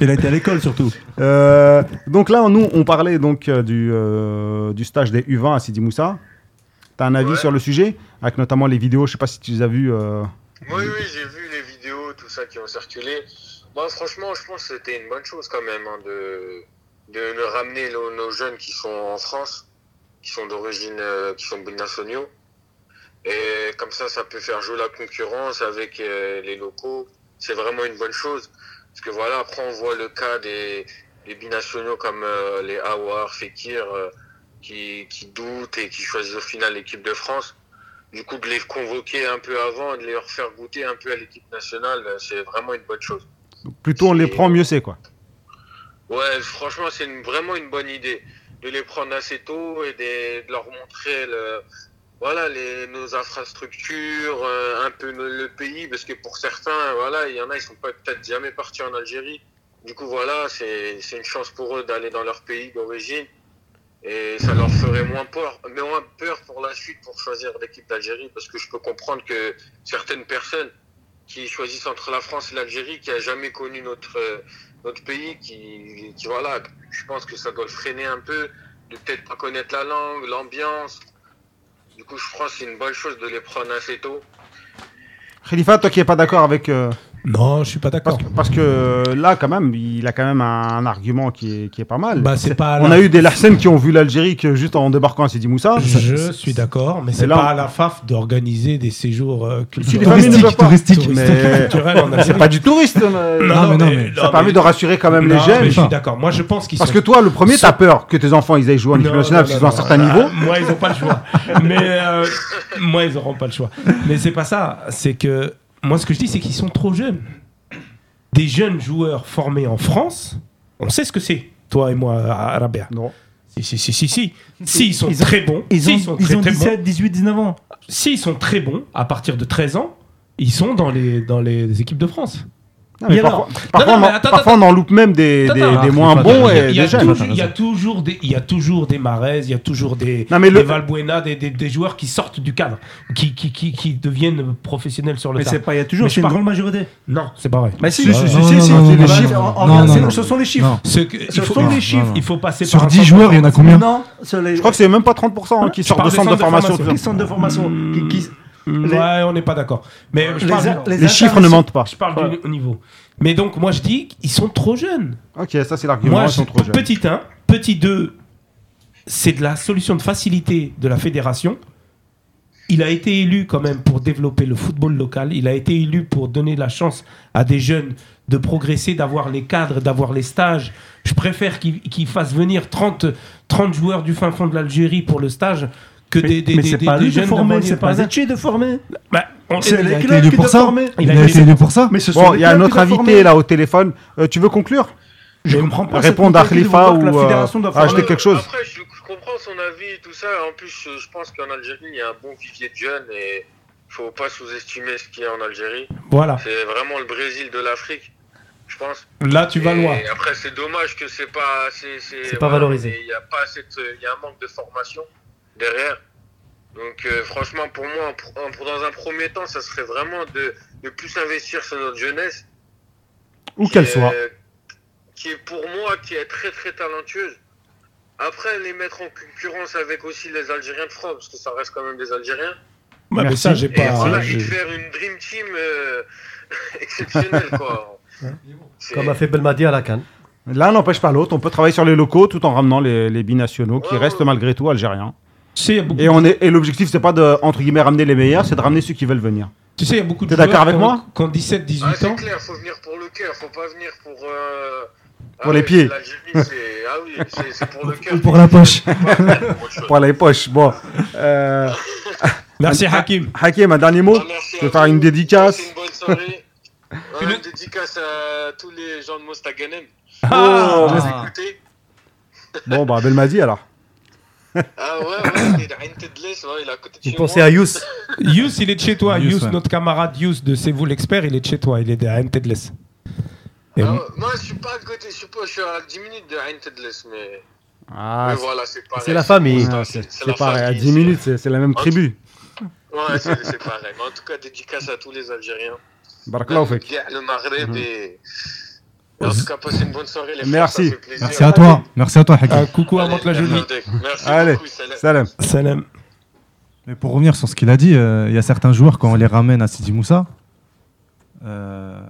F: Il a été à l'école surtout.
A: Euh, donc là, nous, on parlait donc euh, du, euh, du stage des U20 à Sidi Moussa. T'as un avis
H: Ouais.
A: sur le sujet Avec notamment les vidéos, je sais pas si tu les as vues. euh,
H: Oui, oui, j'ai vu les vidéos, tout ça qui ont circulé. Moi, franchement, je pense que c'était une bonne chose quand même hein, de, de, de ramener nos, nos jeunes qui sont en France, qui sont d'origine, euh, qui sont binationaux. Et comme ça, ça peut faire jouer la concurrence avec euh, les locaux. C'est vraiment une bonne chose. Parce que voilà, après, on voit le cas des, des binationaux comme euh, les Awar, Fekir, euh, qui, qui doutent et qui choisissent au final l'équipe de France du coup de les convoquer un peu avant, de les refaire goûter un peu à l'équipe nationale, euh, c'est vraiment une bonne chose.
A: Plutôt on les
H: C'est-
A: prend, mieux c'est quoi.
H: Ouais, franchement, c'est une- vraiment une bonne idée de les prendre assez tôt et de, de leur montrer le, voilà, les, nos infrastructures, euh, un peu le, le pays, parce que pour certains, voilà, il y en a, ils sont pas peut-être jamais partis en Algérie. Du coup, voilà, c'est c'est une chance pour eux d'aller dans leur pays d'origine et ça leur ferait moins peur, mais moins peur pour la suite pour choisir l'équipe d'Algérie parce que je peux comprendre que certaines personnes qui choisissent entre la France et l'Algérie, qui a jamais connu notre euh, notre pays, qui, qui voilà, je pense que ça doit le freiner un peu de peut-être pas connaître la langue, l'ambiance. Du coup, je pense que c'est une bonne chose de les prendre assez tôt.
A: Khalifa, toi qui n'es pas d'accord avec. euh,
E: Non, je suis pas d'accord.
A: parce, que, parce que, euh, là, quand même, il a quand même un argument qui est, qui est pas mal.
E: Bah, c'est pas à
A: on
E: la-
A: a eu des Larsen qui ont vu l'Algérie que juste en débarquant à Sidi Moussa.
E: Je suis d'accord, mais c'est
A: là, on-
E: pas à la FAF d'organiser des séjours euh,
A: les
E: culturels.
A: familles ne peuvent pas.
E: Touristiques,
A: Mais-
E: culturels en
A: C'est
E: Algérie.
A: pas du touriste. hein, euh, mais-
E: Non, mais non, mais-
A: ça
E: non,
A: permet
E: mais-
A: de rassurer quand même les
E: Non,
A: jeunes.
E: mais Je suis d'accord. Moi, je pense qu'ils
A: Parce
E: sont
A: que toi, le premier,
E: Ils
A: t'as
E: sont-
A: peur que tes enfants ils aillent jouer en équipe
E: Non,
A: nationale
E: non,
A: parce
E: non,
A: qu'ils ont un
E: non.
A: certain
E: Ah,
A: niveau.
E: moi, ils n'ont pas le choix. Mais euh, moi, ils n'auront pas le choix. Mais c'est pas ça. C'est que moi, ce que je dis, c'est qu'ils sont trop jeunes. Des jeunes joueurs formés en France, on sait ce que c'est, toi et moi, à- à Rabia.
A: Non.
E: Si, si, si, si, si. S'ils sont
F: Ils ont-
E: très bons,
F: Ils
E: s'ils
F: ont,
E: sont
F: ils
E: très,
F: ont
E: très bons,
F: 17, 18, 19 ans.
E: s'ils sont très bons, à partir de 13 ans, ils sont dans les, dans les équipes de France.
A: Non, mais
F: Et
A: parfois,
F: alors
A: parfois,
E: Non, non,
A: on en-
E: mais attends,
A: parfois, on en loupe même des,
E: Attends,
A: des-
E: attends,
A: des
E: attends,
A: moins
E: attends,
A: bons
E: il y a-
A: et
E: il y a
A: des jeunes.
E: toujours- Il y a toujours des, il y a toujours des Mahrez, il y a toujours des,
A: Non, mais le-
E: des Valbuena, des, des- des joueurs qui sortent du cadre, qui, qui, qui, qui deviennent professionnels sur le
F: Mais
E: terrain.
F: c'est pas, il y a toujours,
E: Mais je
F: c'est une
E: parle-
F: grande majorité.
E: Non, c'est pas vrai.
F: Mais si,
C: Non,
F: si, si,
C: non,
F: si,
C: non,
F: si,
C: non,
F: les
C: non,
F: chiffres,
C: non,
F: en- en-
C: non,
F: regarde,
C: non,
F: c'est-
C: non.
F: ce sont les chiffres.
C: Non.
E: Ce que- il
F: Ce
E: faut-
F: sont
E: non,
F: les chiffres.
E: Il faut passer
C: Sur
E: par un
C: 10
E: centre
C: joueurs, il y en a combien
F: Non, sur les,
A: Je crois que c'est même pas 30% qui
E: Je
A: sortent de
E: parle des
A: centres de
E: centres de
A: formation.
E: formation.
F: les centres de formation. qui- qui-
E: Ouais, on n'est pas d'accord. Mais je
F: hmm. les
E: parle,
F: a-
E: du-
A: Les chiffres ne
F: internationaux-
A: mentent pas.
E: je parle du au niveau. Mais donc, moi, je dis qu'ils sont trop jeunes.
A: Ok, ça c'est l'argument.
E: Moi,
A: Ils sont
E: je-
A: trop jeunes.
E: petit 1, petit 2, c'est de la solution de facilité de la fédération. Il a été élu quand même pour développer le football local. Il a été élu pour donner la chance à des jeunes de progresser, d'avoir les cadres, d'avoir les stages. Je préfère qu'ils qu'ils fassent venir 30, 30 joueurs du fin fond de l'Algérie pour le stage que des, des,
F: mais
E: des-
F: c'est
E: des-
F: pas
E: des
F: lui de
E: jeunes
F: former,
E: banlieue
F: c'est pas
E: parisienne.
F: Zetchi de former.
E: Bah, on-
F: C'est
E: il a
F: les
E: été
F: clubs
C: élu
F: qui
C: pour
F: doivent
C: ça.
F: former.
E: Il
C: Il
E: a
C: a
E: été-
C: été élu pour ça
F: Mais ce sont
A: Bon,
F: les
A: il y a
F: clubs
A: notre
F: qui doivent former.
A: invité là au téléphone. Euh, tu veux conclure
F: Je comprends pas. cette
A: Répondre à
F: mentalité de
A: Khalifa
F: vouloir que
A: ou,
F: la
A: euh,
F: fédération doit
A: à
F: former.
A: acheter quelque chose.
H: Après, je, je comprends son avis et tout ça. En plus, je, je pense qu'en Algérie, il y a un bon vivier de jeunes et faut pas sous-estimer ce qu'il y a en Algérie.
E: Voilà,
H: C'est vraiment le Brésil de l'Afrique, je pense.
E: là tu vas
H: Et
E: loin.
H: après, c'est dommage que c'est pas, c'est, c'est,
B: C'est pas valorisé.
H: mais Il y a pas assez de- il y a un manque de formation derrière. Donc, euh, franchement, pour moi, en pr- en pr- dans un premier temps, ça serait vraiment de, de plus investir sur notre jeunesse.
A: Où
H: qui
A: qu'elle
H: est-
A: soit.
H: Qui est pour moi, qui est très très talentueuse. Après, les mettre en concurrence avec aussi les Algériens de France, parce que ça reste quand même des Algériens.
E: Bah, mais ça, j'ai
H: Et
E: pas.
H: voilà,
E: je-
H: et faire une dream team euh, exceptionnelle, quoi. C'est-
B: Comme a fait Belmadi à la Cannes.
A: L'un n'empêche pas l'autre. On peut travailler sur les locaux tout en ramenant les, les binationaux qui
E: Oh.
H: Ouais,
A: restent
H: ouais.
A: malgré tout algériens.
E: Tu sais, il y a beaucoup-
A: Et, on est- et l'objectif c'est pas de entre guillemets ramener les meilleurs, c'est de ramener ceux qui veulent venir.
E: tu sais, il y a beaucoup de
A: T'es d'accord
E: joueurs
A: avec
E: qui ont-
A: moi
E: qui ont 17,
H: Ah,
E: 18
H: c'est
E: ans.
H: clair, faut venir pour le cœur, faut pas venir pour. euh,
A: Pour les pieds.
H: l'Algérie, c'est- ah oui, c'est- c'est pour le cœur.
C: Pour la poche.
H: Faut pas venir pour autre chose.
A: Pour les poches. Bon, euh,
E: Merci Hakim.
A: Hakim, un dernier mot.
H: Ah, merci
A: Je vais
H: à
A: faire
H: vous.
A: une dédicace.
H: Passez Une bonne soirée. Voilà,
E: Une-
H: Une dédicace à tous les gens de Mostaganem.
A: Oh.
E: Ah,
H: Vous écoutez
A: Bon bah Belmadi alors.
H: Ah ouais, ouais, il a une tête de laisse, ouais, il est à côté de
B: Vous
H: chez
B: pensez
H: moi.
B: à Youss
E: Yous, il est de chez toi.
C: Yous,
E: Yous,
C: ouais.
E: notre camarade Yous de C'est vous l'expert, il est de chez toi. Il est à Tedless. Et
H: Ah ouais, moi, je suis pas à côté, je suis, pas, je suis à 10 minutes de Ain Tedless, mais, mais
A: Ah,
H: voilà, c'est pareil.
B: c'est la famille.
H: Mostar,
A: c'est
H: c'est
A: c'est
H: la
A: pareil. À
H: famille,
A: 10
H: c'est-
A: minutes, c'est c'est la même
H: Ah,
A: tribu.
H: Ouais, c'est c'est pareil. Mais en tout cas, dédicace à tous les Algériens.
A: Barakallahu fik.
H: Bien, Le Maghreb et. En tout cas, passez une bonne soirée, les
A: Merci.
H: frères. ça fait plaisir.
C: Merci à toi. Merci à toi, Hakim.
E: un Ah, coucou à
H: Allez,
E: Mante la Jolie.
H: Merci
A: Allez,
H: beaucoup, salam.
A: Salam.
E: Salam.
C: Mais pour revenir sur ce qu'il a dit, euh, il y a certains joueurs quand on les ramène à Sidi Moussa. euh,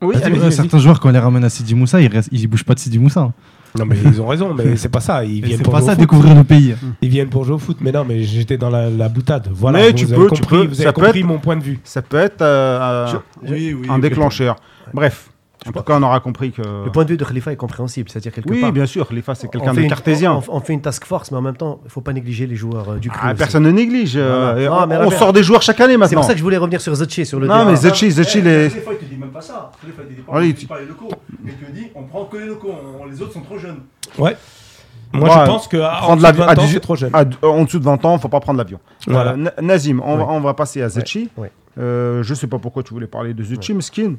A: Oui,
C: il y a certains joueurs quand on les ramène à Sidi Moussa, ils, restent, ils bougent pas de Sidi Moussa.
E: Non, mais ils ont raison, mais c'est pas ça. Ils
C: Et
E: viennent
C: C'est
E: pour
C: pas
E: jouer
C: ça
E: au foot.
C: découvrir le pays.
E: Ils viennent pour jouer au foot. Mais non, mais j'étais dans la, la boutade. Voilà,
A: Mais
E: vous
A: tu
E: avez
A: peux, tu
E: compris,
A: peux,
E: Vous
A: ça
E: avez
A: peut
E: compris
A: être-
E: mon point de vue.
A: Ça peut être euh, un-
C: Oui, oui.
A: un déclencheur. Bref, en tout cas, on aura compris que.
B: Le point de vue de Khalifa est compréhensible, c'est-à-dire quelque
A: Oui,
B: part.
A: bien sûr, Khalifa, c'est quelqu'un
B: on
A: de
B: fait une-
A: cartésien.
B: on, on fait une task force, mais en même temps, il faut pas négliger les joueurs euh, du CRU.
A: Ah,
B: aussi.
A: personne ne néglige. euh,
B: Voilà.
A: et
B: Non,
A: on-
B: mais
A: on,
B: Robert-
A: sort des joueurs chaque année
B: C'est
A: maintenant.
B: pour ça que je voulais revenir sur Zotchi, sur le
A: Non,
B: débat.
A: mais Zetchi, Zetchi,
D: Eh,
A: il est-
F: fois, il te dit même pas ça. Des fois, il te dit
A: Allez, tu-
F: les locaux. Mais il te dit, on prend que les locaux. on- les autres sont trop jeunes.
E: Ouais. Moi,
A: Ouais,
E: je pense que à Ah, en
A: prendre la
E: dessous de
A: à
E: 20 ans,
A: 18
E: c'est trop jeune.
A: à- euh, en dessous de 20 ans, faut pas prendre l'avion.
E: Voilà.
A: Euh, Na- Nazim, on, va, on va passer à Zetchi.
B: ouais.
A: Euh, je sais pas pourquoi tu voulais parler de Zetchi, Miskin.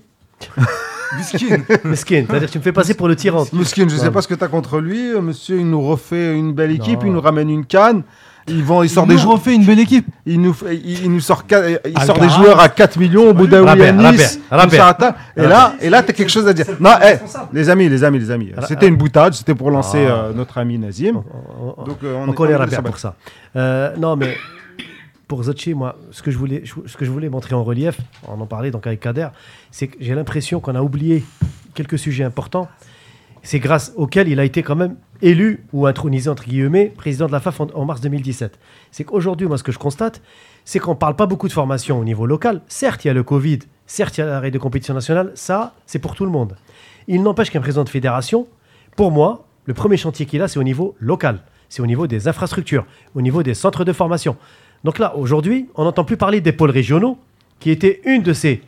I: Miskin.
B: Mesquine, c'est-à-dire que tu me fais passer pour le tyran.
A: Mouskin, je sais
B: Voilà.
A: pas ce que t'as contre lui. Euh, Monsieur, il nous refait une belle équipe,
B: Non.
A: il nous ramène une canne. Il, vend, il sort
C: Nous,
A: des
C: on
A: joueurs.
C: refait une belle équipe.
A: Il nous, fait- il, il nous sort, qua- il sort
E: Alcaraz.
A: des joueurs à 4 millions, Boudaoui,
B: Rabert,
A: Yanis,
B: Rabert,
A: Moussa
B: Rabert.
A: Atta. Et là, et là, t'as quelque chose à dire. Non, eh, les amis, les amis, les amis. C'était une boutade, c'était pour lancer
B: Ah.
A: euh, notre ami Nazim.
B: On- on-
A: Donc, euh,
B: on,
A: est-
B: connaît
A: est de
B: Rabia
A: sa
B: pour ça. Euh, non, mais pour Zachi, moi, ce que, je voulais, je- ce que je voulais montrer en relief, on en parlait donc avec Kader, c'est que j'ai l'impression qu'on a oublié quelques sujets importants. C'est grâce auquel il a été quand même élu ou intronisé, entre guillemets, président de la FAF en, en mars 2017. C'est qu'aujourd'hui, moi, ce que je constate, c'est qu'on ne parle pas beaucoup de formation au niveau local. Certes, il y a le Covid, certes, il y a l'arrêt de compétition nationale, ça, c'est pour tout le monde. Il n'empêche qu'un président de fédération, pour moi, le premier chantier qu'il a, c'est au niveau local. C'est au niveau des infrastructures, au niveau des centres de formation. Donc là, aujourd'hui, on n'entend plus parler des pôles régionaux, qui étaient une de ces.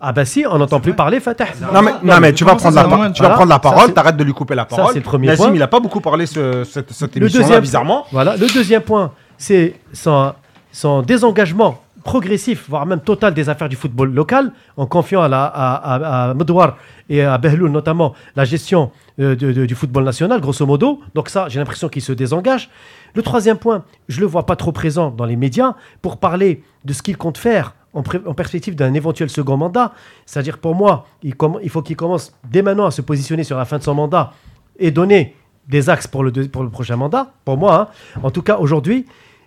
B: Ah bah si, on n'entend plus parler, Fatah.
A: Non mais, non, mais tu vas
C: comment ça,
A: prendre la,
C: c'est
A: par-
C: normal
A: tu vas
B: Voilà,
A: prendre la
B: ça,
A: parole,
B: c'est-
A: t'arrêtes de lui couper la
B: ça,
A: parole.
B: c'est le premier
A: Nazim,
B: point.
A: il a pas beaucoup parlé ce, cette, cette
B: Le
A: émission-là,
B: deuxième,
A: bizarrement.
B: Voilà, le deuxième point, c'est son, son désengagement progressif, voire même total des affaires du football local, en confiant à, la, à, à- à Medouar et à Behloul notamment la gestion euh, de- de- du football national, grosso modo. Donc ça, j'ai l'impression qu'il se désengage. Le troisième point, je le vois pas trop présent dans les médias pour parler de ce qu'il compte faire en, pré- en perspective d'un éventuel second mandat. C'est-à-dire pour moi, il, comm- il faut qu'il commence dès maintenant à se positionner sur la fin de son mandat et donner des axes pour le, deux- pour le prochain mandat, pour moi. hein. En tout cas, aujourd'hui,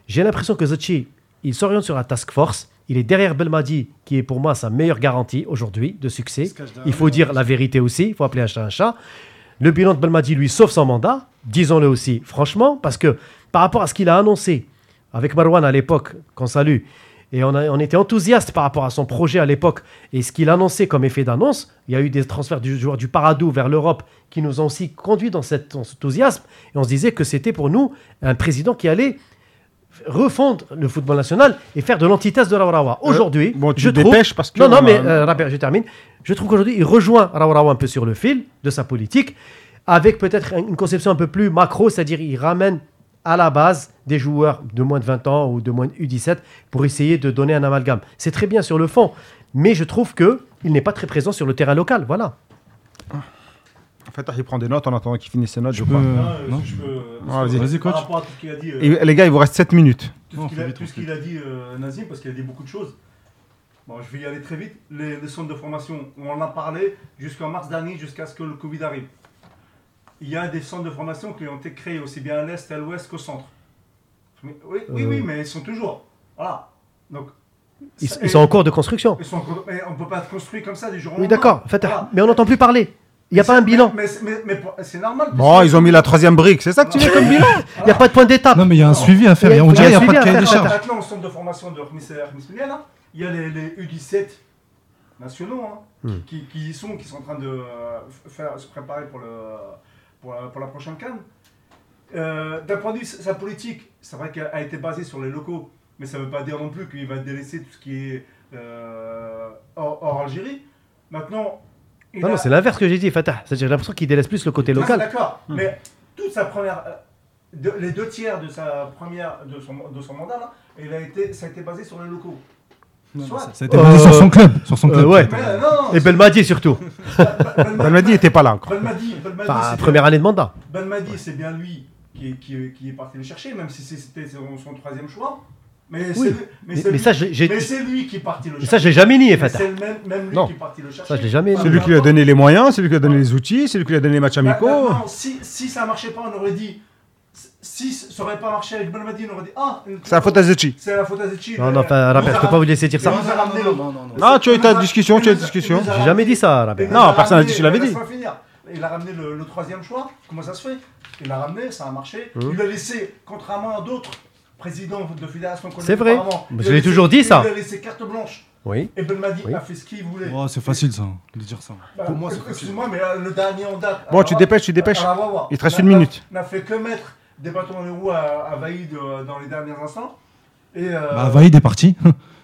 B: j'ai l'impression que Zocchi, il s'oriente sur la task force. Il est derrière Belmadi, qui est pour moi sa meilleure garantie aujourd'hui de succès. Il faut dire la vérité aussi, il faut appeler un chat un chat. Le bilan de Belmadi, lui, sauf son mandat, disons-le aussi franchement, parce que par rapport à ce qu'il a annoncé avec Marwan à l'époque, qu'on salue, et on, a- on était enthousiaste par rapport à son projet à l'époque et ce qu'il annonçait comme effet d'annonce. Il y a eu des transferts du joueur du Paradou vers l'Europe qui nous ont aussi conduits dans cet dans cet enthousiasme. Et on se disait que c'était pour nous un président qui allait refondre le football national et faire de l'antithèse de Rawarawa. Aujourd'hui,
A: Euh, bon, tu
B: je
A: te
B: trouve...
A: dépêches parce que
B: Non, non,
A: on a-
B: mais euh, Robert, je termine. Je trouve qu'aujourd'hui, il rejoint Rawarawa un peu sur le fil de sa politique, avec peut-être un- une conception un peu plus macro, c'est-à-dire il ramène à la base des joueurs de moins de 20 ans ou de moins de U17 pour essayer de donner un amalgame. C'est très bien sur le fond, mais je trouve que il n'est pas très présent sur le terrain local. Voilà.
A: En fait, il prend des notes en attendant qu'il finisse ses notes, je,
C: Euh,
A: crois.
C: non
D: je peux, euh,
A: Ah, vas-y.
C: Vas-y,
D: par
C: coach.
D: rapport à tout ce qu'il a dit, euh,
A: Et les gars, il vous reste 7 minutes.
D: tout
C: Non,
D: ce qu'il a,
C: vite,
D: tout ce qu'il a dit euh, Nazim, parce qu'il a dit beaucoup de choses. Bon, je vais y aller très vite. Les, les centres de formation, on en a parlé jusqu'en mars dernier, jusqu'à ce que le Covid arrive. Il y a des centres de formation qui ont été créés aussi bien à l'Est, à l'Ouest qu'au Centre. Mais- oui, oui,
B: Euh.
D: oui, mais ils sont toujours. Voilà. Donc,
B: Ils,
D: ça-
B: ils
D: et-
B: sont en cours de construction.
D: ils sont encore- mais on ne peut pas construire comme ça des jours au
B: Oui,
D: lendemain.
B: d'accord. En fait,
D: Voilà.
B: Mais on n'entend plus parler. Il n'y a pas un bilan.
D: Mais, mais- mais- mais c'est normal.
A: Bon, ils ont mis la troisième brique, c'est ça que tu veux
D: Voilà.
A: comme bilan
B: Il n'y a pas de point d'étape.
C: Non, mais il y a un suivi à faire.
B: Il y a-
C: On dirait
B: il y a
C: qu'il n'y a
B: un
C: pas de
B: suivi à
C: cahier des
B: faire.
C: charges.
D: Maintenant, au centre de formation de Rhmis Rhmis Méniel, hein, il y a les, les U17 nationaux hein, qui, qui y sont, qui sont en train de euh, f- faire, se préparer pour, le, pour, la, pour la prochaine Cannes. Euh, D'un point de vue, sa sa politique, c'est vrai qu'elle a été basée sur les locaux, mais ça ne veut pas dire non plus qu'il va délaisser tout ce qui est euh, hors, hors Algérie. Maintenant, il
B: Non,
D: a-
B: non, c'est l'inverse que j'ai dit, Fatah. C'est-à-dire j'ai l'impression qu'il délaisse plus le côté
D: ah,
B: local. Hmm.
D: c'est D'accord, mais toute sa première, euh, de- les deux tiers de sa première de son, de son mandat, là, il a été, ça a été basé sur les locaux. Soit-
C: Ça a été basé sur son club. Sur son
B: Euh,
C: club.
B: ouais.
D: Mais euh, non, non,
B: Et Belmadi surtout.
A: Belmadi n'était Ben, pas là encore.
D: Belmadi, Belmadi,
B: Enfin,
D: c'est-
B: première année de mandat.
D: Belmadi, c'est bien lui qui, est- qui, est- qui est parti le chercher, même si c'est- c'était son, son troisième choix. Mais c'est
B: Oui,
D: lui- mais
B: Mais,
D: c'est
B: mais
D: lui-
B: ça, j'ai- j'ai-
D: mais c'est lui qui est parti le
B: mais ça,
D: chercher.
B: j'ai jamais nié,
D: Mais
B: Fatah.
D: C'est le même, même lui
A: Non.
D: qui est parti le chercher.
B: Ça,
D: Ah,
B: je l'ai jamais
D: Enfin,
B: dit.
A: C'est lui qui lui a donné les moyens, c'est lui qui a donné les outils, c'est lui qui lui a donné les matchs amicaux.
D: Maintenant, Ah, si, si ça marchait pas, on aurait dit. Si ça aurait pas marché avec Belmadi, on aurait dit Ah
A: C'est la faute à Zetchi.
D: C'est la faute à Zetchi.
B: Non, non, enfin, Rabia, je peux pas vous laisser dire ça.
D: Il nous a ramené le-
A: Non, Ah, tu as eu ta
D: Il nous a-
A: discussion,
D: il
A: tu as
D: nous a-
A: discussion.
D: il nous a
B: J'ai jamais
D: ramené-
B: dit ça, Rabia.
D: il nous a
A: Non, personne n'a dit,
D: ramené-
A: tu l'avais dit.
D: laisse-moi finir. Il a ramené le, le troisième choix. Comment ça se fait Il l'a ramené, ça a marché.
B: Mhm.
D: Il l'a laissé, contrairement à d'autres présidents de fédération qu'on a
B: C'est
D: vu
B: vrai.
D: auparavant,
B: Mais
D: il
B: je
D: a
B: l'ai
D: laissé-
B: toujours dit, ça.
D: Il a laissé carte blanche.
B: Oui.
D: Et Belmadi
B: Oui.
D: a fait ce qu'il voulait.
C: Oh, c'est facile ça, de dire ça.
D: Bah,
C: Pour moi, c'est facile.
D: Excuse-moi, mais euh, le dernier en date. Ah,
A: Bon,
D: à
A: tu
D: la-
A: dépêches, tu dépêches.
D: à la Wawa,
A: Il te reste
D: ah. n'a-
A: une
D: n'a-
A: minute.
D: N'a fait que mettre des bâtons dans les roues à, à Vaïd euh, dans les derniers instants. Et, euh,
C: Bah, Vaïd est parti.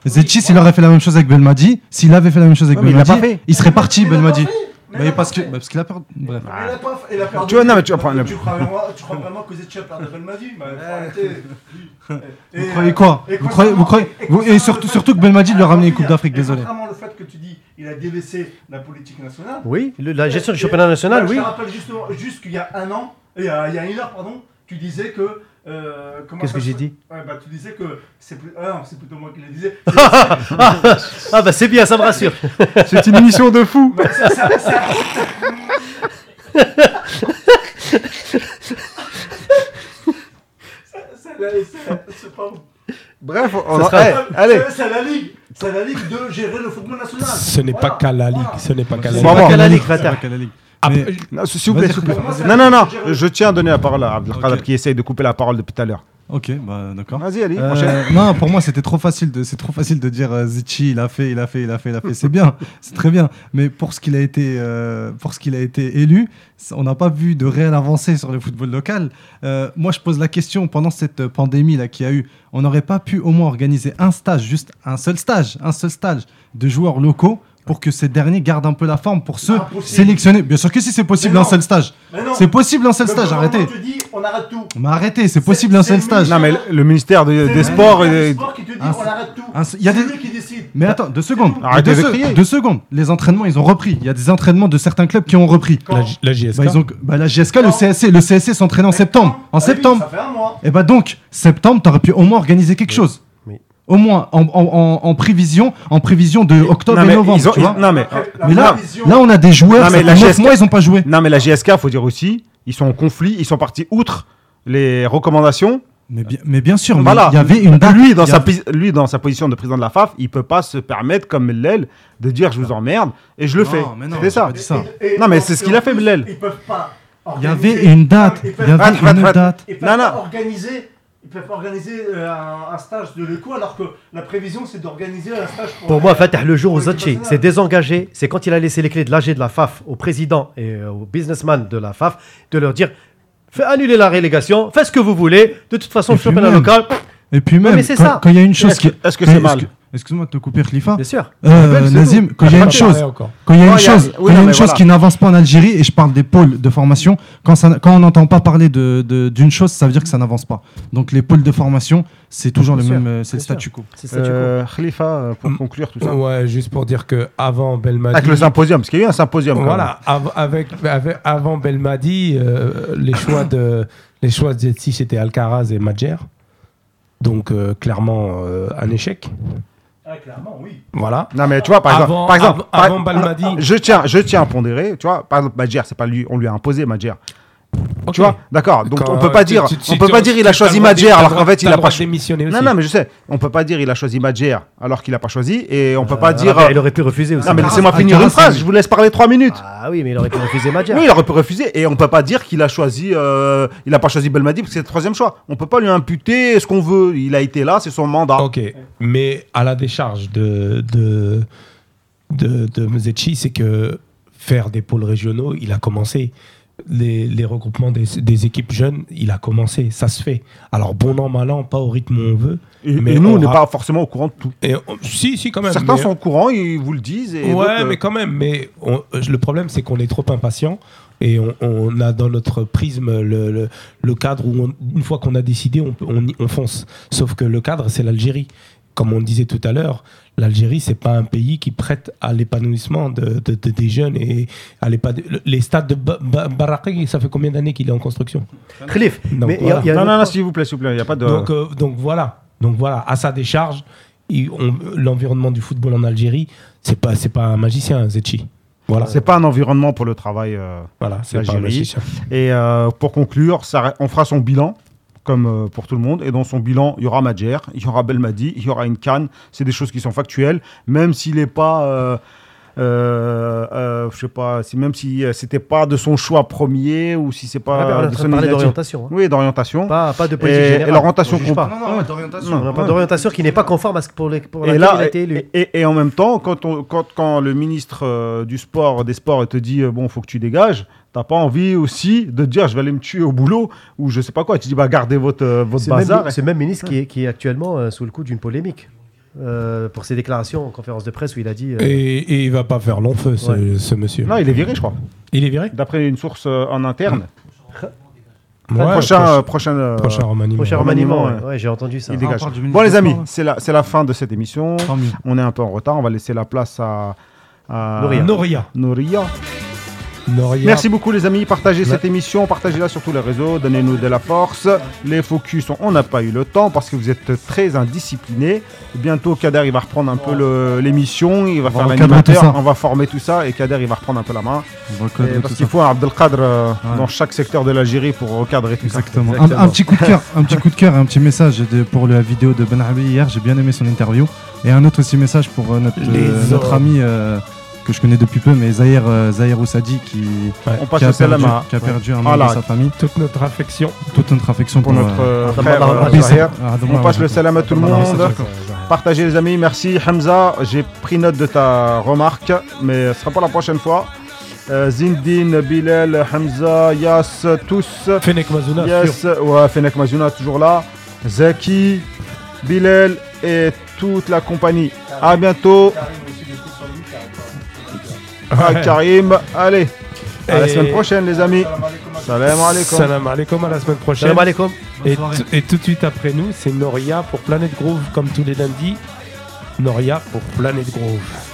C: Zetchi, s'il
D: voilà.
C: aurait fait la même chose avec Belmadi, s'il avait fait la même chose avec
A: Ouais, mais il l'a
C: Belmadi,
A: pas fait.
C: il serait parti,
D: Mais il l'a
C: Belmadi.
D: pas fait, mais il
C: Bah,
D: l'a
C: parce
D: pas
C: que-
D: fait.
C: bah, parce qu'il a perdu. Bref.
D: Il a pas- il a perdu.
A: Tu vois, non, mais tu vas prendre la-
D: Tu crois, tu crois vraiment que Zetchi a perdu Belmadi mais faut arrêter. Et-
C: Vous
D: et-
C: croyez quoi
D: et
C: Vous croyez, vous croyez vous-
D: concernant-
C: et surtout,
D: concernant le
C: surtout que
D: fait-
C: Belmadi lui a ramené une
D: Et
C: Coupe d'Afrique, désolé.
D: Contrairement au fait que tu dis, il a délaissé la politique nationale.
B: Oui, le- la gestion du
D: Et-
B: championnat national,
D: ouais,
B: oui.
D: Je te rappelle justement, juste qu'il y a un an, il y a, il y a une heure, pardon, tu disais que. euh, comment
B: Qu'est-ce que
D: ça
B: j'ai
D: se-
B: dit
D: Ouais, bah, Tu disais que c'est plus- ah non, c'est plutôt moi qui le disais.
B: Ah bah c'est bien, ça me rassure.
A: C'est une émission de fou.
D: Bah, ça- ça- ça- Ça- ça- ça- c'est pas bon.
A: Bref, on
B: Ça
A: en-
B: sera-
A: eh, allez.
D: C'est- C'est la ligue, c'est la ligue de gérer le football national.
E: Ce n'est pas
D: Voilà.
E: qu'à la Ligue.
D: Voilà.
E: Ce n'est pas qu'à la
B: C'est
E: Ligue.
A: Bon,
B: pas
A: bon.
B: qu'à la Ligue,
C: C'est
B: Fatah.
C: pas qu'à la Ligue.
E: Après,
C: Mais-
A: Non, S'il vous plaît,
C: Vas-y,
A: s'il vous plaît.
D: Pour moi, c'est
A: Non, non, non,
D: Algérie.
A: je tiens à donner la parole à Abdelkader
C: Ok.
A: qui essaye de couper la parole depuis tout à l'heure.
C: Ok, bah d'accord.
A: Vas-y, allez,
C: Euh,
A: enchaîne.
C: non, pour moi, c'était trop facile de, c'est trop facile de dire euh, Zichi, il a fait, il a fait, il a fait, il a fait. C'est bien, c'est très bien. Mais pour ce qu'il a été, euh, pour ce qu'il a été élu, ça- on n'a pas vu de réelle avancée sur le football local. Euh, moi, je pose la question pendant cette pandémie là qu'il y a eu, on n'aurait pas pu au moins organiser un stage, juste un seul stage, un seul stage de joueurs locaux pour que ces derniers gardent un peu la forme pour ceux
D: Impossible.
C: sélectionnés. Bien sûr que si c'est possible
D: Mais
C: un
D: non.
C: seul stage,
D: Mais non,
C: c'est possible un seul
D: le
C: stage.
D: gouvernement
C: Arrêtez.
D: te dit, on arrête tout.
C: Mais arrêtez, c'est possible un
D: c'est
C: seul
D: le
C: stage.
D: ministre-
A: Non, mais le, le ministère de-
D: C'est
A: des
D: le
A: Sports.
D: ministère
A: euh,
D: des Sports qui te dit,
C: un-
D: on arrête tout.
C: un- il y a
D: C'est
C: des-
D: lui qui décide.
C: Mais attends, deux secondes.
A: Arrêtez
C: deux,
A: de
C: se-
A: crier.
C: deux secondes. Les entraînements, ils ont repris. Il y a des entraînements de certains clubs qui ont repris.
E: la, J- la JSK.
C: Bah, ils ont... bah, la JSK, le CSC, le CSC s'entraîne en septembre. En
D: Ah oui,
C: septembre.
D: Ça fait un mois.
C: Et bah donc, septembre, t'aurais pu au moins organiser quelque chose.
B: Oui.
C: Au moins en, en- en- en prévision, en prévision de octobre
A: non,
C: et
A: mais
C: novembre.
A: ils ont-
C: tu
A: ils-
C: vois.
A: non, mais,
D: La
C: Mais là,
D: prévision-
C: là, on a des joueurs.
A: Non, mais
C: ça
A: la
C: fait neuf
A: JSK
C: mois, ils ont pas joué.
A: non, mais la GSK, faut dire aussi, ils sont en conflit, ils sont partis outre les recommandations.
C: Mais bien, mais bien sûr, mais
A: Voilà.
C: il y avait une date.
A: Lui dans,
C: Il y
A: sa,
C: a-
A: pis- lui, dans sa position de président de la FAF, il peut pas se permettre, comme l'aile, de dire je vous emmerde et je le
C: Non,
A: fais.
C: mais non,
A: C'est
C: j'ai
A: ça.
C: pas dit ça.
D: Et- et-
A: Non, mais
D: et-
A: c'est ce
D: et
A: qu'il a
D: en
A: fait,
D: plus,
A: Blel.
D: Ils peuvent pas.
C: Il y
D: organiser-
C: avait une date.
D: Ils peuvent
C: Il y
D: pas-
A: Arrête,
C: avait
A: arrête,
C: une
A: arrête.
C: date.
D: Ils peuvent
A: Non,
D: pas
A: non.
D: organiser. Ils peuvent pas organiser euh, un, un stage de l'écho alors que la prévision c'est d'organiser un stage pour.
B: Pour moi, Fatah, le jour où
D: pour l'équipe
B: Zotchi
D: nationale.
B: s'est désengagé, c'est quand il a laissé les clés de l'AG de la FAF au président et euh, au businessman de la FAF de leur dire Fais annuler la relégation, faites ce que vous voulez, de toute façon,
C: Et
B: le
C: puis
B: championnat
C: même-
B: local,
C: Et puis
B: Non,
C: même,
B: mais c'est ça.
C: quand quand il y a une chose
A: Est-ce que
C: qui.
A: est-ce que c'est mal
C: Excuse-moi de te couper, Khalifa.
B: bien sûr.
C: Euh,
A: c'est
C: Nazim, quand
A: Ah,
C: il y a une chose,
E: encore.
C: Quand il y a
A: Non,
C: une
A: il y a-
C: chose,
A: oui,
C: quand il y a
A: non,
C: une
A: mais
C: chose
A: voilà.
C: qui n'avance pas en Algérie, et je parle des pôles de formation, quand, ça, quand on n'entend pas parler de- de- d'une chose, ça veut dire que ça n'avance pas. Donc les pôles de formation, c'est toujours le
B: Bien sûr,
C: même, euh, c'est le
B: bien sûr.
C: statu quo.
B: C'est ça, tu comprends.
A: Euh, Khalifa, euh, pour
E: Mm.
A: conclure tout ça.
E: Ouais, juste pour dire que avant Belmadi,
A: Avec le symposium, parce qu'il y a eu un symposium. quand même.
E: voilà, av- avec, avec- avant Belmadi, euh, les choix de les choix de Zeti, c'était Alcaraz et Madjer. Donc euh, clairement euh, un échec.
D: Ah, clairement, oui.
E: Voilà.
A: Non mais tu vois par
E: Avant-
A: exemple, par exemple,
E: av-
A: par-
E: avant Balmadi.
A: je tiens, je tiens à pondérer, tu vois, par exemple Madjer, c'est pas lui, on lui a imposé Madjer,
E: Ok.
A: tu vois, d'accord, donc
E: Quand,
A: on peut pas
E: euh,
A: dire,
E: tu- tu-
A: on peut
E: tu-
A: pas dire il a
E: t'as
A: choisi
E: le droit de-
A: Madjer
E: t'as le
A: alors qu'en
E: droit-
A: fait
E: t'as
A: il
E: le
A: a
E: droit
A: pas
E: de
A: choisi.
E: démissionner
A: Non
E: aussi.
A: non mais je sais, on peut pas dire il a choisi Madjer alors qu'il a pas choisi et on peut pas
B: Euh,
A: dire.
B: Rabia,
A: euh,
B: il aurait pu refuser aussi.
A: Non
E: Ah,
A: mais laissez-moi
C: Alcaraz,
A: finir une
C: Alcaraz,
A: phrase,
C: c'est-
A: je vous laisse parler trois minutes.
B: Ah oui, mais il aurait pu refuser Madjar.
A: Oui, il aurait pu refuser et on peut pas dire qu'il a choisi, euh, il a pas choisi Belmadi parce que c'est le troisième choix. On peut pas lui imputer ce qu'on veut. Il a été là, c'est son mandat.
E: Ok, mais à la décharge de, de, de, de Mzecchi, c'est que faire des pôles régionaux, il a commencé. Les, les regroupements des, des équipes jeunes, il a commencé, ça se fait. Alors bon an, mal an, pas au rythme où on veut.
A: Et,
E: mais
A: et nous, on
E: on
A: n'est
E: ra-
A: pas forcément au courant de tout.
E: Et on- si, si, quand même.
A: Certains
E: mais-
A: sont au courant, ils vous le disent. Et
E: ouais,
A: d'autres, euh,
E: mais quand même. Mais on- euh, le problème, c'est qu'on est trop impatient et on, on a dans notre prisme le, le- le cadre où, on- une fois qu'on a décidé, on, peut- on, y- on fonce. Sauf que le cadre, c'est l'Algérie. Comme on le disait tout à l'heure, l'Algérie, c'est pas un pays qui prête à l'épanouissement de, de- de- des jeunes et à l'épanou- le- Les stades de Ba- Ba- Barakri, ça fait combien d'années qu'il est en construction
B: Khalif,
E: Donc,
B: mais il y a-
E: voilà.
B: il y a un
A: Non,
B: autre
A: non, non,
B: point.
A: s'il vous plaît, s'il vous plaît, il n'y a pas de.
E: Donc, euh, donc voilà. Donc voilà, à sa décharge, il- on- l'environnement du football en Algérie, c'est pas c'est pas un magicien, Zetchi. Voilà,
A: c'est pas un environnement pour le travail. euh.
E: voilà, c'est pas un
A: l'Algérie.
E: magicien.
A: Et euh, pour conclure, ça re- on fera son bilan, comme euh, pour tout le monde. Et dans son bilan, il y aura Madjer, il y aura Belmadi, il y aura une canne. C'est des choses qui sont factuelles, même s'il n'est pas. euh, euh, euh, je sais pas, si- même si euh, c'était pas de son choix premier ou si c'est
B: Ah, ben,
A: pas
B: on est en
A: de
B: train
A: son
B: de parler
A: initiative.
B: d'orientation. hein.
A: Oui, d'orientation.
B: Pas, pas de
A: Et,
B: politique
A: et
B: générale.
A: l'orientation
B: On juge pas.
A: Non,
B: On a pas
A: ouais.
B: d'orientation qui n'est pas conforme à ce que pour, les, pour
A: et
B: laquelle
A: là,
B: il a été élu.
A: Et, et- et en même temps, quand, on, quand, quand le ministre euh, du sport, des sports, te dit euh, bon, faut que tu dégages, t'as pas envie aussi de te dire je vais aller me tuer au boulot ou je sais pas quoi. Tu dis bah gardez votre euh, votre
B: C'est le
A: bazar.
B: même, c'est le même ministre qui est, qui est actuellement euh, sous le coup d'une polémique euh, pour ses déclarations en conférence de presse où il a dit. euh,
E: Et, et il va pas faire long feu, ce,
B: Ouais.
E: ce monsieur.
A: Non, il est viré, je crois,
E: Il est viré
A: d'après une source euh, en interne.
E: Ouais,
A: prochain,
E: proche-
A: euh, prochain, euh,
E: prochain Ah, remaniement.
B: Prochain
A: remaniement,
B: remaniement, ouais, ouais, j'ai entendu ça.
A: il
C: Ah, on
A: dégage.
C: parle du
A: Bon,
C: ministre
A: les
C: des
A: amis,
C: Sports, hein.
A: c'est la, c'est la fin de cette émission.
C: Tant mieux.
A: On est un peu en retard. On va laisser la place à, à
B: Nouria.
E: Noria.
A: Nouria.
E: Noria.
A: Merci beaucoup les amis, partagez cette émission, partagez-la sur tous les réseaux, donnez-nous de la force. Les focus, on- on n'a pas eu le temps parce que vous êtes très indisciplinés. Bientôt Kader il va reprendre un peu le- l'émission, il va faire
C: recadrer tout
A: l'animateur,
C: ça.
A: on va former tout ça et Kader il va reprendre un peu la main.
C: On va
A: Et
C: recadrer
A: parce
C: tout
A: qu'il
C: ça.
A: faut un Abdelkader euh,
C: Ouais.
A: dans chaque secteur de l'Algérie pour recadrer tout ça.
C: Exactement. Un- Un, petit coup de cœur, un petit coup de cœur, et un petit message de- pour la vidéo de Ben Abi hier. J'ai bien aimé son interview. Et un autre aussi message pour euh, notre, euh,
E: Les
C: notre
E: hommes.
C: ami euh, que je connais depuis peu, mais Zahir, euh, Zahir Oussadi, qui,
A: On
C: qui
A: passe
C: a
A: au
C: perdu,
A: salam à-
C: qui a perdu un
A: Voilà.
C: membre de sa famille.
E: Toute notre affection.
C: Toute notre affection
A: pour
C: pour,
A: notre
C: euh,
A: euh,
C: Ah,
B: Abdelkader
A: frère euh,
B: Abdelkader.
A: Zahir.
C: Adama,
A: On passe
C: ouais.
A: le salam à tout le
C: Abdelkader,
A: monde. Partagez les amis, merci Hamza, j'ai pris note de ta remarque, mais ce sera pour la prochaine fois. Euh, Zindine, Bilal, Hamza, Yas, tous.
E: Fennec Mazouna, sûr.
A: Yes, ouais, Fenek Mazouna toujours là. Zaki, Bilal et toute la compagnie. À bientôt. Ah, Karim, allez, à la
E: Et-
A: semaine prochaine les amis. Salam alaikum.
E: Salam alaikum à la semaine prochaine.
B: Salam alaikum.
E: Et, t- et tout de suite après nous, c'est Noria pour Planète Groove, comme tous les lundis. Noria pour Planète Groove.